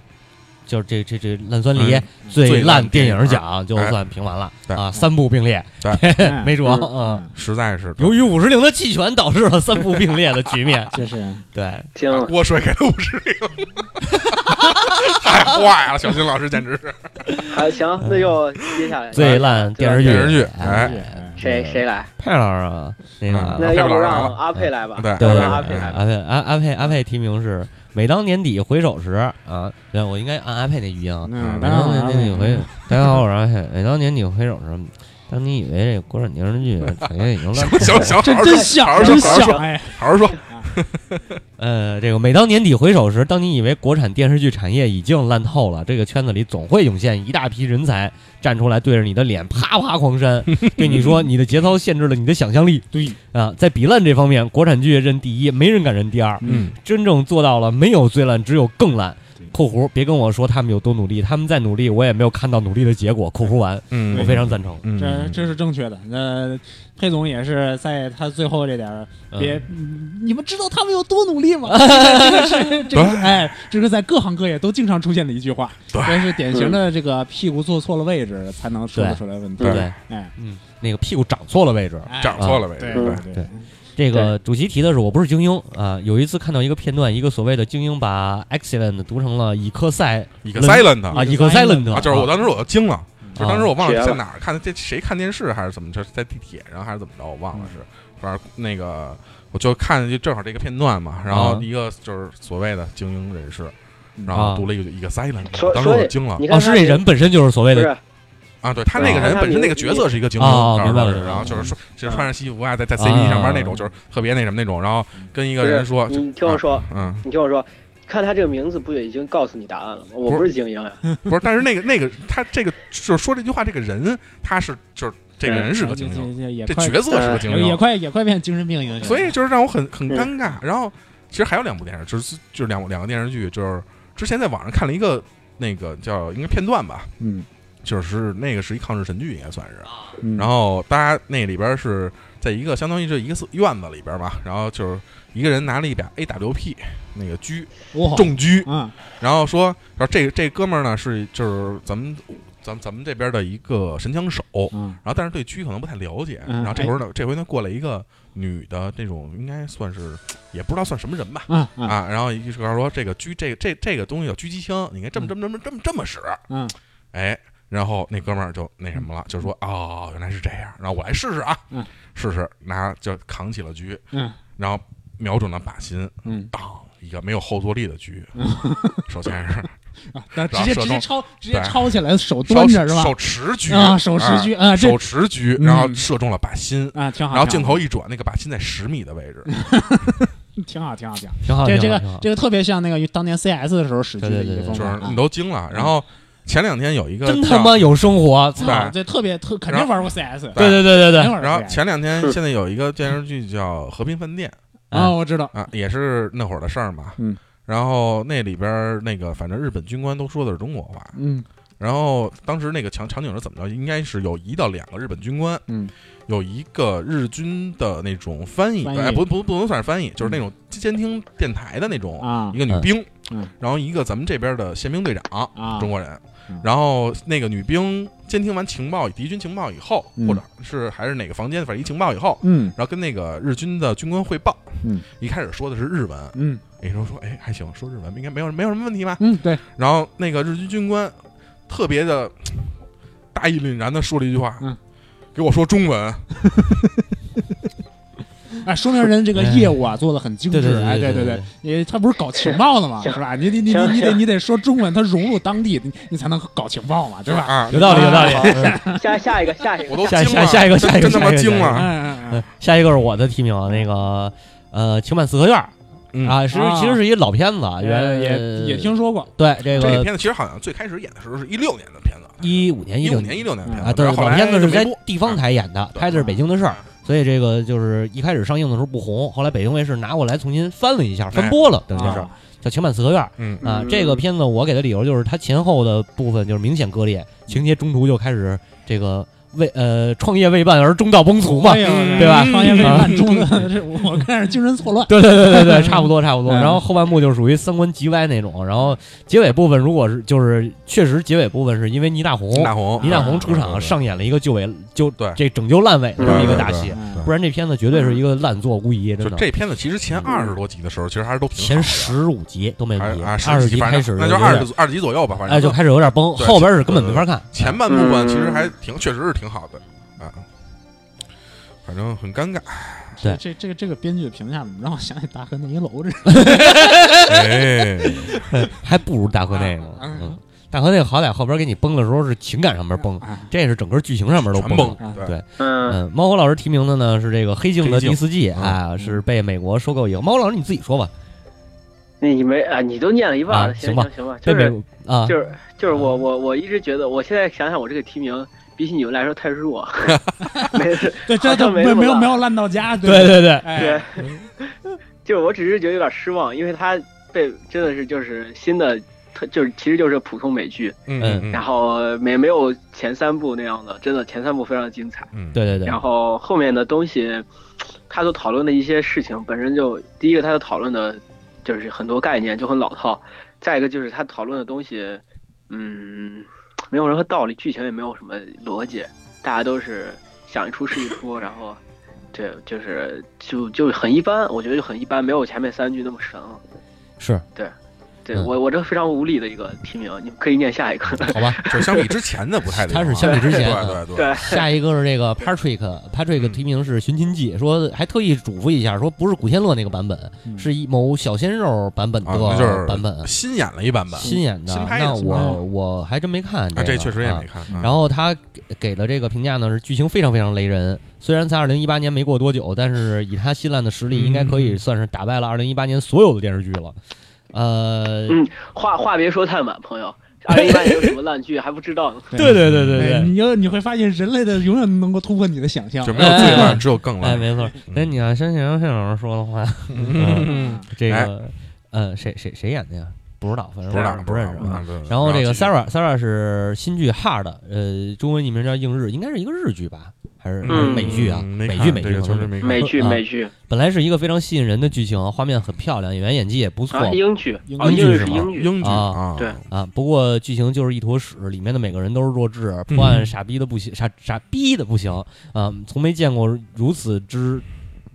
Speaker 1: 就是这这这烂酸梨、
Speaker 3: 嗯
Speaker 1: 最烂电
Speaker 3: 最烂电影哎
Speaker 1: 奖就算评完了、
Speaker 3: 对
Speaker 1: 啊，三部并列，
Speaker 2: 哎。
Speaker 1: 没辙
Speaker 4: 嗯
Speaker 1: 啊。
Speaker 3: 实在是
Speaker 1: 由于五十铃的弃权，导致了三部并列的局 面
Speaker 2: 就是
Speaker 1: 对，
Speaker 4: 惊了，
Speaker 3: 我水给了五十零，太坏了，小新老师简直是
Speaker 4: 好，行，
Speaker 3: 嗯
Speaker 4: 那就接下来啊
Speaker 1: 最呃烂电视剧，
Speaker 3: 电视剧哎
Speaker 4: 谁谁来？
Speaker 1: 佩老师啊，那个
Speaker 3: 嗯
Speaker 4: 那要不
Speaker 3: 佩老师来
Speaker 4: 让
Speaker 3: 了啊
Speaker 4: 阿佩来吧？
Speaker 3: 对
Speaker 1: 对
Speaker 4: 让
Speaker 1: 对
Speaker 4: 啊阿
Speaker 3: 对
Speaker 4: 佩来吧。
Speaker 1: 阿佩阿阿佩阿佩提名是每当年底回首时啊，对，我应该按阿佩那语音啊。
Speaker 2: 嗯，
Speaker 1: 每
Speaker 2: 当然
Speaker 1: 当
Speaker 2: 了
Speaker 1: 年底回，大家好，我是阿佩。每当年底回首时，当你以为这国产电视剧产业已经烂
Speaker 3: 行行行，
Speaker 2: 这
Speaker 3: 好好
Speaker 2: 真
Speaker 3: 说，好
Speaker 2: 想
Speaker 3: 好
Speaker 2: 真
Speaker 3: 说，好好说
Speaker 2: 想，哎，
Speaker 3: 好好说，
Speaker 1: 呃，这个每当年底回首时，当你以为国产电视剧产业已经烂透了，这个圈子里总会涌现一大批人才站出来，对着你的脸啪啪狂扇，对你说你的节操限制了你的想象力
Speaker 2: 对，
Speaker 1: 啊！在比烂这方面，国产剧认第一，没人敢认第二。
Speaker 2: 嗯，
Speaker 1: 真正做到了没有最烂，只有更烂
Speaker 2: 对。
Speaker 1: （括弧）别跟我说他们有多努力，他们在努力，我也没有看到努力的结果。（括弧完）
Speaker 3: 嗯
Speaker 1: 我非常赞成。
Speaker 3: 嗯
Speaker 2: 这这是正确的。那佩总也是在他最后这点儿，
Speaker 1: 嗯
Speaker 2: 别，嗯你们知道他们有多努力吗？这个是这个是，哎，这是在各行各业都经常出现的一句话，
Speaker 3: 对
Speaker 2: 这是典型的这个屁股坐错了位置才能说得出来问题
Speaker 1: 对。不对？
Speaker 2: 哎，
Speaker 1: 嗯，那个屁股长错了位置。
Speaker 2: 哎
Speaker 3: 长错了呗，
Speaker 2: 对
Speaker 3: 对
Speaker 2: 对
Speaker 1: 对这个主席提的是我不是精英啊。有一次看到一个片段，一个所谓的精英把 excellent 读成了以克塞
Speaker 3: 一个 silent 啊
Speaker 1: 啊，以克塞伦特
Speaker 3: 啊，就是我当时我都惊了，就当时我忘
Speaker 4: 学
Speaker 3: 了
Speaker 4: 了
Speaker 3: 在哪儿看的，这谁看电视还是怎么着，在地铁上还是怎么着，我忘了是，反正那个我就看就正好这个片段嘛，然后
Speaker 1: 啊
Speaker 3: 一个就是所谓的精英人士，
Speaker 2: 嗯
Speaker 3: 然
Speaker 1: 啊
Speaker 3: 后读了一个一个 silent，
Speaker 4: 所
Speaker 3: 当时我
Speaker 4: 所以
Speaker 3: 惊了
Speaker 4: 你看
Speaker 1: 哦，
Speaker 4: 他
Speaker 1: 是这人本身就是所谓
Speaker 4: 不
Speaker 1: 的
Speaker 4: 是
Speaker 3: 啊，对他那个
Speaker 1: 啊
Speaker 3: 人本身那个角色是一个精英，
Speaker 1: 哦明
Speaker 3: 然
Speaker 1: 白
Speaker 3: 后
Speaker 1: 了
Speaker 3: 然后就是说就是
Speaker 4: 啊
Speaker 3: 穿着西服啊，在在 CD 上班那种，
Speaker 1: 啊
Speaker 3: 就是特别那什么那种，然后跟一
Speaker 4: 不
Speaker 3: 个
Speaker 4: 是
Speaker 3: 人说，就
Speaker 4: 你听我说，
Speaker 3: 嗯，
Speaker 4: 你听我说，看他这个名字不就已经告诉你答案了吗？我
Speaker 3: 不是
Speaker 4: 不是精英啊呀，
Speaker 3: 不是，但是那个那个他这个就是说这句话，这个人他是就是这个人是个精英，
Speaker 2: 这这也
Speaker 3: 这
Speaker 2: 快
Speaker 3: 角色是个精
Speaker 2: 也也
Speaker 3: 英，
Speaker 2: 快也快变精神病影响，
Speaker 3: 所以就是让我很很
Speaker 4: 嗯
Speaker 3: 尴尬。然后其实还有两部电视，就是就是两两个电视剧，就是之前在网上看了一个那个叫应该片段吧，
Speaker 2: 嗯，
Speaker 3: 就是那个是一抗日神剧，应该算是。
Speaker 2: 嗯
Speaker 3: 然后大家那里边是在一个相当于是一个院子里边嘛，然后就是一个人拿了一把 A W P 那个狙
Speaker 2: 哇
Speaker 3: 重狙，
Speaker 2: 啊，
Speaker 3: 然后说，然后这这哥们儿呢是就是咱们咱咱们这边的一个神枪手，
Speaker 2: 嗯
Speaker 3: 然后但是对狙可能不太了解，
Speaker 2: 嗯
Speaker 3: 然后这回呢这回呢过来一个女的那种应该算是也不知道算什么人吧。
Speaker 2: 嗯嗯
Speaker 3: 啊，然后一告诉说这个狙，这这这个东西叫狙击枪，你应该这么这么这么这么这么使，
Speaker 2: 嗯，
Speaker 3: 哎，然后那哥们儿就那什么了，就说哦，原来是这样，然后我来试试啊，
Speaker 2: 嗯
Speaker 3: 试试拿就扛起了狙，
Speaker 2: 嗯，
Speaker 3: 然后瞄准了靶心，
Speaker 2: 嗯，
Speaker 3: 当一个没有后坐力的狙， 首先 是
Speaker 2: 啊，那直
Speaker 3: 然后
Speaker 2: 接
Speaker 3: 手
Speaker 2: 直接
Speaker 3: 动
Speaker 2: 抄，直接
Speaker 3: 对
Speaker 2: 抄起来，
Speaker 3: 手
Speaker 2: 手端着是吧
Speaker 3: 手？持狙
Speaker 2: 啊手持狙
Speaker 3: 哎
Speaker 2: 啊这
Speaker 3: 手持狙，然后射中了靶心，
Speaker 2: 啊，挺好。
Speaker 3: 然后
Speaker 2: 挺
Speaker 3: 镜
Speaker 2: 好
Speaker 3: 头一转，那个靶心在十米的位置，
Speaker 2: 挺好，挺好，挺好。
Speaker 1: 挺好，
Speaker 2: 这这个
Speaker 1: 啊挺好挺好
Speaker 2: 这个特别像那个当年 CS 的时候使去的
Speaker 1: 对对
Speaker 2: 一
Speaker 1: 对
Speaker 2: 个
Speaker 1: 对
Speaker 2: 方
Speaker 3: 就
Speaker 2: 法
Speaker 3: 是嗯
Speaker 2: 啊
Speaker 3: 你。都惊了。然后前两天有一个
Speaker 1: 真
Speaker 3: 叫
Speaker 1: 他妈有生活，操
Speaker 2: 操，
Speaker 3: 对
Speaker 2: 啊这特别特肯定玩过 CS，
Speaker 3: 对
Speaker 1: 对对对
Speaker 2: 肯定
Speaker 1: 对对，
Speaker 2: 玩过 CS。
Speaker 3: 然后前两天
Speaker 4: 是
Speaker 3: 现在有一个电视剧叫《和平饭店
Speaker 2: 啊，我知道》，
Speaker 3: 啊，也是那会儿的事儿嘛。
Speaker 2: 嗯。
Speaker 3: 然后那里边儿那个，反正日本军官都说的是中国话。
Speaker 2: 嗯
Speaker 3: 然后当时那个场场景是怎么着？应该是有一到两个日本军官，
Speaker 2: 嗯，
Speaker 3: 有一个日军的那种翻译，
Speaker 2: 翻译
Speaker 3: 哎，不不不能算是翻译，就是那种监听电台的那种，
Speaker 2: 啊
Speaker 3: 一个女兵，
Speaker 2: 嗯
Speaker 3: 然后一个咱们这边的宪兵队长，
Speaker 2: 啊
Speaker 3: 中国人
Speaker 2: 嗯。
Speaker 3: 然后那个女兵监听完情报，敌军情报以后，
Speaker 2: 嗯
Speaker 3: 或者是还是哪个房间，反正一情报以后，
Speaker 2: 嗯
Speaker 3: 然后跟那个日军的军官汇报。
Speaker 2: 嗯，
Speaker 3: 一开始说的是日文，
Speaker 2: 嗯
Speaker 3: 那时候说，哎，还行，说日文应该没有没有什么问题吧。
Speaker 2: 嗯，对，
Speaker 3: 然后那个日军军官特别的大义凛然的说了一句话，
Speaker 2: 嗯
Speaker 3: 给我说中文，
Speaker 2: 哎，说明人这个业务啊做的很精
Speaker 1: 对对
Speaker 2: 致，
Speaker 1: 对
Speaker 2: 哎，对
Speaker 1: 对对
Speaker 2: 对
Speaker 1: 对，
Speaker 2: 你他不是搞情报的嘛，是吧？你你你你你得你得说中文，他融入当地，你你才能搞情报嘛，对吧？
Speaker 3: 啊，
Speaker 1: 有道理有道理。
Speaker 4: 下下一个，下一
Speaker 3: 我
Speaker 4: 个，
Speaker 3: 都
Speaker 1: 下
Speaker 3: 惊了，
Speaker 1: 下下一个
Speaker 3: 真
Speaker 1: 下一个
Speaker 3: 真他妈
Speaker 1: 下一个
Speaker 3: 惊
Speaker 1: 下一
Speaker 2: 嗯
Speaker 3: 了，
Speaker 2: 嗯嗯
Speaker 1: 嗯，下一个是我的提名，那个呃，情满四合院儿
Speaker 3: 嗯
Speaker 1: 啊，是
Speaker 2: 啊
Speaker 1: 其实是一老片子啊，
Speaker 3: 呃
Speaker 2: 嗯，
Speaker 1: 原
Speaker 2: 也也听说过，
Speaker 1: 对这
Speaker 3: 这个
Speaker 1: 个
Speaker 3: 片子其实好像最开始演的时候是一六年的片子，
Speaker 1: 一五年
Speaker 3: 一
Speaker 1: 六
Speaker 3: 五年一六年的片
Speaker 1: 啊，
Speaker 3: 子，
Speaker 1: 对，
Speaker 3: 但是后
Speaker 1: 老
Speaker 3: 来
Speaker 1: 片子
Speaker 3: 就是没
Speaker 1: 在
Speaker 3: 播
Speaker 1: 地方台演的，
Speaker 3: 对
Speaker 1: 拍的是北京的事儿
Speaker 3: 啊，
Speaker 1: 所以这个就是一开始上映的时候不红，后来北京卫视拿过来重新翻了一下，翻播了，等于是
Speaker 2: 啊
Speaker 1: 叫《情满四合院》
Speaker 3: 哎嗯
Speaker 1: 啊
Speaker 4: 嗯。
Speaker 1: 这个片子我给的理由就是它前后的部分就是明显割裂，情节中途就开始这个为呃创业未半而中道崩殂嘛
Speaker 2: 哎，呦
Speaker 3: 嗯
Speaker 1: 对吧嗯
Speaker 2: 创业未半中的， 这我看是精神错乱。
Speaker 1: 对对对对对，差不多差不多。
Speaker 2: 嗯
Speaker 1: 然后后半部就是属于三观极歪那种，然后结尾部分如果是就是确实结尾部分是因为倪大红
Speaker 3: 倪大红
Speaker 1: 倪大红出
Speaker 3: 啊
Speaker 1: 场上演了一个救尾救
Speaker 3: 对
Speaker 1: 这拯救烂尾的这么一个大戏
Speaker 3: 对，
Speaker 2: 嗯
Speaker 1: 不然这片子绝对是一个烂作无疑，真
Speaker 3: 就
Speaker 1: 的。
Speaker 3: 这片子其实前二十多集的时候，其实还是都挺好
Speaker 1: 前
Speaker 3: 的
Speaker 1: 十五集都没
Speaker 3: 还
Speaker 1: 问
Speaker 3: 是
Speaker 1: 题，
Speaker 3: 啊
Speaker 1: 二
Speaker 3: 十
Speaker 1: 十
Speaker 3: 几
Speaker 1: 集
Speaker 3: 反
Speaker 1: 开
Speaker 3: 正
Speaker 1: 始
Speaker 3: 那就
Speaker 1: 有
Speaker 3: 二
Speaker 1: 点
Speaker 3: 十二十集左右吧，反正
Speaker 1: 哎就开始有点崩，
Speaker 3: 对
Speaker 1: 后边是根本没法看。
Speaker 3: 前半部分其实
Speaker 1: 嗯
Speaker 3: 还挺确实是挺好的啊，反正很尴尬。
Speaker 1: 对
Speaker 2: 哎这这个这个编剧的评价怎么让我想起大河那一楼这？
Speaker 3: 哎，
Speaker 1: 还不如大河那个呢。
Speaker 2: 嗯
Speaker 1: 嗯，大河那个好歹后边给你崩的时候是情感上面崩，
Speaker 2: 啊
Speaker 1: 这是整个剧情上面都
Speaker 3: 全
Speaker 1: 崩了。啊
Speaker 3: 崩，
Speaker 1: 对
Speaker 3: 对，
Speaker 4: 嗯，
Speaker 1: 嗯，猫火老师提名的呢是这个《黑镜》的第四季
Speaker 3: 黑镜嗯
Speaker 1: 啊，是被美国收购以后，猫火老师你自己说吧，
Speaker 4: 那你没啊？你都念了一半
Speaker 1: 啊
Speaker 4: 了，行
Speaker 1: 行吧
Speaker 4: 行行吧，
Speaker 1: 被
Speaker 4: 就
Speaker 1: 美
Speaker 4: 是
Speaker 1: 国啊
Speaker 4: 就是就是我我我一直觉得，我现在想想我这个提名比起你们来说太弱， 没事，
Speaker 2: 对，这
Speaker 4: 好
Speaker 2: 都
Speaker 4: 像
Speaker 2: 没
Speaker 4: 没
Speaker 2: 有
Speaker 4: 那么
Speaker 2: 没有
Speaker 4: 烂
Speaker 2: 没有烂到家，对
Speaker 1: 对对对，
Speaker 2: 哎
Speaker 4: 对，就是我只是觉得有点失望，因为它被真的是就是新的，特就是其实就是普通美剧，
Speaker 3: 嗯
Speaker 4: 然后没没有前三部那样的，真的前三部非常精彩，
Speaker 3: 嗯，
Speaker 1: 对对对
Speaker 4: 然后后面的东西，他所讨论的一些事情本身就第一个他所讨论的，就是很多概念就很老套，再一个就是他讨论的东西，嗯，没有任何道理，剧情也没有什么逻辑，大家都是想一出是一 出，然后对，就是就就很一般，我觉得就很一般，没有前面三句那么神了。
Speaker 1: 是
Speaker 4: 对
Speaker 1: 嗯
Speaker 4: 我我这非常无力的一个提名，你们可以念下一 个。
Speaker 1: 好 吧。
Speaker 3: 就是相比之前的不 太，
Speaker 1: 它是相比之前啊
Speaker 3: 对对对，
Speaker 4: 对，
Speaker 1: 下一个是这个 Patrick Patrick
Speaker 3: 嗯
Speaker 1: 提名是《寻秦记》，说还特意嘱咐一下，说不是古天乐那个版本，
Speaker 2: 嗯
Speaker 1: 是一某小鲜肉版本
Speaker 3: 啊那就是
Speaker 1: 的版本，
Speaker 3: 新演了一版本，
Speaker 1: 新演的。
Speaker 3: 新拍的
Speaker 1: 那我
Speaker 2: 嗯
Speaker 1: 我还真没看
Speaker 3: 啊，
Speaker 1: 这
Speaker 3: 这
Speaker 1: 个
Speaker 3: 确实也
Speaker 1: 啊
Speaker 3: 没看。
Speaker 1: 然后他给给的这个评价呢是剧情非常非常雷人，虽然才二零一八年没过多久，但是以他新烂的实
Speaker 3: 嗯
Speaker 1: 力，应该可以算是打败了二零一八年所有的电视剧了。呃，
Speaker 4: 嗯话话别说太满，朋友，二零一八年有什么烂剧还不知道呢？
Speaker 1: 对对对对
Speaker 2: 哎
Speaker 1: 对，
Speaker 2: 你就你会发现人类的永远能够突破你的想象
Speaker 3: 啊就。没有最烂，只有更
Speaker 1: 哎，
Speaker 3: 烂。
Speaker 1: 没错。
Speaker 3: 嗯
Speaker 1: 那你要相信杨老师说的 话，呃
Speaker 2: 嗯
Speaker 1: 这个，呃，谁谁谁演的呀？不知道，反正
Speaker 3: 哎不知道，
Speaker 1: 不认识啊。
Speaker 3: 啊。
Speaker 1: 然后这个 Sarah Sarah 是新剧《Hard》，呃，中文译名叫《映日》，应该是一个日剧吧，还是还是美剧啊？美剧美剧可
Speaker 3: 确
Speaker 1: 能
Speaker 3: 实
Speaker 1: 是
Speaker 3: 嗯没
Speaker 4: 美剧
Speaker 1: 啊
Speaker 4: 美剧
Speaker 1: 本来是一个非常吸引人的剧情，画面很漂亮，演员演技也不错
Speaker 4: 啊，英剧
Speaker 2: 英
Speaker 4: 哦，
Speaker 1: 剧
Speaker 4: 英
Speaker 1: 是
Speaker 4: 是
Speaker 1: 吗
Speaker 4: 英剧，
Speaker 3: 英剧啊，
Speaker 4: 对，
Speaker 1: 啊。不过剧情就是一坨屎，里面的每个人都是弱智，
Speaker 3: 嗯
Speaker 1: 破案傻逼的不行，傻傻逼的不行啊！从没见过如此之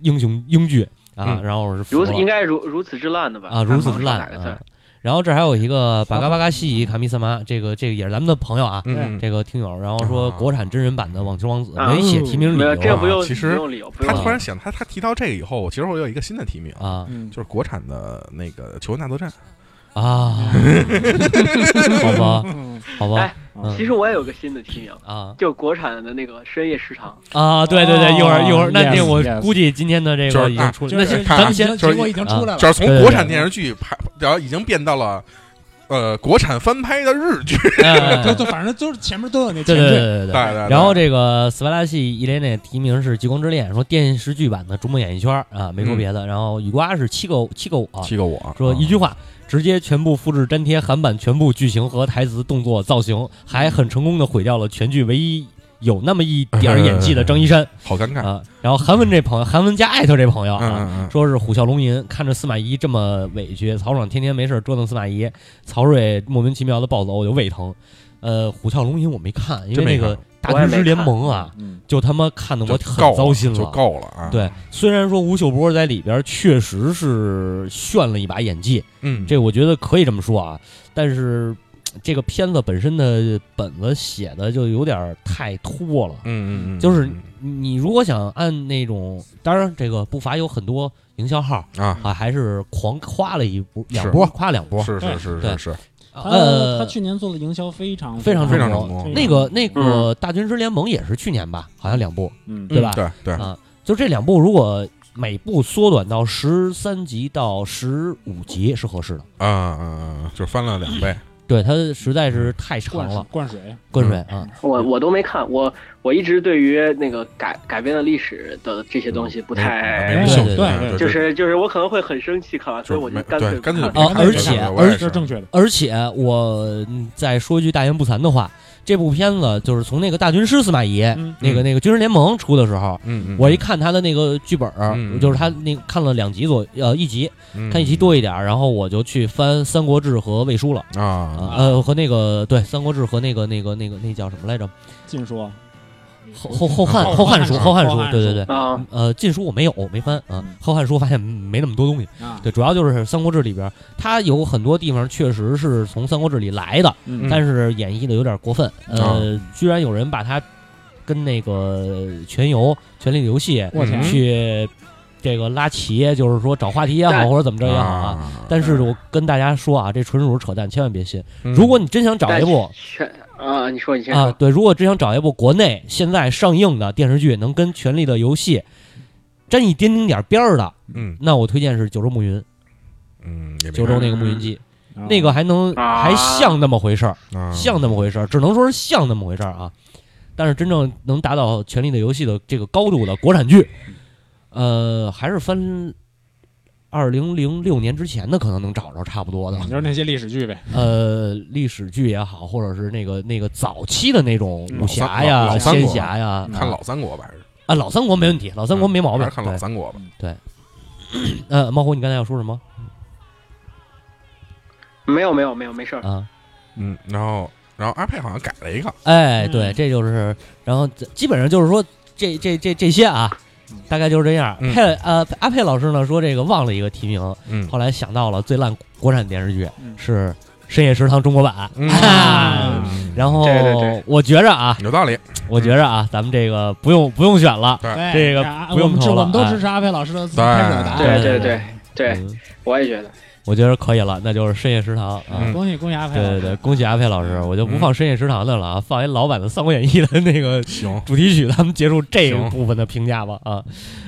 Speaker 1: 英雄英剧啊，啊
Speaker 3: 嗯
Speaker 1: 然后我是服
Speaker 4: 如此
Speaker 1: 了
Speaker 4: 应该如如此之烂的吧？
Speaker 1: 啊，如此之烂
Speaker 4: 哪个字
Speaker 1: 啊
Speaker 4: 儿？。
Speaker 1: 然后这儿还有一个巴嘎巴嘎西卡米萨玛，这个这个也是咱们的朋友啊，
Speaker 3: 嗯，
Speaker 1: 这个听友，然后说
Speaker 3: 啊
Speaker 1: 国产真人版的《网球王子》
Speaker 6: 啊
Speaker 1: 没写提名理
Speaker 4: 嗯
Speaker 6: 没
Speaker 1: 由
Speaker 6: 有，这不用
Speaker 3: 其实
Speaker 6: 不用理由，不
Speaker 3: 他
Speaker 6: 用理
Speaker 3: 突然想，他他提到这个以后，我其实我有一个新的提名，
Speaker 1: 啊
Speaker 2: 嗯，
Speaker 3: 就是国产的那个《求婚大作战》。
Speaker 1: 啊， 好吧，好吧
Speaker 6: 哎，由。
Speaker 1: 嗯
Speaker 6: 其实我也有个新的提名，
Speaker 1: 啊
Speaker 6: 就国产的那个深夜食堂，
Speaker 1: 啊，对对对，
Speaker 2: 哦
Speaker 1: 一会儿一会儿，那
Speaker 2: yes，
Speaker 1: 这我
Speaker 2: yes
Speaker 1: 估计今天的这
Speaker 3: 就
Speaker 1: 个
Speaker 3: 是
Speaker 1: 已经出，
Speaker 3: 就
Speaker 1: 那
Speaker 3: 是
Speaker 1: 先
Speaker 3: 看啊
Speaker 1: 咱们先
Speaker 7: 结
Speaker 1: 就
Speaker 7: 果
Speaker 1: 是
Speaker 7: 已经出来了
Speaker 6: 嗯
Speaker 3: 就，是从
Speaker 1: 对对
Speaker 3: 国
Speaker 1: 对
Speaker 3: 产电视剧拍，然后已经变到了呃国产翻拍的日剧。
Speaker 1: 哎
Speaker 7: 就就反正就是前面都有那前
Speaker 1: 对对对
Speaker 7: 缀，
Speaker 1: 对
Speaker 3: 对。
Speaker 1: 对
Speaker 3: 对，
Speaker 1: 然后这个斯巴达系伊莲内提名是《极光之恋》，说电视剧版的《逐梦演艺圈》啊，没说别的。然后雨瓜是七个七个我，
Speaker 3: 七个我
Speaker 1: 啊
Speaker 3: 啊
Speaker 1: 说一句话，直接全部复制粘贴韩版全部剧情和台词、动作、造型，还很成功的毁掉了全剧唯一有那么一点儿
Speaker 3: 嗯
Speaker 1: 演技的张一山
Speaker 3: 好尴尬。
Speaker 1: 啊。然后韩文这朋友，韩文加艾特这朋友
Speaker 3: 嗯
Speaker 1: 啊。
Speaker 3: 嗯
Speaker 1: 说是虎啸龙吟，看着司马懿这么委屈，曹爽天天没事儿折腾司马懿，曹睿莫名其妙的暴走，我就胃疼。呃，虎啸龙吟我没看，因为
Speaker 3: 真没
Speaker 1: 那个
Speaker 3: 看
Speaker 1: 大
Speaker 6: 我也
Speaker 1: 军
Speaker 6: 没
Speaker 1: 师联
Speaker 6: 看
Speaker 1: 盟啊，
Speaker 2: 嗯，
Speaker 1: 就他妈看
Speaker 3: 嗯，
Speaker 1: 得我
Speaker 3: 就够
Speaker 1: 很糟心
Speaker 3: 就够了啊。，
Speaker 1: 对，虽然说吴秀波在里边确实是炫了一把演技，
Speaker 3: 嗯，
Speaker 1: 这我觉得可以这么说啊，但是嘖这个片子本身的本子写的就有点儿太拖了。
Speaker 3: 嗯嗯嗯，
Speaker 1: 就是
Speaker 3: 嗯
Speaker 1: 你如果想按那种，当然这个不乏有很多营销号
Speaker 3: 啊，
Speaker 1: 啊，还是狂夸了一波两
Speaker 3: 是
Speaker 1: 波，夸两波，
Speaker 3: 是是是
Speaker 1: 对
Speaker 3: 是是，
Speaker 2: 他
Speaker 1: 呃
Speaker 2: 他，去年做的营销非常
Speaker 1: 非常
Speaker 3: 非常
Speaker 1: 成
Speaker 3: 成
Speaker 1: 功。
Speaker 3: 功
Speaker 1: 那个那
Speaker 3: 嗯
Speaker 1: 个《大军师联盟》也是去年吧，好像两部，
Speaker 2: 嗯
Speaker 1: 对吧？
Speaker 3: 对对，
Speaker 1: 啊，就这两部如果每部缩短到十三集到十五集是合适的。
Speaker 3: 啊啊，就翻了两倍。
Speaker 1: 对，它实在
Speaker 3: 嗯
Speaker 1: 是太长
Speaker 2: 灌水
Speaker 1: 了，
Speaker 2: 灌水，
Speaker 1: 灌水啊，
Speaker 6: 我我都没看，我我一直对于那个改改编的历史的这些东西不
Speaker 3: 嗯没
Speaker 6: 太
Speaker 3: 没
Speaker 2: 对
Speaker 3: 兴趣，
Speaker 2: 对
Speaker 3: 啊
Speaker 2: 对
Speaker 6: 就
Speaker 3: 就是
Speaker 6: 就是我可能会很生气看完，所以我
Speaker 3: 没
Speaker 6: 就干脆
Speaker 3: 对干
Speaker 7: 嗯
Speaker 3: 脆
Speaker 6: 不看
Speaker 1: 啊
Speaker 3: 别看
Speaker 1: 而
Speaker 3: 这个
Speaker 1: 且
Speaker 3: 了我
Speaker 1: 而
Speaker 3: 也
Speaker 2: 这是正确的。
Speaker 1: 而且我嗯再说一句大言不惭的话，这部片子就是从那个大军师司马懿、
Speaker 2: 嗯
Speaker 1: 那个那个军师联盟出的时候。
Speaker 3: 嗯嗯，
Speaker 1: 我一看他的那个剧本儿，
Speaker 3: 嗯
Speaker 1: 就是他那个看了两集左呃一集，
Speaker 3: 嗯
Speaker 1: 看一集多一点儿，然后我就去翻《三国志》和《魏书》了，
Speaker 3: 啊
Speaker 1: 啊、呃和那个对《三国志》和那个那个那个那叫什么来着？
Speaker 2: 尽说
Speaker 1: 后后后汉
Speaker 3: 后
Speaker 1: 后汉书后
Speaker 2: 后
Speaker 1: 汉
Speaker 2: 汉
Speaker 1: 书
Speaker 2: 书，
Speaker 1: 对对对，
Speaker 6: 啊，
Speaker 1: 呃，禁书我没有，我没翻啊
Speaker 2: 嗯。
Speaker 1: 后汉书我发现没那么多东西，
Speaker 2: 啊，
Speaker 1: 对，主要就是《三国志》里边，它有很多地方确实是从《三国志》里来的，
Speaker 2: 嗯
Speaker 1: 但是演绎的有点过分，呃，居然有人把它跟那个《全游》《权力的游戏
Speaker 2: 我天》
Speaker 1: 去这个拉齐，就是说找话题也好，
Speaker 6: 但
Speaker 1: 或者怎么着也好啊。
Speaker 3: 啊，
Speaker 1: 但是我跟大家说啊，这纯属是扯淡，千万别信。
Speaker 3: 嗯
Speaker 1: 如果你真想找一部
Speaker 6: 全啊，你说你先
Speaker 1: 啊，
Speaker 6: 说，
Speaker 1: 对，如果只想找一部国内现在上映的电视剧，能跟《权力的游戏》沾一丁丁点儿边儿的，
Speaker 3: 嗯
Speaker 1: 那我推荐是九州暮云，
Speaker 3: 嗯，也没
Speaker 1: 九州那个暮云记，
Speaker 2: 啊
Speaker 1: 那个还能
Speaker 6: 啊
Speaker 1: 还像那么回事儿，
Speaker 3: 啊
Speaker 1: 像那么回事儿，只能说是像那么回事儿啊。但是真正能达到《权力的游戏》的这个高度的国产剧，呃，还是翻二零零六年之前的，可能能找着差不多的
Speaker 2: 你。就是那些历史剧 呗，
Speaker 1: 呃，历史剧也好，或者是那个那个早期的那种武侠呀、
Speaker 3: 老三老老三
Speaker 1: 仙
Speaker 3: 国
Speaker 1: 侠呀，
Speaker 3: 看老三国吧，还是
Speaker 1: 啊，老三国没问题，老三国没毛病。
Speaker 3: 嗯还是看老三国吧。
Speaker 1: 对呃，猫虎，你刚才要说什么
Speaker 6: 没有没有没有没事儿，
Speaker 1: 啊？
Speaker 3: 嗯，然后然后阿佩好像改了一个，
Speaker 1: 哎，
Speaker 2: 嗯
Speaker 1: 对，这就是，然后这基本上就是说这这这这些啊，大概就是这样。
Speaker 3: 嗯
Speaker 1: 佩呃阿佩老师呢说这个忘了一个提名，
Speaker 3: 嗯
Speaker 1: 后来想到了最烂国产电视剧
Speaker 2: 嗯
Speaker 1: 是《深夜食堂》中国版。
Speaker 3: 嗯
Speaker 1: 啊 然后
Speaker 6: 对对对
Speaker 1: 我觉着啊，
Speaker 3: 有道理，
Speaker 1: 我觉着
Speaker 3: 嗯
Speaker 1: 啊，咱们这个不用不用选了。
Speaker 7: 哎
Speaker 1: 这个
Speaker 7: 啊
Speaker 1: 不用
Speaker 7: 我们支
Speaker 1: 投了
Speaker 7: 我们都
Speaker 1: 哎
Speaker 7: 支持阿飞老师的自己开始的答
Speaker 6: 对
Speaker 7: 案，
Speaker 6: 对对对，
Speaker 1: 嗯
Speaker 6: 我也觉得
Speaker 1: 我觉得可以了，那就是《深夜食堂》啊。
Speaker 3: 嗯
Speaker 7: 恭喜恭喜阿飞
Speaker 1: 对
Speaker 7: 老
Speaker 1: 对
Speaker 7: 师，
Speaker 1: 对，恭喜阿佩老师！我就不
Speaker 3: 嗯
Speaker 1: 放《深夜食堂》的了啊，放一老版的《三国演义》的那个
Speaker 3: 行，
Speaker 1: 主题曲，咱们结束这一
Speaker 3: 行
Speaker 1: 部分的评价吧啊。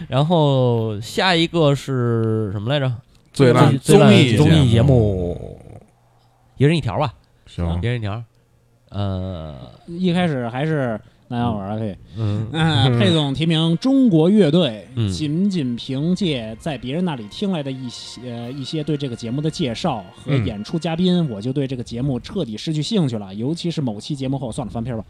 Speaker 1: 然后下一个是什么来着？
Speaker 3: 最烂
Speaker 1: 最烂
Speaker 3: 艺
Speaker 1: 综艺节目
Speaker 3: 目，
Speaker 1: 一人一条吧，啊
Speaker 3: 行
Speaker 1: 一，人一条。呃，
Speaker 2: 一开始还是南阳玩阿飞，
Speaker 1: 嗯
Speaker 2: 嗯，佩总提名中国乐队
Speaker 1: 嗯，
Speaker 2: 仅仅凭借在别人那里听来的一些呃一些对这个节目的介绍和
Speaker 3: 嗯
Speaker 2: 演出嘉宾，我就对这个节目彻底失去兴趣了。尤其是某期节目后，算了，翻篇吧。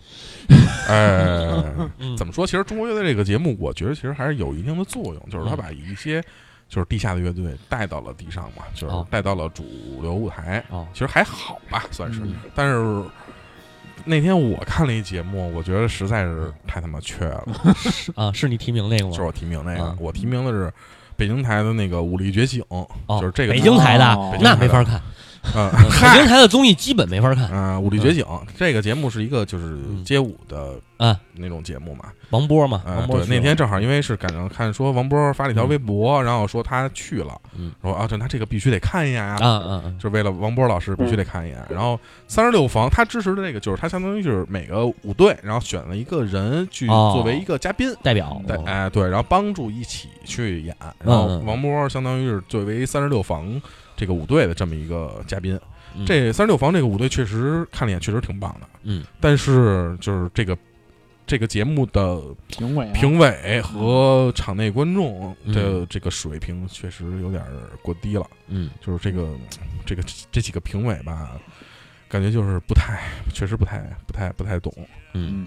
Speaker 3: 哎，
Speaker 1: 嗯，
Speaker 3: 怎
Speaker 1: 么
Speaker 3: 么说？其实中国乐队这个节目，我觉得其实还是有一定的作用，
Speaker 1: 嗯
Speaker 3: 就是他把一些就是地下的乐队带到了地上嘛，就是
Speaker 1: 哦
Speaker 3: 带到了主流舞台，
Speaker 1: 哦
Speaker 3: 其实还好吧，算是
Speaker 1: 嗯。
Speaker 3: 但是那天我看了一节目，我觉得实在是太他妈缺了，
Speaker 1: 啊？是你提名那个
Speaker 3: 就是
Speaker 1: 吗？
Speaker 3: 我提名那
Speaker 1: 啊
Speaker 3: 个，我提名的是北京台的那个《武力觉醒》，啊
Speaker 1: 哦，
Speaker 3: 就是这个
Speaker 1: 北京台的
Speaker 2: 哦，
Speaker 1: 那没法看
Speaker 3: 啊，
Speaker 1: 嗯北
Speaker 3: 嗨
Speaker 1: 京台的综艺基本没法看。
Speaker 3: 啊，武力觉醒这个节目是一个就是
Speaker 1: 嗯
Speaker 3: 街舞的
Speaker 1: 啊
Speaker 3: 那种节目嘛，
Speaker 1: 王波嘛，
Speaker 3: 啊
Speaker 1: 王，波
Speaker 3: 对，
Speaker 1: 是
Speaker 3: 那天正好因为是赶上看说王波发了一条微博，然后说他去了
Speaker 1: 嗯，
Speaker 3: 说啊，这他这个必须得看一眼
Speaker 1: 啊嗯
Speaker 3: 啊，
Speaker 1: 啊啊，
Speaker 3: 就是为了王波老师必须得看一眼。然后三十六房他支持的这个就是他相当于就是每个舞队，然后选了一个人去
Speaker 1: 哦
Speaker 3: 作为一个嘉宾，
Speaker 1: 代表
Speaker 3: 对，
Speaker 1: 哦
Speaker 3: 哎对，然后帮助一起去演。然后王波相当于是作为三十六房这个舞队的这么一个嘉宾。
Speaker 1: 嗯
Speaker 3: 这三十六房这个舞队确实看了一眼，确实挺棒的。
Speaker 1: 嗯，
Speaker 3: 但是就是这个。这个节目的
Speaker 6: 评委啊
Speaker 3: 评委和场内观众的
Speaker 1: 嗯
Speaker 3: 这个水平确实有点儿过低了，
Speaker 1: 嗯
Speaker 3: 就是这个这个这几个评委吧，感觉就是不太，确实不太不太不太懂。
Speaker 1: 嗯，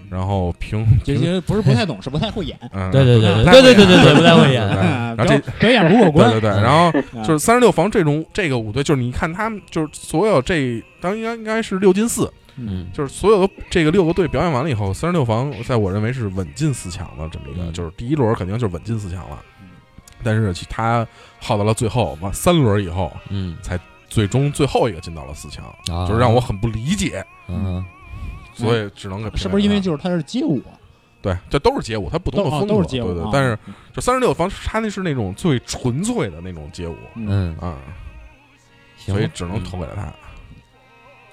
Speaker 6: 嗯，
Speaker 3: 然后评
Speaker 2: 这
Speaker 3: 评，
Speaker 2: 些不是不太懂， 是不太会演。
Speaker 3: 嗯，
Speaker 1: 对对对
Speaker 3: 不
Speaker 1: 对
Speaker 3: 太
Speaker 1: 对
Speaker 3: 会
Speaker 1: 对对
Speaker 3: 演
Speaker 1: 对对，不太会
Speaker 3: 对
Speaker 1: 演，
Speaker 6: 啊
Speaker 3: 哎然后这
Speaker 6: 表演不过关，
Speaker 3: 对对对，
Speaker 1: 嗯
Speaker 3: 然后
Speaker 6: 啊
Speaker 3: 就是三十六房这种这个舞队，就是你看他们就是所有这当应该应该是六进四，
Speaker 1: 嗯
Speaker 3: 就是所有的这个六个队表演完了以后，三十六房在我认为是稳进四强了，这么一个
Speaker 1: 嗯
Speaker 3: 就是第一轮肯定就是稳进四强了
Speaker 6: 嗯，
Speaker 3: 但是其他耗到了最后完三轮以后，
Speaker 1: 嗯，
Speaker 3: 最终最后一个进到了四强，
Speaker 1: 啊
Speaker 3: 就是让我很不理解，
Speaker 1: 嗯
Speaker 3: 所以只能给评
Speaker 2: 是不是因为
Speaker 3: 了
Speaker 2: 就是他是街舞？
Speaker 3: 对，这都是街舞，它不同的
Speaker 6: 都哦
Speaker 3: 风格，
Speaker 6: 都是街舞
Speaker 3: 对对
Speaker 6: 啊
Speaker 3: 但是就三十六房，它那是那种最纯粹的那种街舞
Speaker 1: 嗯，
Speaker 3: 啊、
Speaker 1: 行吧，
Speaker 3: 所以只能
Speaker 1: 嗯
Speaker 3: 投给了他。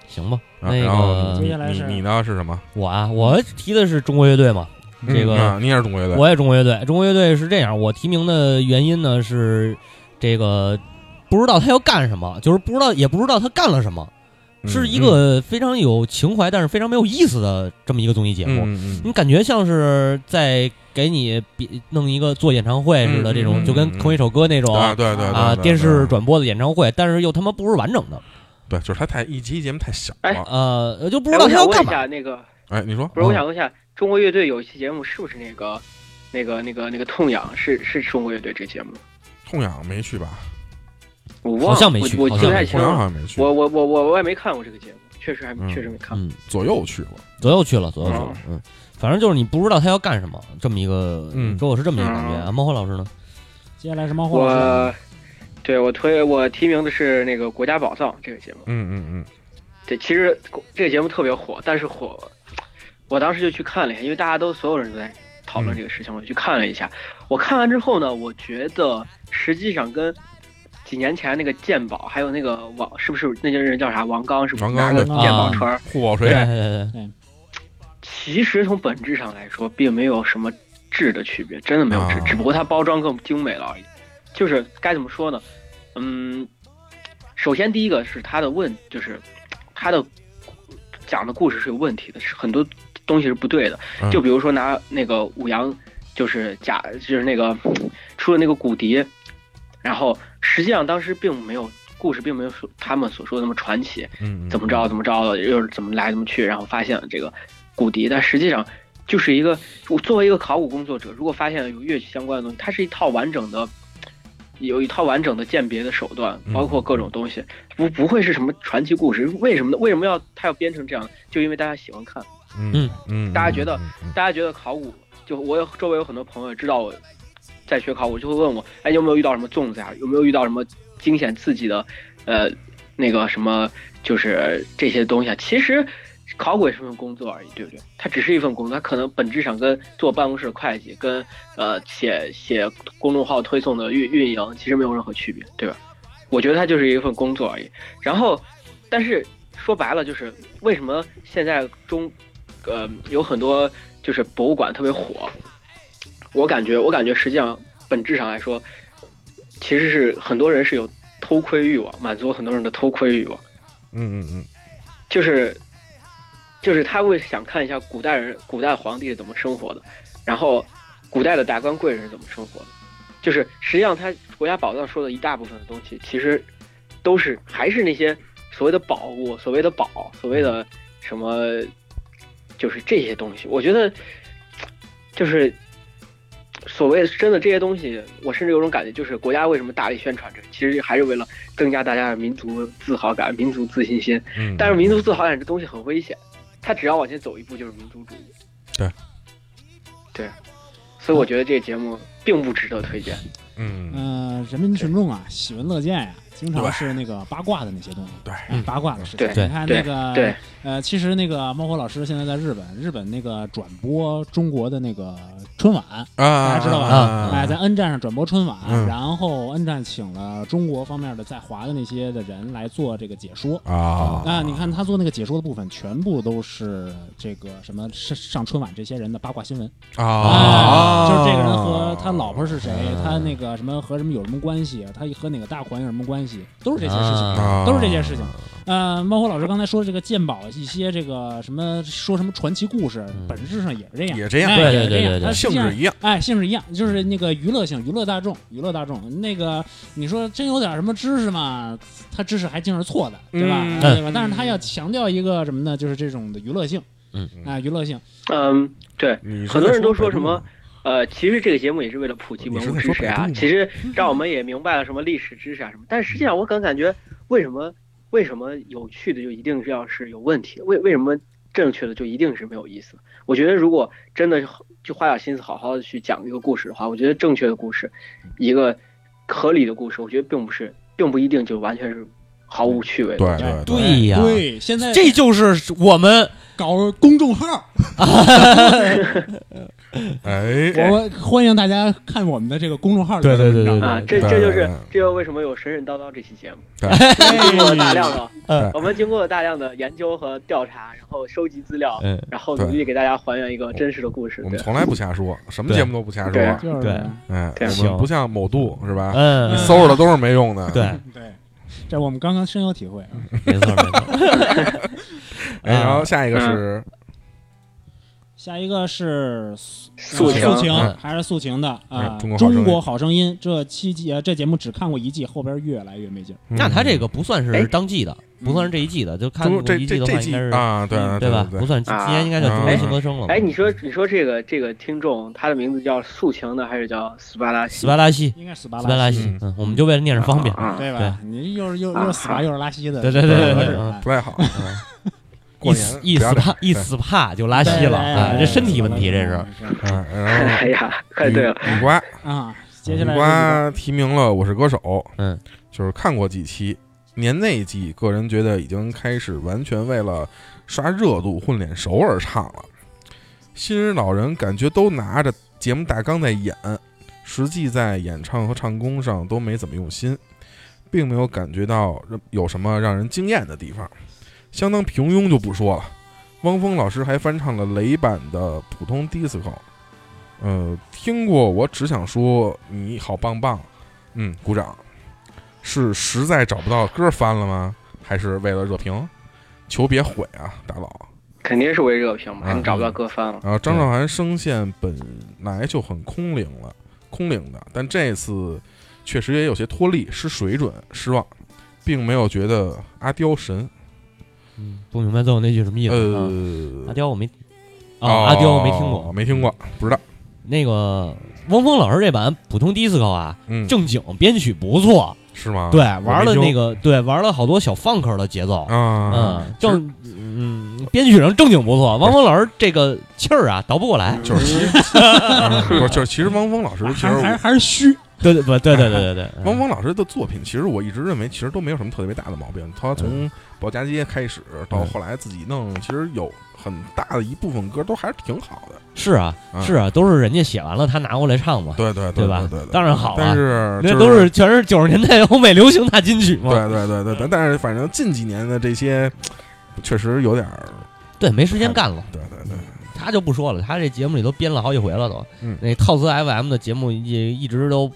Speaker 1: 行吧。
Speaker 3: 啊
Speaker 1: 那
Speaker 3: 然后
Speaker 1: 个
Speaker 6: 接
Speaker 3: 你
Speaker 6: 下来
Speaker 3: 你
Speaker 6: 是
Speaker 3: 你呢是什么？
Speaker 1: 我啊，我提的是中国乐队嘛，这个
Speaker 3: 嗯啊你也是中国乐队，
Speaker 1: 我也中国乐队。中国乐队是这样，我提名的原因呢是这个不知道他要干什么，就是不知道也不知道他干了什么，
Speaker 3: 嗯
Speaker 1: 是一个非常有情怀但是非常没有意思的这么一个综艺节目。
Speaker 3: 嗯嗯嗯
Speaker 1: 你感觉像是在给你比弄一个做演唱会似的
Speaker 3: 嗯
Speaker 1: 这种，
Speaker 3: 嗯
Speaker 1: 就跟
Speaker 3: 嗯
Speaker 1: 同一首歌那种
Speaker 3: 嗯啊，对对对
Speaker 1: 啊
Speaker 3: 对对
Speaker 1: 电视转播的演唱会，但是又他妈不是完整的，
Speaker 3: 对，就是他太一期节目太小
Speaker 4: 哎
Speaker 3: 了。
Speaker 1: 呃，就不
Speaker 4: 哎
Speaker 1: 知道
Speaker 4: 我
Speaker 1: 他要
Speaker 4: 想问一
Speaker 1: 干嘛。
Speaker 4: 下那个，
Speaker 3: 哎，你说
Speaker 4: 不是，我
Speaker 1: 嗯
Speaker 4: 想问一下，中国乐队有一期节目是不是那个、那个、那个、那个痛痒？是是中国乐队这个节目？
Speaker 3: 痛痒没去吧？
Speaker 4: 我忘了，
Speaker 1: 好像没去
Speaker 4: 我我
Speaker 1: 好
Speaker 4: 记
Speaker 1: 像
Speaker 4: 不
Speaker 1: 没
Speaker 4: 太
Speaker 1: 去
Speaker 4: 清
Speaker 3: 痛痒好
Speaker 4: 了。
Speaker 3: 像没去，
Speaker 4: 我我我我我也没看过这个节目，确实还、
Speaker 3: 嗯
Speaker 4: 确实没看。
Speaker 1: 嗯，
Speaker 3: 左右去过。
Speaker 1: 左右去了，左右去了，嗯，反正就是你不知道他要干什么，这么一个，
Speaker 3: 嗯
Speaker 1: 给我是这么一个感觉。
Speaker 4: 嗯
Speaker 1: 啊，猫火老师呢？
Speaker 6: 接下来是猫火老师，
Speaker 4: 我对我推我提名的是那个《国家宝藏》这个节目。
Speaker 3: 嗯嗯
Speaker 4: 对，其实这个节目特别火，但是火，我当时就去看了一下，因为大家都所有人都在讨
Speaker 3: 嗯
Speaker 4: 论这个事情，我就去看了一下。我看完之后呢，我觉得实际上跟几年前那个鉴宝，还有那个王，是不是那些人叫啥？王刚是不是
Speaker 3: 王刚
Speaker 4: 拿个
Speaker 6: 对
Speaker 4: 鉴宝圈儿？
Speaker 3: 嗯，护宝
Speaker 1: 对
Speaker 3: 锤
Speaker 1: 对对对，
Speaker 4: 其实从本质上来说，并没有什么质的区别，真的没有质，
Speaker 3: 啊
Speaker 4: 只不过它包装更精美了而已。就是该怎么说呢？嗯，首先第一个是它的问，就是它的讲的故事是有问题的，是很多东西是不对的
Speaker 3: 嗯。
Speaker 4: 就比如说拿那个五羊，就是假，就是那个出了那个骨笛，然后实际上当时并没有故事，并没有说他们所说的那么传奇。
Speaker 3: 嗯，嗯
Speaker 4: 怎么着？怎么着的，又是怎么来怎么去，然后发现了这个骨笛，但实际上就是一个我作为一个考古工作者，如果发现有乐器相关的东西，它是一套完整的，有一套完整的鉴别的手段，
Speaker 3: 嗯
Speaker 4: 包括各种东西，不不会是什么传奇故事，为什么呢？为什么要它要编成这样呢？就因为大家喜欢看，
Speaker 3: 嗯
Speaker 1: 嗯
Speaker 3: 嗯，
Speaker 4: 大家觉得
Speaker 3: 嗯嗯
Speaker 4: 大家觉得考古，就我有周围有很多朋友知道我在学考古，就会问我，哎，你有没有遇到什么粽子呀、有没有遇到什么惊险刺激的，呃，那个什么，就是这些东西啊？其实考古也是份工作而已，对不对？它只是一份工作，它可能本质上跟做办公室的会计、跟呃写写公众号推送的运运营其实没有任何区别，对吧？我觉得它就是一份工作而已。然后，但是说白了，就是为什么现在中，呃，有很多就是博物馆特别火，我感觉，我感觉实际上本质上来说，其实是很多人是有偷窥欲望，满足很多人的偷窥欲望，
Speaker 3: 嗯嗯嗯
Speaker 4: 就是就是他会想看一下古代人、古代皇帝是怎么生活的，然后古代的达官贵人是怎么生活的，就是实际上他国家宝藏说的一大部分的东西，其实都是还是那些所谓的宝物、所谓的宝、所谓的什么，就是这些东西。我觉得就是所谓真的这些东西，我甚至有种感觉，就是国家为什么大力宣传这个，其实还是为了增加大家的民族自豪感、民族自信心。
Speaker 3: 嗯，
Speaker 4: 但是民族自豪感这东西很危险，它只要往前走一步就是民族主义。
Speaker 3: 对，
Speaker 4: 对，所以我觉得这个节目并不值得推荐。
Speaker 3: 嗯
Speaker 2: 嗯，们人民群众啊，喜闻乐见呀、经常
Speaker 3: 对嗯
Speaker 2: 是那个八卦的那些东西，
Speaker 3: 对
Speaker 2: 哎八卦的事情。
Speaker 6: 对
Speaker 1: 对
Speaker 2: 你看
Speaker 6: 对
Speaker 2: 那个
Speaker 6: 对
Speaker 2: 呃，其实那个猫火老师现在在日本，日本那个转播中国的那个春晚，
Speaker 3: 啊，
Speaker 2: 大家知道吧
Speaker 1: 啊
Speaker 2: 哎，在 N 站上转播春晚，
Speaker 3: 嗯
Speaker 2: 然后 N 站请了中国方面的在华的那些的人来做这个解说。
Speaker 3: 啊
Speaker 2: 那你看他做那个解说的部分，全部都是这个什么上上春晚这些人的八卦新闻哎
Speaker 3: 啊，
Speaker 2: 就是这个人和他老婆是谁，他那个什么和什么有什么关系，他和哪个大款有什么关系，都是这些事情。
Speaker 3: 啊
Speaker 2: 都是这件事情。呃，猫火老师刚才说这个鉴宝一些这个什么说什么传奇故事，
Speaker 1: 嗯
Speaker 2: 本质上也是这样，
Speaker 3: 也这样
Speaker 2: 哎
Speaker 1: 对
Speaker 2: 也
Speaker 1: 对
Speaker 2: 是
Speaker 1: 对
Speaker 2: 这样
Speaker 1: 对对
Speaker 2: 它
Speaker 3: 性
Speaker 2: 实际上
Speaker 3: 质一样
Speaker 2: 哎，性质一样，就是那个娱乐性、娱乐大众、娱乐大众。那个你说真有点什么知识嘛？他知识还竟是错的，对吧？
Speaker 3: 嗯
Speaker 2: 对吧？但是他要强调一个什么呢？就是这种的娱乐性，
Speaker 1: 嗯
Speaker 2: 啊，娱乐性，
Speaker 6: 嗯，对，
Speaker 3: 你是
Speaker 6: 很多人
Speaker 3: 在
Speaker 6: 都说
Speaker 3: 百度
Speaker 6: 什么
Speaker 3: 吗
Speaker 6: 呃，其实这个节目也是为了普及
Speaker 3: 你
Speaker 6: 文
Speaker 3: 是
Speaker 6: 物
Speaker 3: 在
Speaker 6: 知
Speaker 3: 说
Speaker 6: 识
Speaker 3: 百
Speaker 6: 啊，
Speaker 3: 度嗯
Speaker 6: 其实让我们也明白了什么历史知识啊什么。但是实际上，我感感觉为什么为什么有趣的就一定是要是有问题？为为什么正确的就一定是没有意思？我觉得如果真的就花点心思好好的去讲一个故事的话，我觉得正确的故事，一个合理的故事，我觉得并不是并不一定就完全是毫无趣味的。
Speaker 3: 对
Speaker 2: 哎
Speaker 3: 对
Speaker 1: 对呀，
Speaker 7: 对，现在
Speaker 1: 这就是我们
Speaker 7: 搞公众号，
Speaker 3: 哎，
Speaker 2: 我欢迎大家看我们的这个公众号里
Speaker 1: 对
Speaker 2: 面的
Speaker 1: 对对
Speaker 2: 文章
Speaker 1: 对
Speaker 6: 啊，这
Speaker 3: 对
Speaker 6: 这就是
Speaker 3: 对
Speaker 6: 这就是为什么有神神叨叨这期节目，
Speaker 3: 对
Speaker 6: 经过了大量的
Speaker 1: 嗯，
Speaker 6: 我们经过了大量的研究和调查，然后收集资料，
Speaker 1: 嗯，
Speaker 6: 然后
Speaker 3: 对
Speaker 6: 努力给大家还原一个真实的故事。
Speaker 3: 我们
Speaker 6: 对，
Speaker 3: 从来不瞎说，什么
Speaker 1: 对
Speaker 3: 节目都不瞎说
Speaker 6: 对，
Speaker 2: 就是啊
Speaker 1: 对
Speaker 3: 哎，
Speaker 6: 对
Speaker 3: 我
Speaker 1: 行
Speaker 3: 们不像某度是吧？你
Speaker 1: 嗯，
Speaker 3: 搜着的都是没用的。
Speaker 1: 对，
Speaker 2: 对，这我们刚刚深有体会。啊
Speaker 1: 没错没
Speaker 3: 嗯
Speaker 1: 错。嗯
Speaker 3: 哎，然后
Speaker 6: 嗯
Speaker 3: 下一个是
Speaker 2: 下一个是诉
Speaker 6: 诉
Speaker 2: 情，
Speaker 6: 情
Speaker 2: 诉
Speaker 3: 嗯
Speaker 2: 还是诉情的
Speaker 1: 哎
Speaker 2: 啊？
Speaker 3: 嗯中国好声音
Speaker 2: 中国好声音这七季，呃这节目只看过一季，后边越来越没劲儿。
Speaker 1: 那他这
Speaker 3: 个
Speaker 1: 个不算是当季的，不算是这一季的，就看
Speaker 3: 中哎这
Speaker 1: 一季
Speaker 3: 这
Speaker 1: 的
Speaker 3: 这
Speaker 1: 话，应
Speaker 3: 季
Speaker 1: 该是嗯
Speaker 3: 啊，对
Speaker 1: 对吧？
Speaker 3: 对
Speaker 1: 不，算，今
Speaker 6: 啊
Speaker 1: 年应该叫中国新歌声了吧
Speaker 6: 哎，？你说你说这个这个听众，他的名字叫素晴呢，还是叫斯巴拉
Speaker 1: 斯
Speaker 6: 西？
Speaker 1: 巴拉西，
Speaker 2: 应该是斯巴
Speaker 1: 斯巴
Speaker 2: 拉
Speaker 1: 拉
Speaker 2: 西，
Speaker 1: 西
Speaker 3: 嗯，
Speaker 1: 嗯，我们就为了念着方便，
Speaker 6: 啊，
Speaker 2: 对吧？你又是又又是死巴又是拉稀的，
Speaker 1: 对对对对对
Speaker 2: 是
Speaker 1: 对
Speaker 2: 吧
Speaker 3: 不太好。嗯过
Speaker 1: 一
Speaker 3: 年
Speaker 1: 一
Speaker 3: 不要脸
Speaker 1: 死怕一死怕就拉稀了，啊，这身体问题这是。
Speaker 3: 嗯，然后
Speaker 6: 哎呀，快对
Speaker 1: 嗯
Speaker 6: 了，
Speaker 3: 雨瓜，
Speaker 2: 啊。接下
Speaker 3: 雨
Speaker 2: 来
Speaker 3: 瓜提名了《我是歌手》，
Speaker 1: 嗯，
Speaker 3: 就是看过几期，年内季，个人觉得已经开始完全为了刷热度、混脸熟而唱了。新人老人感觉都拿着节目大纲在演，实际在演唱和唱功上都没怎么用心，并没有感觉到有什么让人惊艳的地方，相当平庸就不说了。汪峰老师还翻唱了雷版的普通 disco，呃，听过我只想说你好棒棒，嗯，鼓掌。是实在找不到歌翻了吗？还是为了热评？求别毁啊，大佬！
Speaker 6: 肯定是为热评嘛，
Speaker 3: 嗯
Speaker 6: 你找不到歌翻了。
Speaker 3: 然后张韶涵声线本来就很空灵了，空灵的，但这次确实也有些脱力，失水准，失望，并没有觉得阿刁神。
Speaker 1: 嗯，不明白最后那句什么意思？
Speaker 3: 呃
Speaker 1: 啊，阿刁我没，
Speaker 3: 哦
Speaker 1: 啊，阿刁我没听过。嗯
Speaker 3: 没听过，不知道。
Speaker 1: 那个汪峰老师这版普通 disco 啊，
Speaker 3: 嗯，
Speaker 1: 正经编曲不错，
Speaker 3: 是吗？
Speaker 1: 对，
Speaker 3: 我没
Speaker 1: 玩了
Speaker 3: 听
Speaker 1: 那个，对，玩了好多小 funk 的节奏，
Speaker 3: 啊，嗯
Speaker 1: 嗯，正嗯，编曲上正经不错。汪峰老师这个气儿啊，倒不过来，
Speaker 3: 就是其实嗯 不是，就是其实汪峰老师，其实
Speaker 2: 还是
Speaker 3: 我
Speaker 2: 还是还是虚，
Speaker 1: 对对不对对对对对，嗯
Speaker 3: 汪峰老师的作品，其实我一直认为，其实都没有什么特别大的毛病。他从《保家街》开始到
Speaker 1: 嗯
Speaker 3: 后来自己弄，其实有很大的一部分歌都还是挺好的。
Speaker 1: 是啊
Speaker 3: 嗯
Speaker 1: 是啊，都是人家写完了他拿过来唱嘛，
Speaker 3: 对对
Speaker 1: 对吧
Speaker 3: 对对，对
Speaker 1: 当然好
Speaker 3: 但
Speaker 1: 啊
Speaker 3: 是
Speaker 1: 那
Speaker 3: 就
Speaker 1: 都是全是九十年代欧美流行大金曲嘛。
Speaker 3: 对对对对对，但是反正近几年的这些，确实有点儿，
Speaker 1: 对，没时间
Speaker 3: 嗯
Speaker 1: 干了，
Speaker 3: 对对对，
Speaker 1: 他就不说了，他这节目里都编了好几回了都。
Speaker 3: 嗯
Speaker 1: 那套词 FM 的节目也一直都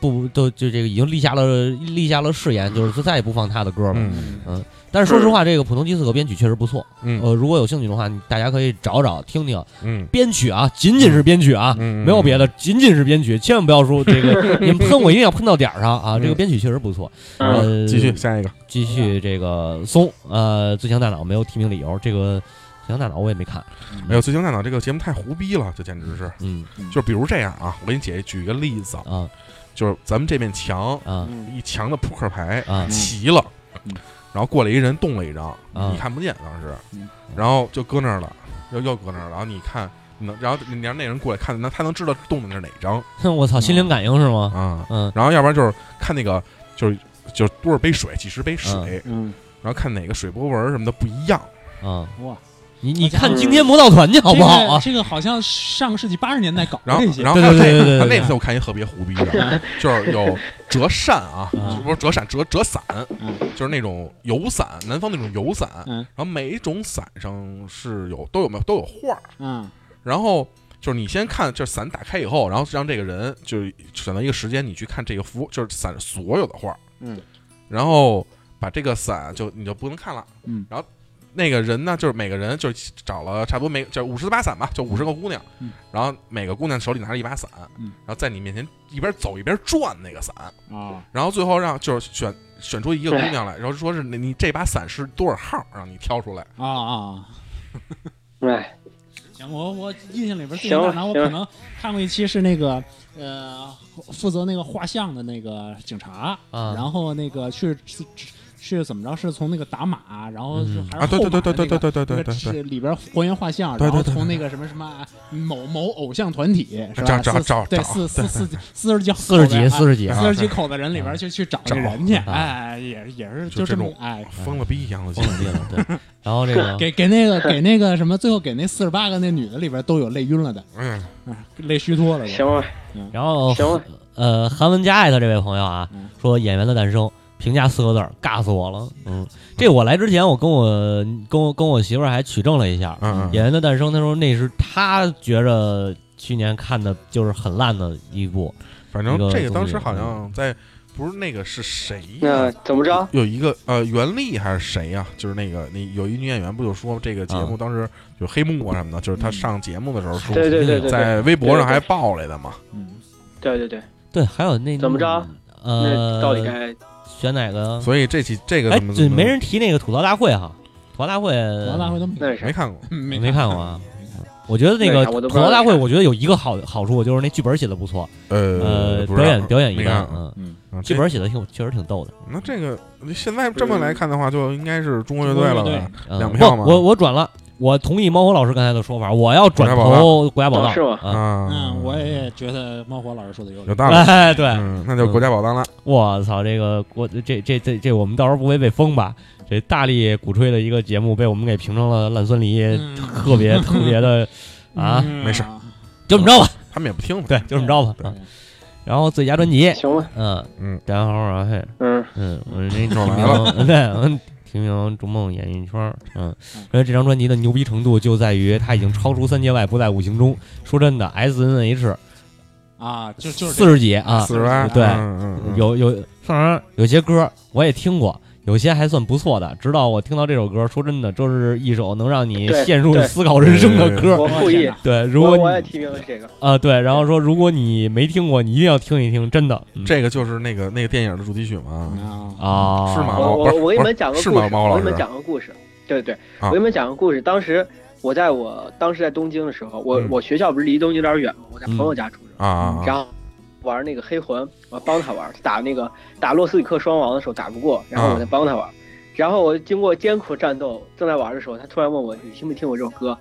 Speaker 1: 不都就这个已经立下了立下了誓言，就是再也不放他的歌了。
Speaker 3: 嗯
Speaker 1: 但是说实话，这个普通迪斯科编曲确实不错。
Speaker 3: 嗯
Speaker 1: 呃，如果有兴趣的话，你大家可以找找听听
Speaker 3: 嗯
Speaker 1: 编曲啊，仅仅是编曲啊。
Speaker 3: 嗯，
Speaker 1: 没有别的，仅仅是编曲，千万不要说这 个你们喷我一定要喷到点儿上啊！
Speaker 3: 嗯
Speaker 1: 这个编曲确实不错。
Speaker 6: 嗯
Speaker 1: 呃，
Speaker 3: 继续下一个，
Speaker 1: 继续这个松呃，最强大脑没有提名理由，这个最强大脑我也没看。
Speaker 3: 哎呦，最强大脑这个节目太胡逼了，这简直是。
Speaker 1: 嗯
Speaker 3: 就比如这样啊，我给你姐举一个例子啊，
Speaker 1: 啊
Speaker 3: 就是咱们这面墙
Speaker 1: 啊
Speaker 3: 一墙的扑克牌
Speaker 1: 啊
Speaker 3: 齐了
Speaker 2: 嗯，
Speaker 3: 然后过来一人动了一张，
Speaker 1: 啊
Speaker 3: 你看不见当时
Speaker 2: 嗯，
Speaker 3: 然后就搁那儿了，又又搁那儿了，然后你看能，然后你让那人过来看，那他能知道动的那是哪张
Speaker 1: 哼 我操，心灵感应是吗？
Speaker 3: 啊？
Speaker 1: 嗯，
Speaker 3: 然后要不然就是看那个，就是就是多少杯水，几十杯水，
Speaker 2: 嗯，
Speaker 3: 然后看哪个水波纹什么的不一样。
Speaker 1: 啊，
Speaker 2: 哇，
Speaker 1: 你你看惊天魔盗团去好不好啊？
Speaker 7: 这个这个好像上世纪八十年代搞
Speaker 3: 然
Speaker 7: 过
Speaker 3: 后
Speaker 7: 这，些
Speaker 3: 然，后还有
Speaker 1: 对对对
Speaker 3: 那
Speaker 1: 对
Speaker 3: 个
Speaker 1: 对对
Speaker 3: 那次我看一特别 胡逼的，就是有折扇啊，
Speaker 1: 嗯
Speaker 3: 不是折扇，折折伞
Speaker 2: 嗯，
Speaker 3: 就是那种油伞，南方那种油伞，
Speaker 2: 嗯
Speaker 3: 然后每一种伞上是有都有没有都有画儿，
Speaker 2: 嗯
Speaker 3: 然后就是你先看，就是伞打开以后，然后让这个人就是选择一个时间，你去看这个符，就是伞所有的画，
Speaker 2: 嗯，
Speaker 3: 然后把这个伞就你就不能看了，
Speaker 2: 嗯，
Speaker 3: 然后那个人呢，就是每个人就是找了差不多每就五十把伞吧，就五十个姑娘，
Speaker 2: 嗯
Speaker 3: 然后每个姑娘手里拿着一把伞，
Speaker 2: 嗯
Speaker 3: 然后在你面前一边走一边转那个伞，
Speaker 2: 啊，
Speaker 3: 然后最后让就是选选出一个姑娘来，然后说是你你这把伞是多少号，让你挑出来。
Speaker 2: 啊啊！
Speaker 6: 哎，
Speaker 2: 行，我我印象里边最
Speaker 6: 行
Speaker 2: 大，然后我
Speaker 6: 行
Speaker 2: 可能看过一期是那个呃负责那个画像的那个警察，
Speaker 1: 啊
Speaker 2: 然后那个去去去怎么着是从那个打码，然后是
Speaker 1: 嗯
Speaker 2: 还
Speaker 3: 啊，
Speaker 2: 是
Speaker 3: 对
Speaker 2: 后
Speaker 3: 对
Speaker 2: 码
Speaker 3: 对
Speaker 2: 的
Speaker 3: 对对对
Speaker 2: 那个。
Speaker 3: 对对对对
Speaker 2: 那
Speaker 3: 对，
Speaker 2: 个里边还原画像，
Speaker 3: 对
Speaker 2: 然
Speaker 3: 对
Speaker 2: 后
Speaker 3: 对
Speaker 2: 从那个什么什么某某偶像团体是吧？
Speaker 3: 找找
Speaker 2: 四
Speaker 3: 找
Speaker 2: 对
Speaker 3: 找
Speaker 2: 四四四 四十几
Speaker 1: 四十
Speaker 2: 口
Speaker 1: 几，
Speaker 2: 人
Speaker 1: 四十几
Speaker 2: 哎
Speaker 1: 啊
Speaker 2: 四十几口的人里边去去找这
Speaker 3: 找
Speaker 2: 人去，
Speaker 1: 啊
Speaker 2: 哎，也也是
Speaker 3: 就
Speaker 2: 这么
Speaker 3: 这种
Speaker 2: 哎，
Speaker 3: 疯了逼一样的
Speaker 1: 我
Speaker 3: 简
Speaker 1: 努
Speaker 3: 直
Speaker 1: 力了，对。然后这个
Speaker 2: 给给那个给那个什么，最后给那四十八个那女的里边都有累晕了的，
Speaker 3: 嗯，
Speaker 2: 啊累虚脱了的。
Speaker 6: 行吧，
Speaker 1: 然后
Speaker 6: 行吧
Speaker 1: 呃，韩文佳爱的这位朋友啊
Speaker 2: 嗯，
Speaker 1: 说《演员的诞生》评价四个字儿，尬死我了。嗯，这我来之前，我跟我跟我跟我媳妇儿还取证了一下，
Speaker 3: 嗯嗯
Speaker 1: 演员的诞生》她说那是她觉着去年看的就是很烂的一部，
Speaker 3: 反正
Speaker 1: 一个
Speaker 3: 这个
Speaker 1: 东
Speaker 3: 当
Speaker 1: 西嗯
Speaker 3: 时好像在不是那个是谁呀、
Speaker 6: 那怎么
Speaker 1: 哦
Speaker 6: 着？
Speaker 3: 有一个呃袁丽还是谁呀、就是那个那有一女演员不就说这个节
Speaker 1: 啊
Speaker 3: 目当时有黑幕啊什么的，就是
Speaker 1: 嗯
Speaker 3: 她上节目的时候说
Speaker 6: 对对对对对
Speaker 3: 在微博上还爆来的嘛，
Speaker 2: 嗯，
Speaker 6: 对对对，
Speaker 1: 对，还有那
Speaker 6: 怎么着？
Speaker 1: 呃，
Speaker 6: 那到底该
Speaker 1: 选哪个？
Speaker 3: 所以这期这个
Speaker 1: 嗯哎
Speaker 3: 怎么，
Speaker 1: 对，
Speaker 3: 怎么
Speaker 1: 没人提那个吐槽大会哈，吐槽大会，
Speaker 2: 吐槽大会都没
Speaker 4: 嗯
Speaker 2: 嗯
Speaker 6: 那是
Speaker 3: 没
Speaker 6: 啥？
Speaker 3: 看过，
Speaker 1: 嗯没
Speaker 2: 没
Speaker 1: 看过啊。我觉得那
Speaker 6: 那
Speaker 1: 个
Speaker 6: 啥我都不
Speaker 1: 吐
Speaker 6: 知道
Speaker 1: 槽大
Speaker 6: 那
Speaker 1: 会，
Speaker 6: 啥
Speaker 1: 我觉得有一个好好处，就是那剧本写的不错，
Speaker 3: 呃
Speaker 1: 呃，
Speaker 3: 不知
Speaker 1: 表
Speaker 3: 道
Speaker 1: 演表演一
Speaker 3: 没
Speaker 1: 般
Speaker 3: 看，过
Speaker 1: 嗯，
Speaker 3: 啊
Speaker 1: 剧
Speaker 3: 这
Speaker 1: 本写的挺确实挺逗的。
Speaker 3: 那这个现在这么来看的话，就应该是中国乐队了啊
Speaker 2: 中国乐
Speaker 3: 吧
Speaker 2: 队？
Speaker 1: 嗯
Speaker 3: 两票吗
Speaker 1: 不我我转了，我同意猫火老师刚才的说法，我要转投国家宝
Speaker 6: 哦是
Speaker 1: 藏
Speaker 6: 吗
Speaker 1: 啊。
Speaker 3: 啊，
Speaker 2: 嗯，我也觉得猫火老师说的有
Speaker 3: 有
Speaker 2: 理。
Speaker 3: 道理，
Speaker 1: 哎，对，
Speaker 3: 嗯，那就国家宝藏了，
Speaker 1: 我操，这个国这这这这，我们到时候不会被封吧？这大力鼓吹的一个节目被我们给评成了烂酸梨，
Speaker 2: 嗯
Speaker 1: 特别特 别的啊，
Speaker 2: 嗯
Speaker 3: 没事
Speaker 1: 就这么着吧，
Speaker 3: 他们也不听，
Speaker 1: 对，就这么着吧。
Speaker 3: 嗯对
Speaker 1: 啊然后最佳专辑，
Speaker 6: 行吧，
Speaker 1: 嗯
Speaker 3: 嗯，
Speaker 1: 然后啊嘿，
Speaker 6: 嗯，
Speaker 1: 嗯，我那提
Speaker 3: 着
Speaker 1: 名
Speaker 3: 来了
Speaker 1: 对，嗯我提名逐梦演艺圈儿，嗯，因为这张专辑的牛逼程度就在于它已经超出三界外，不在五行中。说真的，S N H
Speaker 2: 啊，就就是
Speaker 1: 四十几啊，
Speaker 3: 四十八，
Speaker 1: 对
Speaker 3: 嗯嗯嗯
Speaker 1: 有有，当然有些歌我也听过，有些还算不错的。直到我听到这首歌，说真的，这是一首能让你
Speaker 6: 对
Speaker 1: 陷入
Speaker 6: 对
Speaker 1: 思考人生的
Speaker 3: 对对
Speaker 1: 歌。
Speaker 6: 我
Speaker 2: 我
Speaker 6: 复
Speaker 2: 天
Speaker 6: 议
Speaker 2: 哪，
Speaker 1: 对，如
Speaker 6: 我
Speaker 1: 果
Speaker 6: 我也
Speaker 1: 你
Speaker 6: 提名了这个，
Speaker 1: 啊对，然后说如果你没听过，你一定要听一听，真的。嗯
Speaker 3: 这个就是那个那个电影的主题曲嘛，
Speaker 6: 嗯
Speaker 2: 啊
Speaker 1: 啊
Speaker 3: 是吗
Speaker 6: 我
Speaker 3: 不
Speaker 6: 我
Speaker 3: 是
Speaker 6: 我给你
Speaker 3: 不
Speaker 6: 们
Speaker 3: 是
Speaker 6: 讲个故
Speaker 3: 是
Speaker 6: 事，
Speaker 3: 吗猫老
Speaker 6: 我给你
Speaker 3: 师
Speaker 6: 们讲个故事，对对，
Speaker 3: 啊
Speaker 6: 我给你们讲个故事。当时我在我当时在东京的时候，我
Speaker 3: 嗯
Speaker 6: 我学校不是离东京有点远吗？我在
Speaker 1: 嗯
Speaker 6: 朋友家住着，
Speaker 3: 啊啊
Speaker 6: 嗯然后玩那个黑魂，我帮他玩，打那个打洛斯里克双王的时候打不过，然
Speaker 3: 啊
Speaker 6: 后我在帮他玩，然后我经过艰苦战斗，正在玩的时候，他突然问我你听没听过这首歌？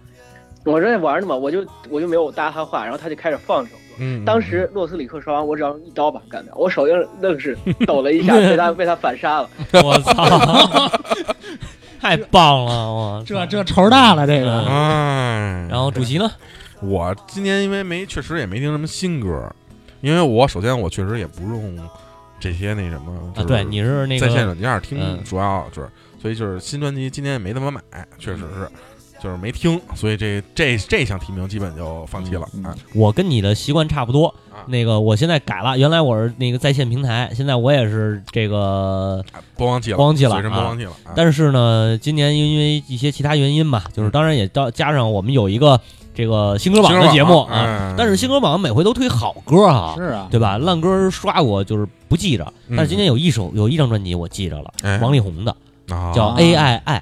Speaker 6: 我正在玩呢嘛，我就我就没有搭他话，然后他就开始放这首歌。
Speaker 3: 嗯，
Speaker 6: 当时洛斯里克双王，我只要一刀把他干掉，我手硬愣是抖了一 下，被他被他反杀了。
Speaker 1: 我操，太棒了！我
Speaker 2: 这这仇大了，这
Speaker 1: 嗯
Speaker 2: 个
Speaker 3: 哎，
Speaker 1: 然后主席呢？
Speaker 3: 我今年因为没确实也没听什么新歌，因为我首先我确实也不用这些那什么，
Speaker 1: 啊，
Speaker 3: 就是
Speaker 1: 对，你是那
Speaker 3: 嗯在线
Speaker 1: 个
Speaker 3: 软件
Speaker 1: 嗯
Speaker 3: 听，主要就是所以就是新专辑今年也没怎么买，确实是。
Speaker 1: 嗯
Speaker 3: 就是没听，所以这这这项提名基本就放弃了
Speaker 2: 嗯
Speaker 3: 啊！
Speaker 1: 我跟你的习惯差不多
Speaker 3: 啊。
Speaker 1: 那个我现在改了，原来我是那个在线平台，现在我也是这个，
Speaker 3: 啊播放器了，
Speaker 1: 播放器了
Speaker 3: 随身播
Speaker 1: 啊
Speaker 3: 放器了。啊嗯
Speaker 1: 但是呢，今年因为一些其他原因吧，就是当然也到加上我们有一个这个新歌
Speaker 3: 新
Speaker 1: 榜
Speaker 3: 歌
Speaker 1: 的节目
Speaker 3: 榜
Speaker 1: 啊，
Speaker 3: 嗯
Speaker 1: 但是新歌榜每回都推好歌啊
Speaker 2: 是。啊，
Speaker 1: 对吧？烂歌刷我就是不记着，
Speaker 3: 嗯
Speaker 1: 但是今天有一首有一张专辑我记着了，
Speaker 3: 哎
Speaker 1: 王力宏的
Speaker 3: 啊
Speaker 1: 叫《A I I》，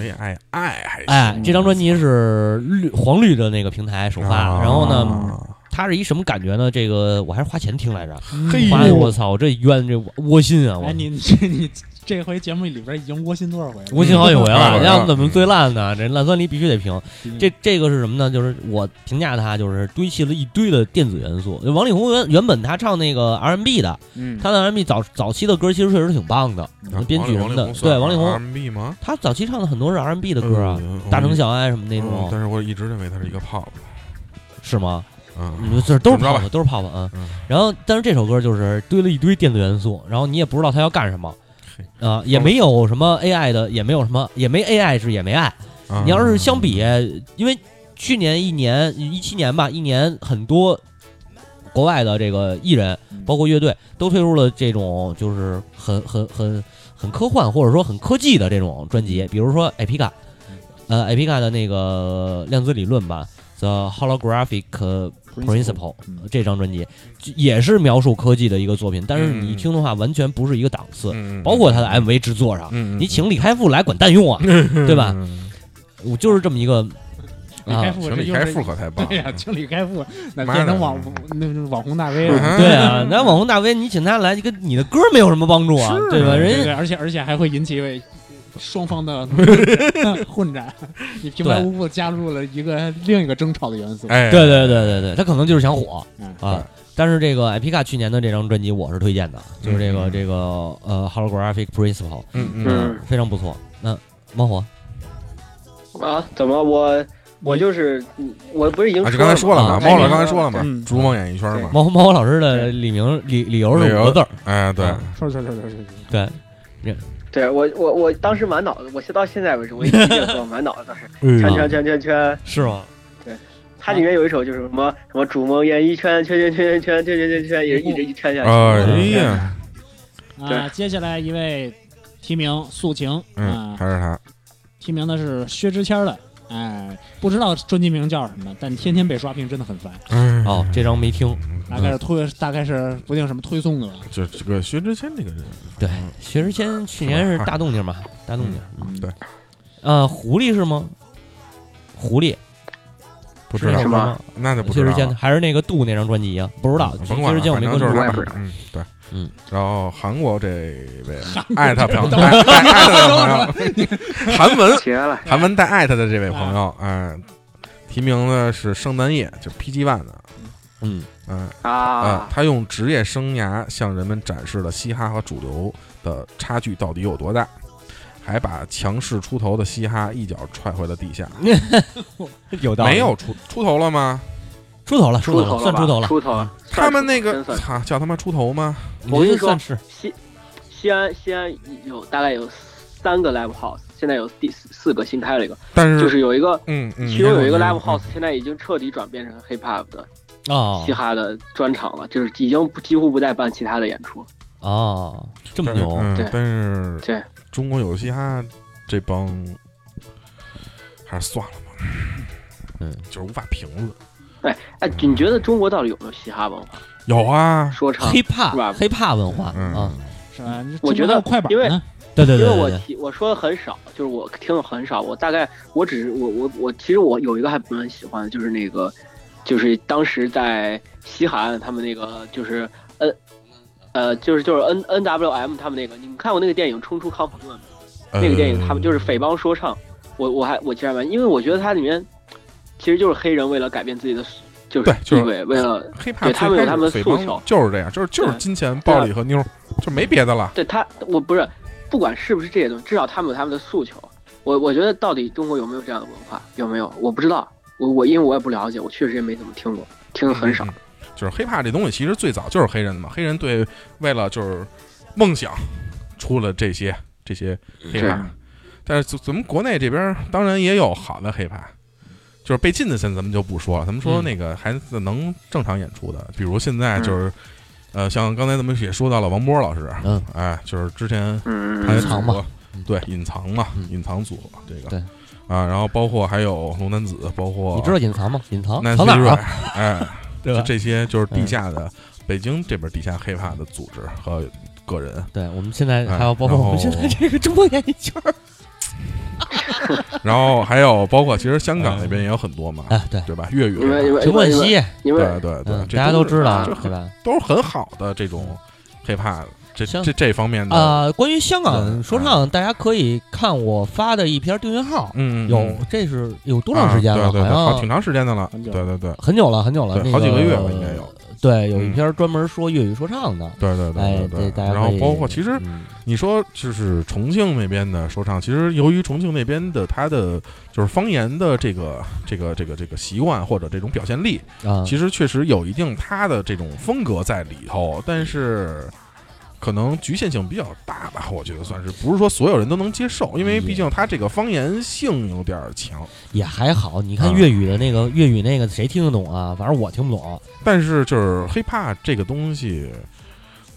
Speaker 3: 哎呀哎呀爱还行
Speaker 1: 哎，这张专辑是绿黄绿的那个平台首发，
Speaker 3: 啊
Speaker 1: 然后呢，
Speaker 3: 啊
Speaker 1: 它是一什么感觉呢？这个我还是花钱听来着，
Speaker 3: 嗯嘿
Speaker 1: 花
Speaker 3: 哎呦
Speaker 1: 我操，这冤这窝心啊！我
Speaker 2: 哎哎，你 这你这回节目里边已经窝心多少回了？
Speaker 1: 窝心好几回
Speaker 3: 嗯
Speaker 1: 了，
Speaker 3: 嗯
Speaker 1: 要不怎么最
Speaker 3: 哎
Speaker 1: 烂呢？这烂酸梨必须得评。
Speaker 2: 嗯
Speaker 1: 这这个是什么呢？就是我评价它，就是堆砌了一堆的电子元素。王力宏原原本他唱那个 R&B 的，
Speaker 8: 嗯，
Speaker 1: 他的 R&B 早早期的歌其实确实挺棒的，编曲什么的。对，王力宏，
Speaker 3: R&B 吗？
Speaker 1: 他早期唱的很多是 R&B 的歌啊，
Speaker 3: 嗯
Speaker 1: 大城小爱什么那
Speaker 3: 嗯
Speaker 1: 种，
Speaker 3: 但是我一直认为他是一个 pop
Speaker 1: 是吗？
Speaker 3: 啊，
Speaker 1: 你说这嗯都是
Speaker 3: 怎么着
Speaker 1: 泡
Speaker 3: 吧
Speaker 1: 泡，都是泡泡啊
Speaker 3: 嗯。
Speaker 1: 然后，但是这首歌就是堆了一堆电子元素，然后你也不知道它要干什么
Speaker 3: 嘿，
Speaker 1: 啊，也没有什么 AI 的，也没有什么，也没 AI 是也没爱。
Speaker 3: 啊
Speaker 1: 你要是相比，因为去年一年一七年吧，一年很多国外的这个艺人，
Speaker 3: 嗯
Speaker 1: 包括乐队，都推出了这种就是很很很很科幻或者说很科技的这种专
Speaker 3: 嗯
Speaker 1: 辑，比如说 Epica，呃，Epica 的那个量子理论吧。The Holographic Principle
Speaker 8: 嗯
Speaker 1: 这张专辑就也是描述科技的一个作品，但是你
Speaker 3: 嗯
Speaker 1: 听的话完全不是一个档次，
Speaker 3: 嗯，
Speaker 1: 包括他的 MV 制作上，
Speaker 3: 嗯，嗯
Speaker 1: 你请李开复来管蛋 用啊，对吧？
Speaker 3: 嗯嗯
Speaker 1: 我就是这么一个
Speaker 2: 李开
Speaker 1: 啊，
Speaker 2: 复，
Speaker 3: 请
Speaker 2: 这
Speaker 3: 李
Speaker 2: 又
Speaker 3: 开
Speaker 2: 是
Speaker 3: 复可太棒了，
Speaker 2: 对呀，请李开复，那
Speaker 3: 妈
Speaker 2: 变
Speaker 3: 的
Speaker 2: 成网那那网红大 V 了。
Speaker 3: 嗯
Speaker 1: 对啊，那网红大 V 你请他来，跟你的歌没有什么帮助啊，对吧？
Speaker 2: 对
Speaker 1: 人家
Speaker 2: 对，而且而且还会引起双方的 混战。你平白
Speaker 1: 对
Speaker 2: 无故加入了一个另一个争吵的元素。
Speaker 3: 哎，
Speaker 1: 对对对对对，他可能就是想火
Speaker 2: 嗯
Speaker 1: 啊。但是这个 Epica 去年的这张专辑我是推荐的，就是这个
Speaker 3: 嗯
Speaker 1: 这个呃 Holographic Principle，
Speaker 3: 嗯嗯
Speaker 4: 嗯
Speaker 1: 非常不错。那猫火，
Speaker 4: 啊，怎么我我就是嗯我不是已经
Speaker 3: 啊，就刚才说了嘛，
Speaker 4: 啊
Speaker 3: 猫老师刚才说了嘛
Speaker 8: 嗯，
Speaker 3: 逐梦演艺圈嘛，
Speaker 1: 猫猫火老师的理名理理由是五个字儿，
Speaker 3: 哎，对，
Speaker 2: 说说说说说说，
Speaker 1: 对，
Speaker 4: 对我我我当时满脑子，我现到现在为止，我一听这个歌满脑子都 是
Speaker 3: 啊
Speaker 4: 圈圈圈圈圈。
Speaker 1: 是吗？
Speaker 4: 它里面有一首就是什么什么主梦演艺圈圈圈圈圈圈圈圈圈圈，也一直一圈下去。
Speaker 3: 哎呀，
Speaker 8: 啊，接下来一位提名素晴
Speaker 3: 嗯，
Speaker 8: 啊，
Speaker 3: 还是他，
Speaker 8: 提名的是薛之谦儿的，哎，不知道专辑名叫什么，但天天被刷屏真的很烦，
Speaker 3: 哎
Speaker 1: 哦，这张没听。
Speaker 8: 大概是推，大概是不定什么推送的吧。
Speaker 3: 就这个薛之谦这个人，
Speaker 1: 对，薛之谦去年是大动静嘛，大动静。嗯
Speaker 3: 对。
Speaker 1: 呃，狐狸是吗？狐狸
Speaker 3: 不知
Speaker 1: 是那
Speaker 3: 道
Speaker 1: 首歌吗？
Speaker 3: 那就不
Speaker 1: 薛
Speaker 3: 知
Speaker 1: 之
Speaker 3: 道
Speaker 1: 谦的
Speaker 3: 了。
Speaker 1: 还是那个杜那张专辑啊？不知道，薛
Speaker 3: 甭管
Speaker 1: 之谦我没
Speaker 3: 反正就
Speaker 1: 关注
Speaker 3: 是。
Speaker 4: 我也
Speaker 3: 他
Speaker 4: 不
Speaker 3: 吧
Speaker 4: 知道，
Speaker 3: 嗯，对，
Speaker 1: 嗯。
Speaker 3: 然后韩国这位艾特朋友，艾艾艾特的朋友，韩文
Speaker 4: 绝了！
Speaker 3: 韩文带艾特的这位朋
Speaker 1: 啊
Speaker 3: 友，哎，提名的是圣诞夜，就是 PG One 的，
Speaker 1: 嗯，
Speaker 3: 嗯啊
Speaker 4: 啊，
Speaker 3: 他用职业生涯向人们展示了嘻哈和主流的差距到底有多大，还把强势出头的嘻哈一脚踹回了地下。
Speaker 1: 有道理。
Speaker 3: 没 有出出头了吗？
Speaker 1: 出头了，
Speaker 4: 出
Speaker 1: 头
Speaker 4: 头
Speaker 1: 了，算出
Speaker 4: 了
Speaker 1: 头
Speaker 4: 吧，
Speaker 1: 了。
Speaker 4: 出头了。
Speaker 3: 嗯他们那
Speaker 4: 真
Speaker 3: 个
Speaker 4: 算
Speaker 3: 操、叫他妈出头吗？
Speaker 1: 你
Speaker 4: 我跟
Speaker 1: 这
Speaker 4: 你说
Speaker 1: 算是
Speaker 4: 西西安西安有大概有三个 live house，现在有第四四个新开了一个，
Speaker 3: 但是
Speaker 4: 就是有一个。
Speaker 3: 嗯嗯，
Speaker 4: 其中有一
Speaker 3: 嗯
Speaker 4: 个 live house，现在已经彻底转变成 hip hop 的
Speaker 1: 哦
Speaker 4: 嘻哈的专场了，就是已经不几乎不再办其他的演出。
Speaker 1: 哦，这么
Speaker 3: 但是
Speaker 1: 牛，
Speaker 3: 嗯
Speaker 4: 对
Speaker 3: 但是
Speaker 4: 对
Speaker 3: 中国有嘻哈这帮还是算了吧，
Speaker 1: 嗯，
Speaker 3: 就是无法评论。
Speaker 4: 哎，你觉得中国到底有没有嘻哈文化？
Speaker 3: 有啊，
Speaker 4: 说唱？是
Speaker 1: 黑怕
Speaker 4: 吧
Speaker 1: 黑怕文化
Speaker 3: 嗯，
Speaker 1: 啊，
Speaker 2: 是吧？
Speaker 4: 我觉
Speaker 2: 中国
Speaker 4: 得
Speaker 2: 还有快板
Speaker 4: 因为
Speaker 2: 呢，
Speaker 1: 对对
Speaker 4: 因
Speaker 1: 对
Speaker 4: 为我
Speaker 1: 对对，
Speaker 4: 提我说的很少，就是我听的很少，我大概我只是我我我其实我有一个还蛮喜欢的，就是那个，就是当时在西海岸他们那个就是 N，呃就是就是 N N W M 他们那个，你们看过那个电影《冲出康普顿》吗？
Speaker 1: 嗯
Speaker 4: 那个电
Speaker 3: 呃
Speaker 4: 影他们就是匪帮说唱，我我还我其实还蛮，因为我觉得它里面其实就是黑人为了改变自己的就
Speaker 3: 对
Speaker 4: 是
Speaker 3: 就是
Speaker 4: 地位，为了
Speaker 3: 黑怕
Speaker 4: 对他们有他们的诉求嗯
Speaker 3: 就是这样，就是就是
Speaker 4: 对
Speaker 3: 金钱、暴力和妞儿，就没别的了。
Speaker 4: 对他，我不是，不管是不是这些东西，至少他们有他们的诉求。我我觉得到底中国有没有这样的文化？有没有？我不知道，我我因为我也不了解，我确实也没怎么听过，听的很少。
Speaker 3: 嗯就是黑怕这东西，其实最早就是黑人的嘛，黑人对为了就是梦想出了这些这些黑怕
Speaker 4: 嗯是，
Speaker 3: 但是咱们国内这边儿当然也有好的黑怕。就是被禁的，现在咱们就不说了。咱们说
Speaker 1: 嗯
Speaker 3: 那个还能正常演出的，比如现在就是，
Speaker 4: 嗯
Speaker 3: 呃，像刚才咱们也说到了王波老师，
Speaker 1: 嗯，
Speaker 3: 哎，就是之前
Speaker 4: 嗯
Speaker 3: 还有
Speaker 1: 隐藏
Speaker 3: 组
Speaker 1: 嘛
Speaker 3: 合，对，隐藏嘛，
Speaker 1: 嗯
Speaker 3: 隐藏组合这个，
Speaker 1: 对
Speaker 3: 啊，然后包括还有龙男子，包括
Speaker 1: 你知道隐藏吗？隐藏
Speaker 3: 南
Speaker 1: 藏
Speaker 3: 希
Speaker 1: 哪儿
Speaker 3: 瑞
Speaker 1: 啊？，
Speaker 3: 哎，
Speaker 1: 对
Speaker 3: 就
Speaker 1: 吧？嗯
Speaker 3: 这些就是地下的北京这边地下黑怕的组织和个人，
Speaker 1: 对，我们现在还有
Speaker 3: 哎
Speaker 1: 包括我们现在
Speaker 3: 然后
Speaker 1: 这个中国演艺圈儿，
Speaker 3: 然后还有包括其实香港那边也有很多嘛，
Speaker 1: 哎，对，
Speaker 3: 对吧？粤语
Speaker 4: 嗯
Speaker 9: 你们你
Speaker 3: 啊，
Speaker 9: 们
Speaker 1: 陈冠希，
Speaker 9: 你
Speaker 3: 对
Speaker 9: 们
Speaker 3: 对对
Speaker 1: 嗯，，
Speaker 3: 这啊
Speaker 1: 大家都知道
Speaker 3: 这，
Speaker 1: 对吧？嗯
Speaker 3: 都是很好的这种 hiphop 这
Speaker 1: 香
Speaker 3: 这这方面的，
Speaker 1: 啊，关于香港
Speaker 3: 嗯对
Speaker 1: 说唱，大家可以看我发的一篇订阅号，
Speaker 3: 嗯，嗯
Speaker 1: 有
Speaker 3: 嗯
Speaker 1: 这是有多长时间了？
Speaker 3: 啊对对对，好
Speaker 1: 好
Speaker 3: 挺
Speaker 1: 像
Speaker 3: 长时间的了，
Speaker 10: 很久
Speaker 3: 对对对
Speaker 1: 很久了，很久了，那
Speaker 3: 对，好几个月了应该有。。
Speaker 1: 对，有一
Speaker 3: 嗯
Speaker 1: 篇专门说粤语说唱的，
Speaker 3: 对对
Speaker 1: 哎
Speaker 3: 对，
Speaker 1: 这大
Speaker 3: 对，
Speaker 1: 家
Speaker 3: 然后
Speaker 1: 可以
Speaker 3: 包括其实
Speaker 1: 嗯
Speaker 3: 你说就是重庆那边的说唱，其实由于重庆那边的它的就是方言的这个这个这个这个习惯或者这种表现力，
Speaker 1: 啊，
Speaker 3: 其实确实有一定它的这种风格在里头，但是可能局限性比较大吧，我觉得算是不是说所有人都能接受，因为毕竟它这个方言性有点儿强。
Speaker 1: 啊也还好。你看
Speaker 3: 啊
Speaker 1: 粤语的那个粤语那个谁听得懂啊？反正我听不懂。
Speaker 3: 但是就是 hiphop 这个东西，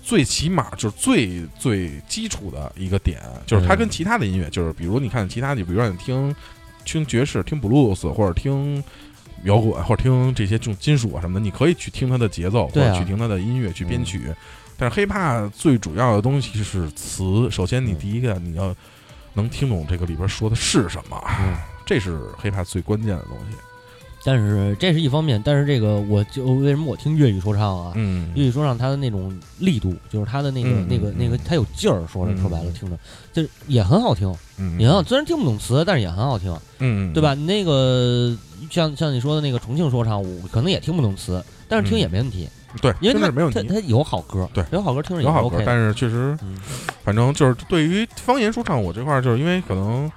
Speaker 3: 最起码就是最最基础的一个点，就是它
Speaker 1: 嗯
Speaker 3: 跟其他的音乐，就是比如你看其他，就比如让你听听爵士、听 blues 或者听摇滚或者听这些这种金属啊什么的，你可以去听它的节奏，或
Speaker 1: 对啊
Speaker 3: 者去听它的音乐去编曲。
Speaker 1: 嗯
Speaker 3: 但是 hiphop 最主要的东西是词，首先你
Speaker 1: 嗯
Speaker 3: 第一个你要能听懂这个里边说的是什么，
Speaker 1: 嗯啊
Speaker 3: 这是 hiphop 最关键的东西。
Speaker 1: 但是这是一方面，但是这个我就为什么我听粤语说唱啊？
Speaker 3: 嗯
Speaker 1: 粤语说唱它的那种力度，就是它的那个、
Speaker 3: 嗯
Speaker 1: 那个
Speaker 3: 嗯
Speaker 1: 那个，
Speaker 3: 嗯
Speaker 1: 它有劲儿。说着
Speaker 3: 嗯
Speaker 1: 说白了，
Speaker 3: 嗯
Speaker 1: 听着就是也很好听，
Speaker 3: 嗯，
Speaker 1: 也很好。虽然听不懂词，但是也很好听，
Speaker 3: 嗯，嗯
Speaker 1: 对吧？？那个像像你说的那个重庆说唱，我可能也听不懂词，但是听
Speaker 3: 嗯
Speaker 1: 也没问题，
Speaker 3: 对，
Speaker 1: 因为
Speaker 3: 真的
Speaker 1: 它
Speaker 3: 是没有
Speaker 1: 它
Speaker 3: 题。
Speaker 1: 它有好歌，
Speaker 3: 对，
Speaker 1: 有好歌嗯听着也
Speaker 3: 有好
Speaker 1: OK
Speaker 3: 歌，。但是确实，
Speaker 1: 嗯
Speaker 3: 反正就是对于方言说唱，我这块儿就是因为可能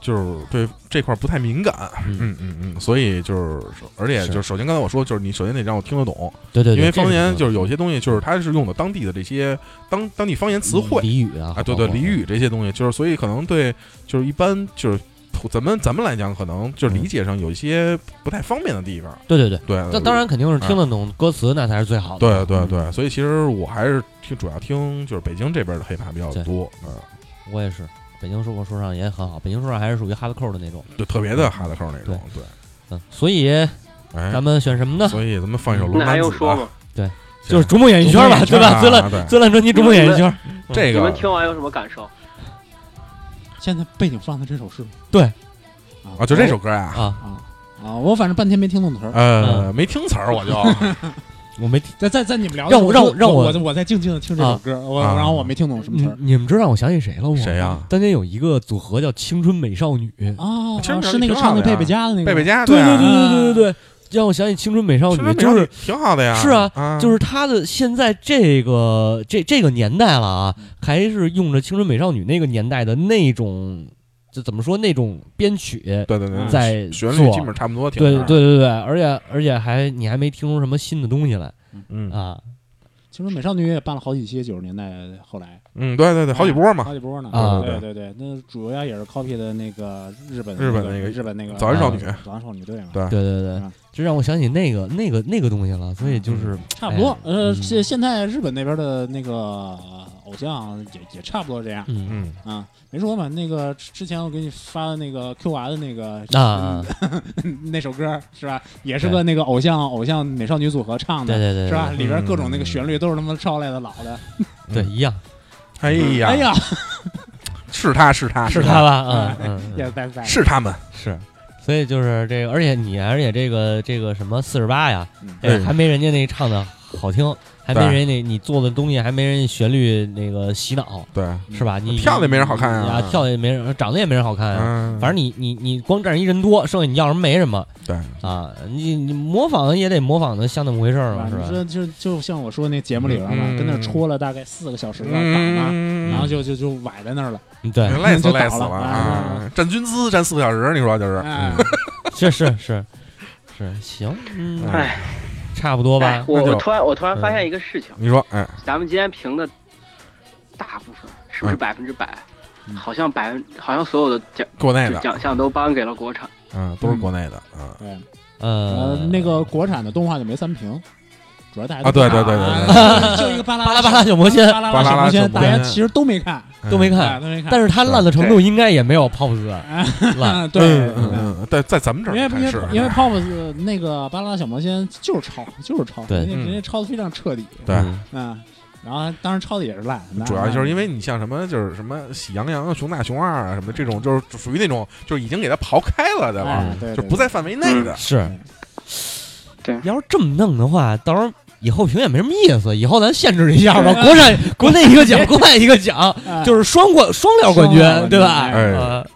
Speaker 3: 就是对这块儿不太敏感，
Speaker 1: 嗯
Speaker 3: 嗯嗯嗯，所以就是说，而且
Speaker 1: 是
Speaker 3: 就是首先刚才我说，就是你首先得让我听得懂，
Speaker 1: 对对对，
Speaker 3: 因为方
Speaker 1: 这
Speaker 3: 言
Speaker 1: 是
Speaker 3: 就是有些东西就是它是用的当地的这些当当地方言词汇
Speaker 1: 俚语啊
Speaker 3: 啊，对对，
Speaker 1: 包
Speaker 3: 俚
Speaker 1: 括
Speaker 3: 语这些东西，就是所以可能对就是一般就是普咱们咱们来讲，可能就是理解上有一些不太方便的地方，
Speaker 1: 对对对，
Speaker 3: 对，
Speaker 1: 那当然嗯肯定是听得懂歌词，那才是最好的。
Speaker 3: 呃啊对对对，所以其实我还是听主要听就是北京这边的黑怕比较
Speaker 1: 对
Speaker 3: 多，嗯，
Speaker 1: 我也是，北京说过说唱也很好，北京说唱还是属于哈拉扣的那种。
Speaker 3: 就特别的哈拉扣那种，对，
Speaker 1: 嗯，所以
Speaker 3: 哎
Speaker 1: 咱，们选什么呢？
Speaker 3: 所以咱们放一首《龙
Speaker 4: 嗯那还
Speaker 3: 男子啊
Speaker 4: 用》说
Speaker 3: 吧，
Speaker 4: 吗？
Speaker 1: 就是逐梦演艺圈吧，对吧？最
Speaker 3: 烂
Speaker 1: 烂
Speaker 3: 啊对
Speaker 1: 最烂专辑《逐梦演艺圈》，
Speaker 3: 这
Speaker 4: 你们
Speaker 3: 个
Speaker 4: 听完有什么感受？
Speaker 2: 现在背景放的这首是吗？
Speaker 1: 对
Speaker 2: 啊，
Speaker 3: 啊，就
Speaker 4: 哎
Speaker 3: 这首歌啊，
Speaker 1: 啊，
Speaker 2: 啊，我反正半天没听懂
Speaker 1: 嗯
Speaker 2: 词儿。
Speaker 3: 呃，没听词儿我就
Speaker 1: 我没听。
Speaker 2: 在在在你们聊的
Speaker 1: 让
Speaker 2: 时候，
Speaker 1: 我让我让
Speaker 2: 我
Speaker 1: 我
Speaker 2: 我在静静的听这首
Speaker 1: 啊
Speaker 2: 歌，我
Speaker 3: 啊
Speaker 2: 然后我没听懂什么词儿
Speaker 1: 你们知道我想起谁了吗？
Speaker 3: 谁呀
Speaker 1: 当年有一个组合叫青春美少女，嗯
Speaker 2: 啊，
Speaker 3: 其实
Speaker 2: 啊
Speaker 3: 这
Speaker 2: 是那个
Speaker 3: 挺好
Speaker 2: 唱
Speaker 3: 的
Speaker 2: 的
Speaker 3: 呀
Speaker 2: 贝贝佳的那个
Speaker 3: 贝贝佳，
Speaker 1: 对对
Speaker 3: 啊
Speaker 1: 对对对对对，让我想起青春美少
Speaker 3: 青春
Speaker 1: 女，
Speaker 3: 美少
Speaker 1: 就
Speaker 3: 女
Speaker 1: 是
Speaker 3: 挺好的呀，
Speaker 1: 是啊
Speaker 3: 啊，
Speaker 1: 就是她的现在这个这这个年代了啊，还是用着青春美少女那个年代的那种，这怎么说那种编曲
Speaker 3: 对对对，
Speaker 1: 在
Speaker 3: 嗯旋
Speaker 1: 做，
Speaker 3: 律基本差不多，挺
Speaker 1: 对
Speaker 3: 好
Speaker 1: 对对对，而且而且还你还没听出什么新的东西来
Speaker 3: 嗯
Speaker 1: 啊
Speaker 2: 青春美少女也办了好几期，九十年代后来
Speaker 3: 嗯，对对对，好几波嘛，
Speaker 2: 好几波呢
Speaker 1: 啊
Speaker 2: 对对对，那主要也是 copy 的那个日本
Speaker 3: 日本
Speaker 2: 那
Speaker 3: 那个
Speaker 2: 日本那个
Speaker 3: 早
Speaker 1: 安少
Speaker 2: 啊
Speaker 3: 女
Speaker 2: 早安少女队嘛，
Speaker 3: 对
Speaker 1: 对对对
Speaker 2: 嗯，
Speaker 1: 这让我想起那个那个那个东西了，所以就是
Speaker 2: 差不多。呃，
Speaker 1: 嗯
Speaker 2: 现现在日本那边的那个呃偶像也也差不多这样
Speaker 1: 嗯，
Speaker 3: 嗯，
Speaker 2: 啊。没说嘛，那个之前我给你发的那个 Q R 的那个嗯
Speaker 1: 那
Speaker 3: 嗯
Speaker 2: 那首歌是吧？也是个那个偶像偶像美少女组合唱
Speaker 1: 对
Speaker 2: 的，
Speaker 1: 对对
Speaker 2: 是吧？
Speaker 3: 嗯
Speaker 2: 里边各种那个旋律都是他妈抄来的老的。
Speaker 1: 对一样
Speaker 3: 哎呀，
Speaker 2: 哎呀，
Speaker 3: 是他是他
Speaker 1: 是他
Speaker 3: 他
Speaker 1: 吧？ 嗯嗯嗯，
Speaker 2: 也拜拜。
Speaker 3: 是他们，
Speaker 1: 是。所以就是这个，而且你，而且这个这个什么四十八呀，
Speaker 2: 嗯
Speaker 1: 这个还没人家那唱的好听，还没
Speaker 3: 对
Speaker 1: 人家那你做的东西还没人家旋律那个洗脑，
Speaker 3: 对，
Speaker 1: 是吧？你
Speaker 3: 跳的也没人好看啊
Speaker 1: 啊，跳的也没人，长得也没人好看啊。
Speaker 3: 嗯，
Speaker 1: 反正你你你光占人一人多，剩下你要什么没什么
Speaker 3: 对，
Speaker 1: 啊！你你模仿也得模仿的像那么回事儿嘛，
Speaker 2: 啊
Speaker 1: 是吧
Speaker 2: 你？说就就像我说那节目里边嘛，
Speaker 3: 嗯
Speaker 2: 跟那儿戳了大概四个小时的档案，
Speaker 3: 嗯，
Speaker 1: 啊
Speaker 2: 然后就就就崴在那儿了。
Speaker 1: 嗯对，
Speaker 3: 累死
Speaker 2: 就倒
Speaker 3: 累死
Speaker 2: 了
Speaker 3: 了
Speaker 2: 啊！
Speaker 3: 站军姿站四个小时，你说就是，
Speaker 2: 哎
Speaker 3: 嗯，
Speaker 1: 是是是是，行，嗯，
Speaker 3: 哎
Speaker 4: 哎，
Speaker 1: 差不多
Speaker 4: 哎
Speaker 1: 吧。
Speaker 4: 我
Speaker 3: 那就
Speaker 4: 我突然我突然发现一个事情，
Speaker 3: 你说，哎，
Speaker 4: 咱们今天评的大部分是不是
Speaker 3: 嗯
Speaker 4: 百分之百？好像百分，好像所有的奖
Speaker 3: 国内
Speaker 4: 就
Speaker 3: 的，
Speaker 4: 奖项都颁给了国产。
Speaker 3: 嗯，都是国内的，嗯，
Speaker 2: 对，
Speaker 1: 呃
Speaker 2: 呃，，那个国产的动画就没三屏，主要大家
Speaker 3: 啊，
Speaker 2: 都
Speaker 3: 对
Speaker 2: 看
Speaker 3: 对对
Speaker 2: 了
Speaker 3: 对对，
Speaker 2: 啊 就一个巴拉
Speaker 1: 巴拉巴拉小魔仙
Speaker 2: 巴拉巴拉小魔仙，
Speaker 3: 巴拉
Speaker 2: 大
Speaker 3: 拉小魔仙
Speaker 2: 家其实都没看，
Speaker 1: 都没
Speaker 2: 啊
Speaker 1: 看，
Speaker 2: 都没看。
Speaker 1: 但是它烂的程度应该也没有 Pop 哥 烂。
Speaker 2: 啊，对，
Speaker 3: 嗯嗯嗯，在在咱们这
Speaker 2: 因为
Speaker 3: 儿
Speaker 2: 因
Speaker 3: 还是
Speaker 2: 为因为 Pop 呃那个巴拉拉小魔仙就是抄，就是抄，
Speaker 1: 对
Speaker 2: 人家
Speaker 3: 嗯
Speaker 2: 人家抄的非常彻底。
Speaker 3: 对
Speaker 1: 嗯
Speaker 2: 啊，然后当然抄的也是烂，那
Speaker 3: 啊主要就是因为你像什么，就是什么喜羊羊、熊大、熊二啊什么的这种，就是属于那种就是已经给它刨开了的了，
Speaker 2: 哎对
Speaker 3: 就不在范围内的。
Speaker 1: 是，
Speaker 4: 对
Speaker 1: 要是这么弄的话，到时候以后评选没什么意思，以后咱限制一下吧，国产国内一个奖，国外一个奖，
Speaker 2: 哎
Speaker 1: 就是双冠双料冠军
Speaker 2: 双料冠，军
Speaker 1: 对吧？
Speaker 2: 哎
Speaker 1: 呃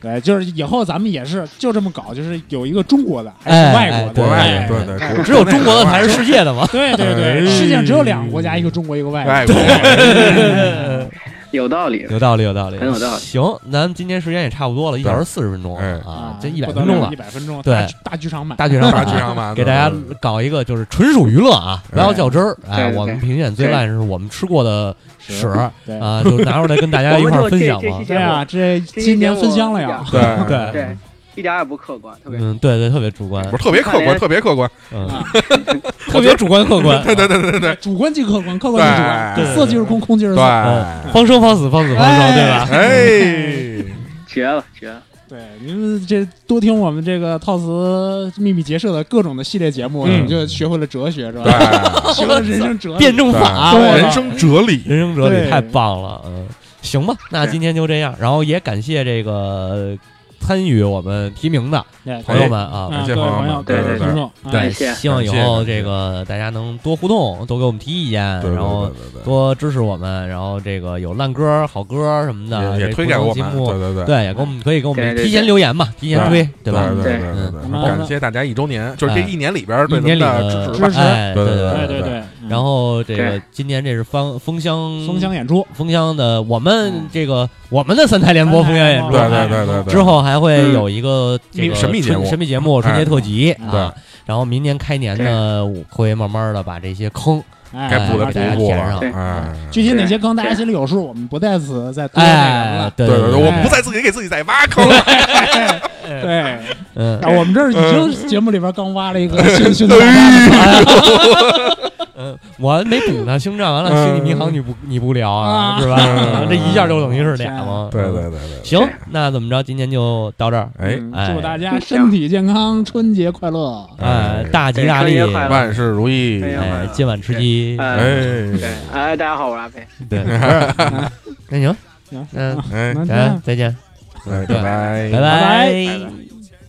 Speaker 2: 对，就是以后咱们也是就这么搞，就是有一个中国的，还
Speaker 1: 哎
Speaker 2: 有外国的，
Speaker 1: 对
Speaker 3: 国外
Speaker 2: 哎
Speaker 3: 的，对对，国
Speaker 1: 只有中国的才是世 界的嘛。
Speaker 2: 对对对，
Speaker 3: 哎
Speaker 2: 世界上只有两个国家，一个中国，一个
Speaker 1: 嗯
Speaker 2: 外
Speaker 3: 外国
Speaker 2: 国。
Speaker 3: 的。
Speaker 4: 有道理。
Speaker 1: 有道理，有道理，
Speaker 4: 很有道理
Speaker 1: 行，咱们今天时间也差不多了，一小时四十分钟
Speaker 3: 哎
Speaker 1: 啊
Speaker 2: 啊，，
Speaker 1: 这一百分钟了
Speaker 2: 一。百分钟，
Speaker 1: 对
Speaker 2: 大大剧场版，
Speaker 1: 大剧场版，
Speaker 3: 大剧场版
Speaker 1: 给大家搞一个就是纯属娱乐啊，不要较真儿。哎，
Speaker 4: 对
Speaker 1: 我们评选最烂是我们吃过的屎
Speaker 2: 对
Speaker 1: 啊，就拿出来跟大家一块儿分享嘛。
Speaker 2: 对啊，这
Speaker 4: 这
Speaker 2: 今年分香了呀，
Speaker 3: 对
Speaker 1: 对
Speaker 4: 对，一点儿也不客观，特别
Speaker 1: 嗯，对对，特别主观
Speaker 3: 不，是特别客观，特别客观，
Speaker 1: 嗯
Speaker 2: 啊，
Speaker 1: 特别主观客 观，对对对，
Speaker 2: 主观即客观，客观即主观，
Speaker 3: 对
Speaker 2: 对色即是空，空即是
Speaker 1: 嗯
Speaker 3: 对，
Speaker 2: 色。
Speaker 3: 哎，
Speaker 1: 方生方死，方死方生，对吧？
Speaker 4: 绝了，绝了。
Speaker 2: 对，您们这多听我们这个套词秘密结社的各种的系列节目，你们就学会了哲学是吧？
Speaker 1: 嗯
Speaker 3: 嗯对，
Speaker 2: 学会了人生哲
Speaker 1: 辩
Speaker 2: 理。
Speaker 1: 证法，啊
Speaker 2: 对
Speaker 1: 我
Speaker 3: 人生哲理，
Speaker 1: 人生哲理
Speaker 2: 嗯对
Speaker 1: 太棒了，嗯，行吧，那今天就这样，然后也感谢这个参与我们提名的
Speaker 2: 对
Speaker 1: 朋友们啊，
Speaker 2: 啊，
Speaker 3: 感谢
Speaker 2: 各位
Speaker 3: 朋友
Speaker 2: 朋友，
Speaker 3: 们
Speaker 2: 各位
Speaker 4: 对对
Speaker 2: 听众，啊
Speaker 1: 对，
Speaker 4: 谢谢
Speaker 1: 希望以
Speaker 3: 感谢
Speaker 1: 后
Speaker 3: 感谢
Speaker 1: 这个大家能多互动，多给我们提意见，
Speaker 3: 对对
Speaker 1: 嗯然后
Speaker 3: 对对对
Speaker 1: 多支持我们，然后这个有烂歌、好歌什么的，
Speaker 3: 对，也
Speaker 1: 这
Speaker 3: 也推
Speaker 1: 不
Speaker 3: 给
Speaker 1: 同
Speaker 3: 我
Speaker 1: 节
Speaker 3: 们，
Speaker 1: 目
Speaker 3: 对对对。
Speaker 1: 对，也给我们可以给我
Speaker 4: 对
Speaker 1: 们
Speaker 4: 对对
Speaker 1: 提前留言嘛，提前推，对吧？
Speaker 3: 对对
Speaker 1: 嗯
Speaker 3: 对
Speaker 2: 嗯
Speaker 3: 感谢大家一周年，就是这一年里边
Speaker 1: 一
Speaker 3: 对
Speaker 1: 年
Speaker 3: 咱们
Speaker 1: 里
Speaker 3: 的
Speaker 1: 的
Speaker 3: 支持吧。
Speaker 2: 支持
Speaker 1: 哎对
Speaker 3: 对
Speaker 1: 对
Speaker 3: 对
Speaker 2: 对对
Speaker 1: 对
Speaker 2: 对。嗯
Speaker 1: 然后这个
Speaker 4: 对
Speaker 1: 今年这是方风箱
Speaker 2: 封箱演出，
Speaker 1: 风箱的我们
Speaker 2: 嗯
Speaker 1: 这个我们的三台联播风箱演出，
Speaker 3: 对对对对对，
Speaker 1: 之后还会有一个这个
Speaker 3: 嗯神秘节目
Speaker 1: 春神秘节目春节特辑
Speaker 2: 哎
Speaker 1: 啊。然后明年开年呢，我会慢慢的把这些坑
Speaker 2: 哎
Speaker 3: 该补的
Speaker 1: 给大家
Speaker 3: 补补
Speaker 1: 填
Speaker 3: 了
Speaker 1: 上，
Speaker 4: 对
Speaker 3: 哎，
Speaker 2: 具体哪些坑大家心里有数，我们不在此再多那什么
Speaker 1: 哎
Speaker 2: 了。，
Speaker 1: 对
Speaker 3: 对对对，我
Speaker 1: 对
Speaker 3: 们不再自己给自己再挖坑，
Speaker 2: 对，
Speaker 1: 嗯，
Speaker 2: 啊我们这儿已经节目里边刚挖了一个新新的大家的
Speaker 1: 嗯，我还没补呢，星战完了，
Speaker 3: 嗯
Speaker 1: 星际迷航你不你不聊啊，
Speaker 2: 啊
Speaker 1: 是吧？
Speaker 3: 嗯
Speaker 1: 这一下就等于是俩嘛。
Speaker 3: 对对对对，
Speaker 1: 行，那怎么着？今天就到这儿。
Speaker 3: 哎，
Speaker 1: 哎
Speaker 2: 嗯祝大家身体健康，春节快乐！
Speaker 1: 哎
Speaker 3: 哎，
Speaker 1: 大吉大利
Speaker 4: 哎春节快，乐
Speaker 3: 万事如意，
Speaker 4: 哎
Speaker 1: 哎，今晚吃鸡。
Speaker 4: 哎，对
Speaker 3: 哎，
Speaker 4: 哎，大家好，我是阿飞。
Speaker 1: 对，
Speaker 4: 嗯
Speaker 1: 那行
Speaker 2: 行，
Speaker 1: 嗯，
Speaker 3: 哎，
Speaker 1: 哎，再见，
Speaker 3: 哎，拜拜，
Speaker 1: 拜拜。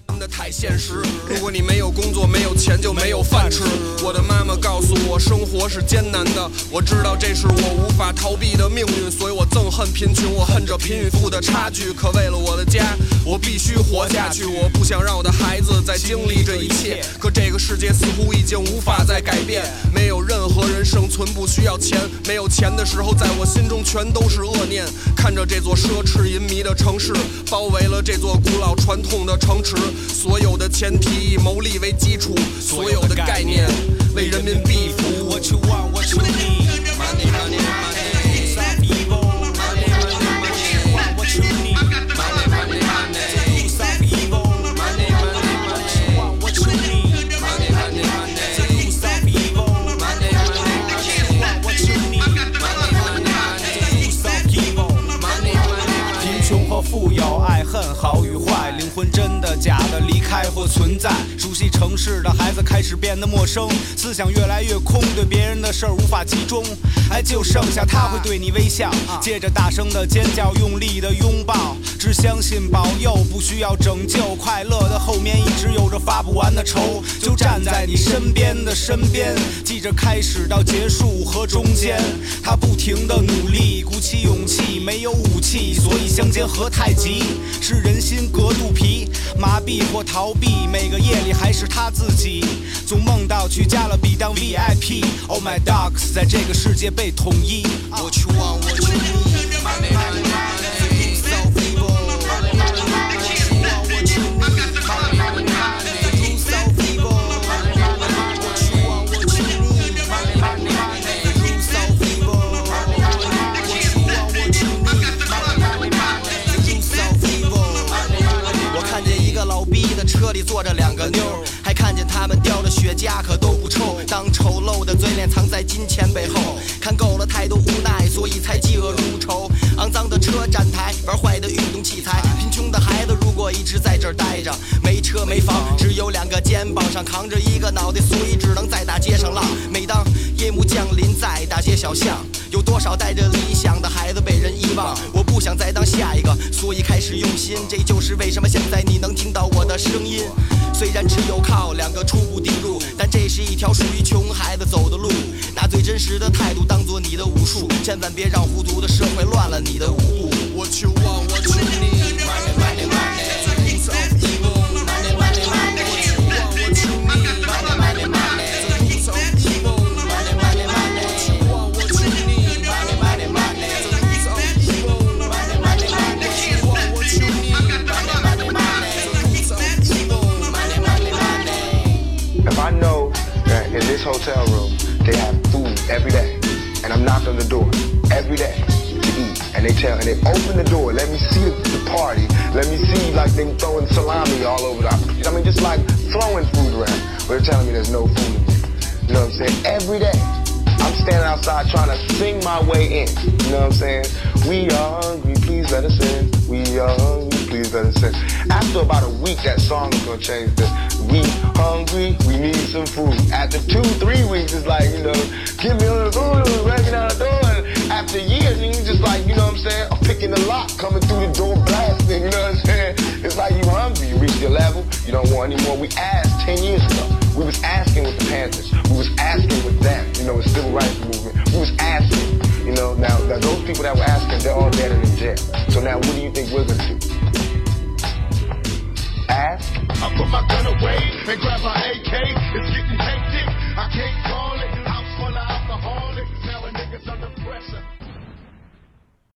Speaker 8: 想的太现实。如果你没有工作，没有钱，就没有饭吃。我的妈妈告诉我，生活是艰难的。我知道这是我无法逃避的命运，所以我憎恨贫穷，我恨着贫与富的差距。可为了我的家，我必须活下去。我不想让我的孩子再经历这一切。可这个世界似乎已经无法再改变，没有任何人生存不需要钱。没有钱的时候，在我心中全都是恶念。看着这座奢侈淫靡的城市，包围了这座古老传统的城池。所有的前提以牟利为基础，所有的概念为人民币服务。What you want, what you need, money, money, money. Some people money, money, money. Want what you need, money, money, money. Some people money, money, money. Want what you need, money, money, money. Some people money, money, money. Want what you need, money, money, money. Some people money, money, money.
Speaker 11: 贫穷和富有，爱恨好与坏，灵魂真的假的，离开或存在。熟悉城市的孩子开始变得陌生，思想越来越空，对别人的事儿无法集中。哎，就剩下他会对你微笑，接着大声的尖叫，用力的拥抱，只相信保佑，不需要拯救。快乐的后面一直有着发不完的愁，就站在你身边的身边，记着开始到结束和中间，他不停的努力，鼓起勇气，没有武器，所以相煎何太急？是人心隔肚皮，麻痹或逃避，每个夜里还是他自己，总梦到去加勒比当 VIP。Oh my dogs，在这个世界被统一。
Speaker 8: What you want, what you need, money, money, money. So people, money, money, money. What you want, what you need, money, money, money. So people, money, money, money. What you want, what you need, money, money, money. So people, money, money, money. What you want, what you need, money, money, money. So people, money, money, money.
Speaker 11: 我看见一个老逼的车里坐着两个妞儿，还看见他们叼着雪茄，可都不抽。当丑陋的嘴脸藏在金钱背后，看够了太多无奈，所以才嫉恶如仇。肮脏的车站台，玩坏的运动器材，贫穷的孩子如果一直在这儿待着，没车没房，只有两个肩膀上扛着一个脑袋，所以只能在大街上浪。每当夜幕降临，在大街
Speaker 8: 街小巷，有多少带着理想的孩子被人遗忘？我不想再当下一个，所以开始用心。这就是为什么现在你能听到我的声音。虽然只有靠两个初步地入，但这是一条属于穷孩子走的路。拿最真实的态度当做你的武术，千万别让糊涂的社会乱了你的舞步。我求望，我求你。Money, money, money, things of evil. Money, money, money. 我求望，我求你。Money, money, money, things of evil. Money, money, money. 我求望，我求你。Money, money, money, things of evil. Money, money, money. 我求望，我求你。Money, money, money, things of evil. Money, money, money.
Speaker 12: If I know that in this hotel room they have food every day, and I'm knocked on the door every day to eat, and they tell and they open the door, let me see the party, let me see like them throwing salami all over the, I mean just like throwing food around, but they're telling me there's no food. You know what I'm saying? Every day. I'm standing outside trying to sing my way in. You know what I'm saying? We are hungry, please let us in. We are hungry, please let us in. After about a week, that song is gonna change to We hungry, we need some food. After two, three weeks, it's like, you know, give me a little food, and we're down the door. And after years, and you just like, you know what I'm saying? I'm picking the lock, coming through the door, blasting, you know what I'm saying? It's like you hungry, you reach your level, you don't want any more. We asked 10 years ago. We was asking with the Panthers. We was asking with them, you know, the civil rights movement. We was asking, you know, now, now those people that were asking, they're all dead and in jail. So now what do you think we're gonna do? Ask?
Speaker 8: I put my gun away and grab my AK. It's getting hectic. I can't call it.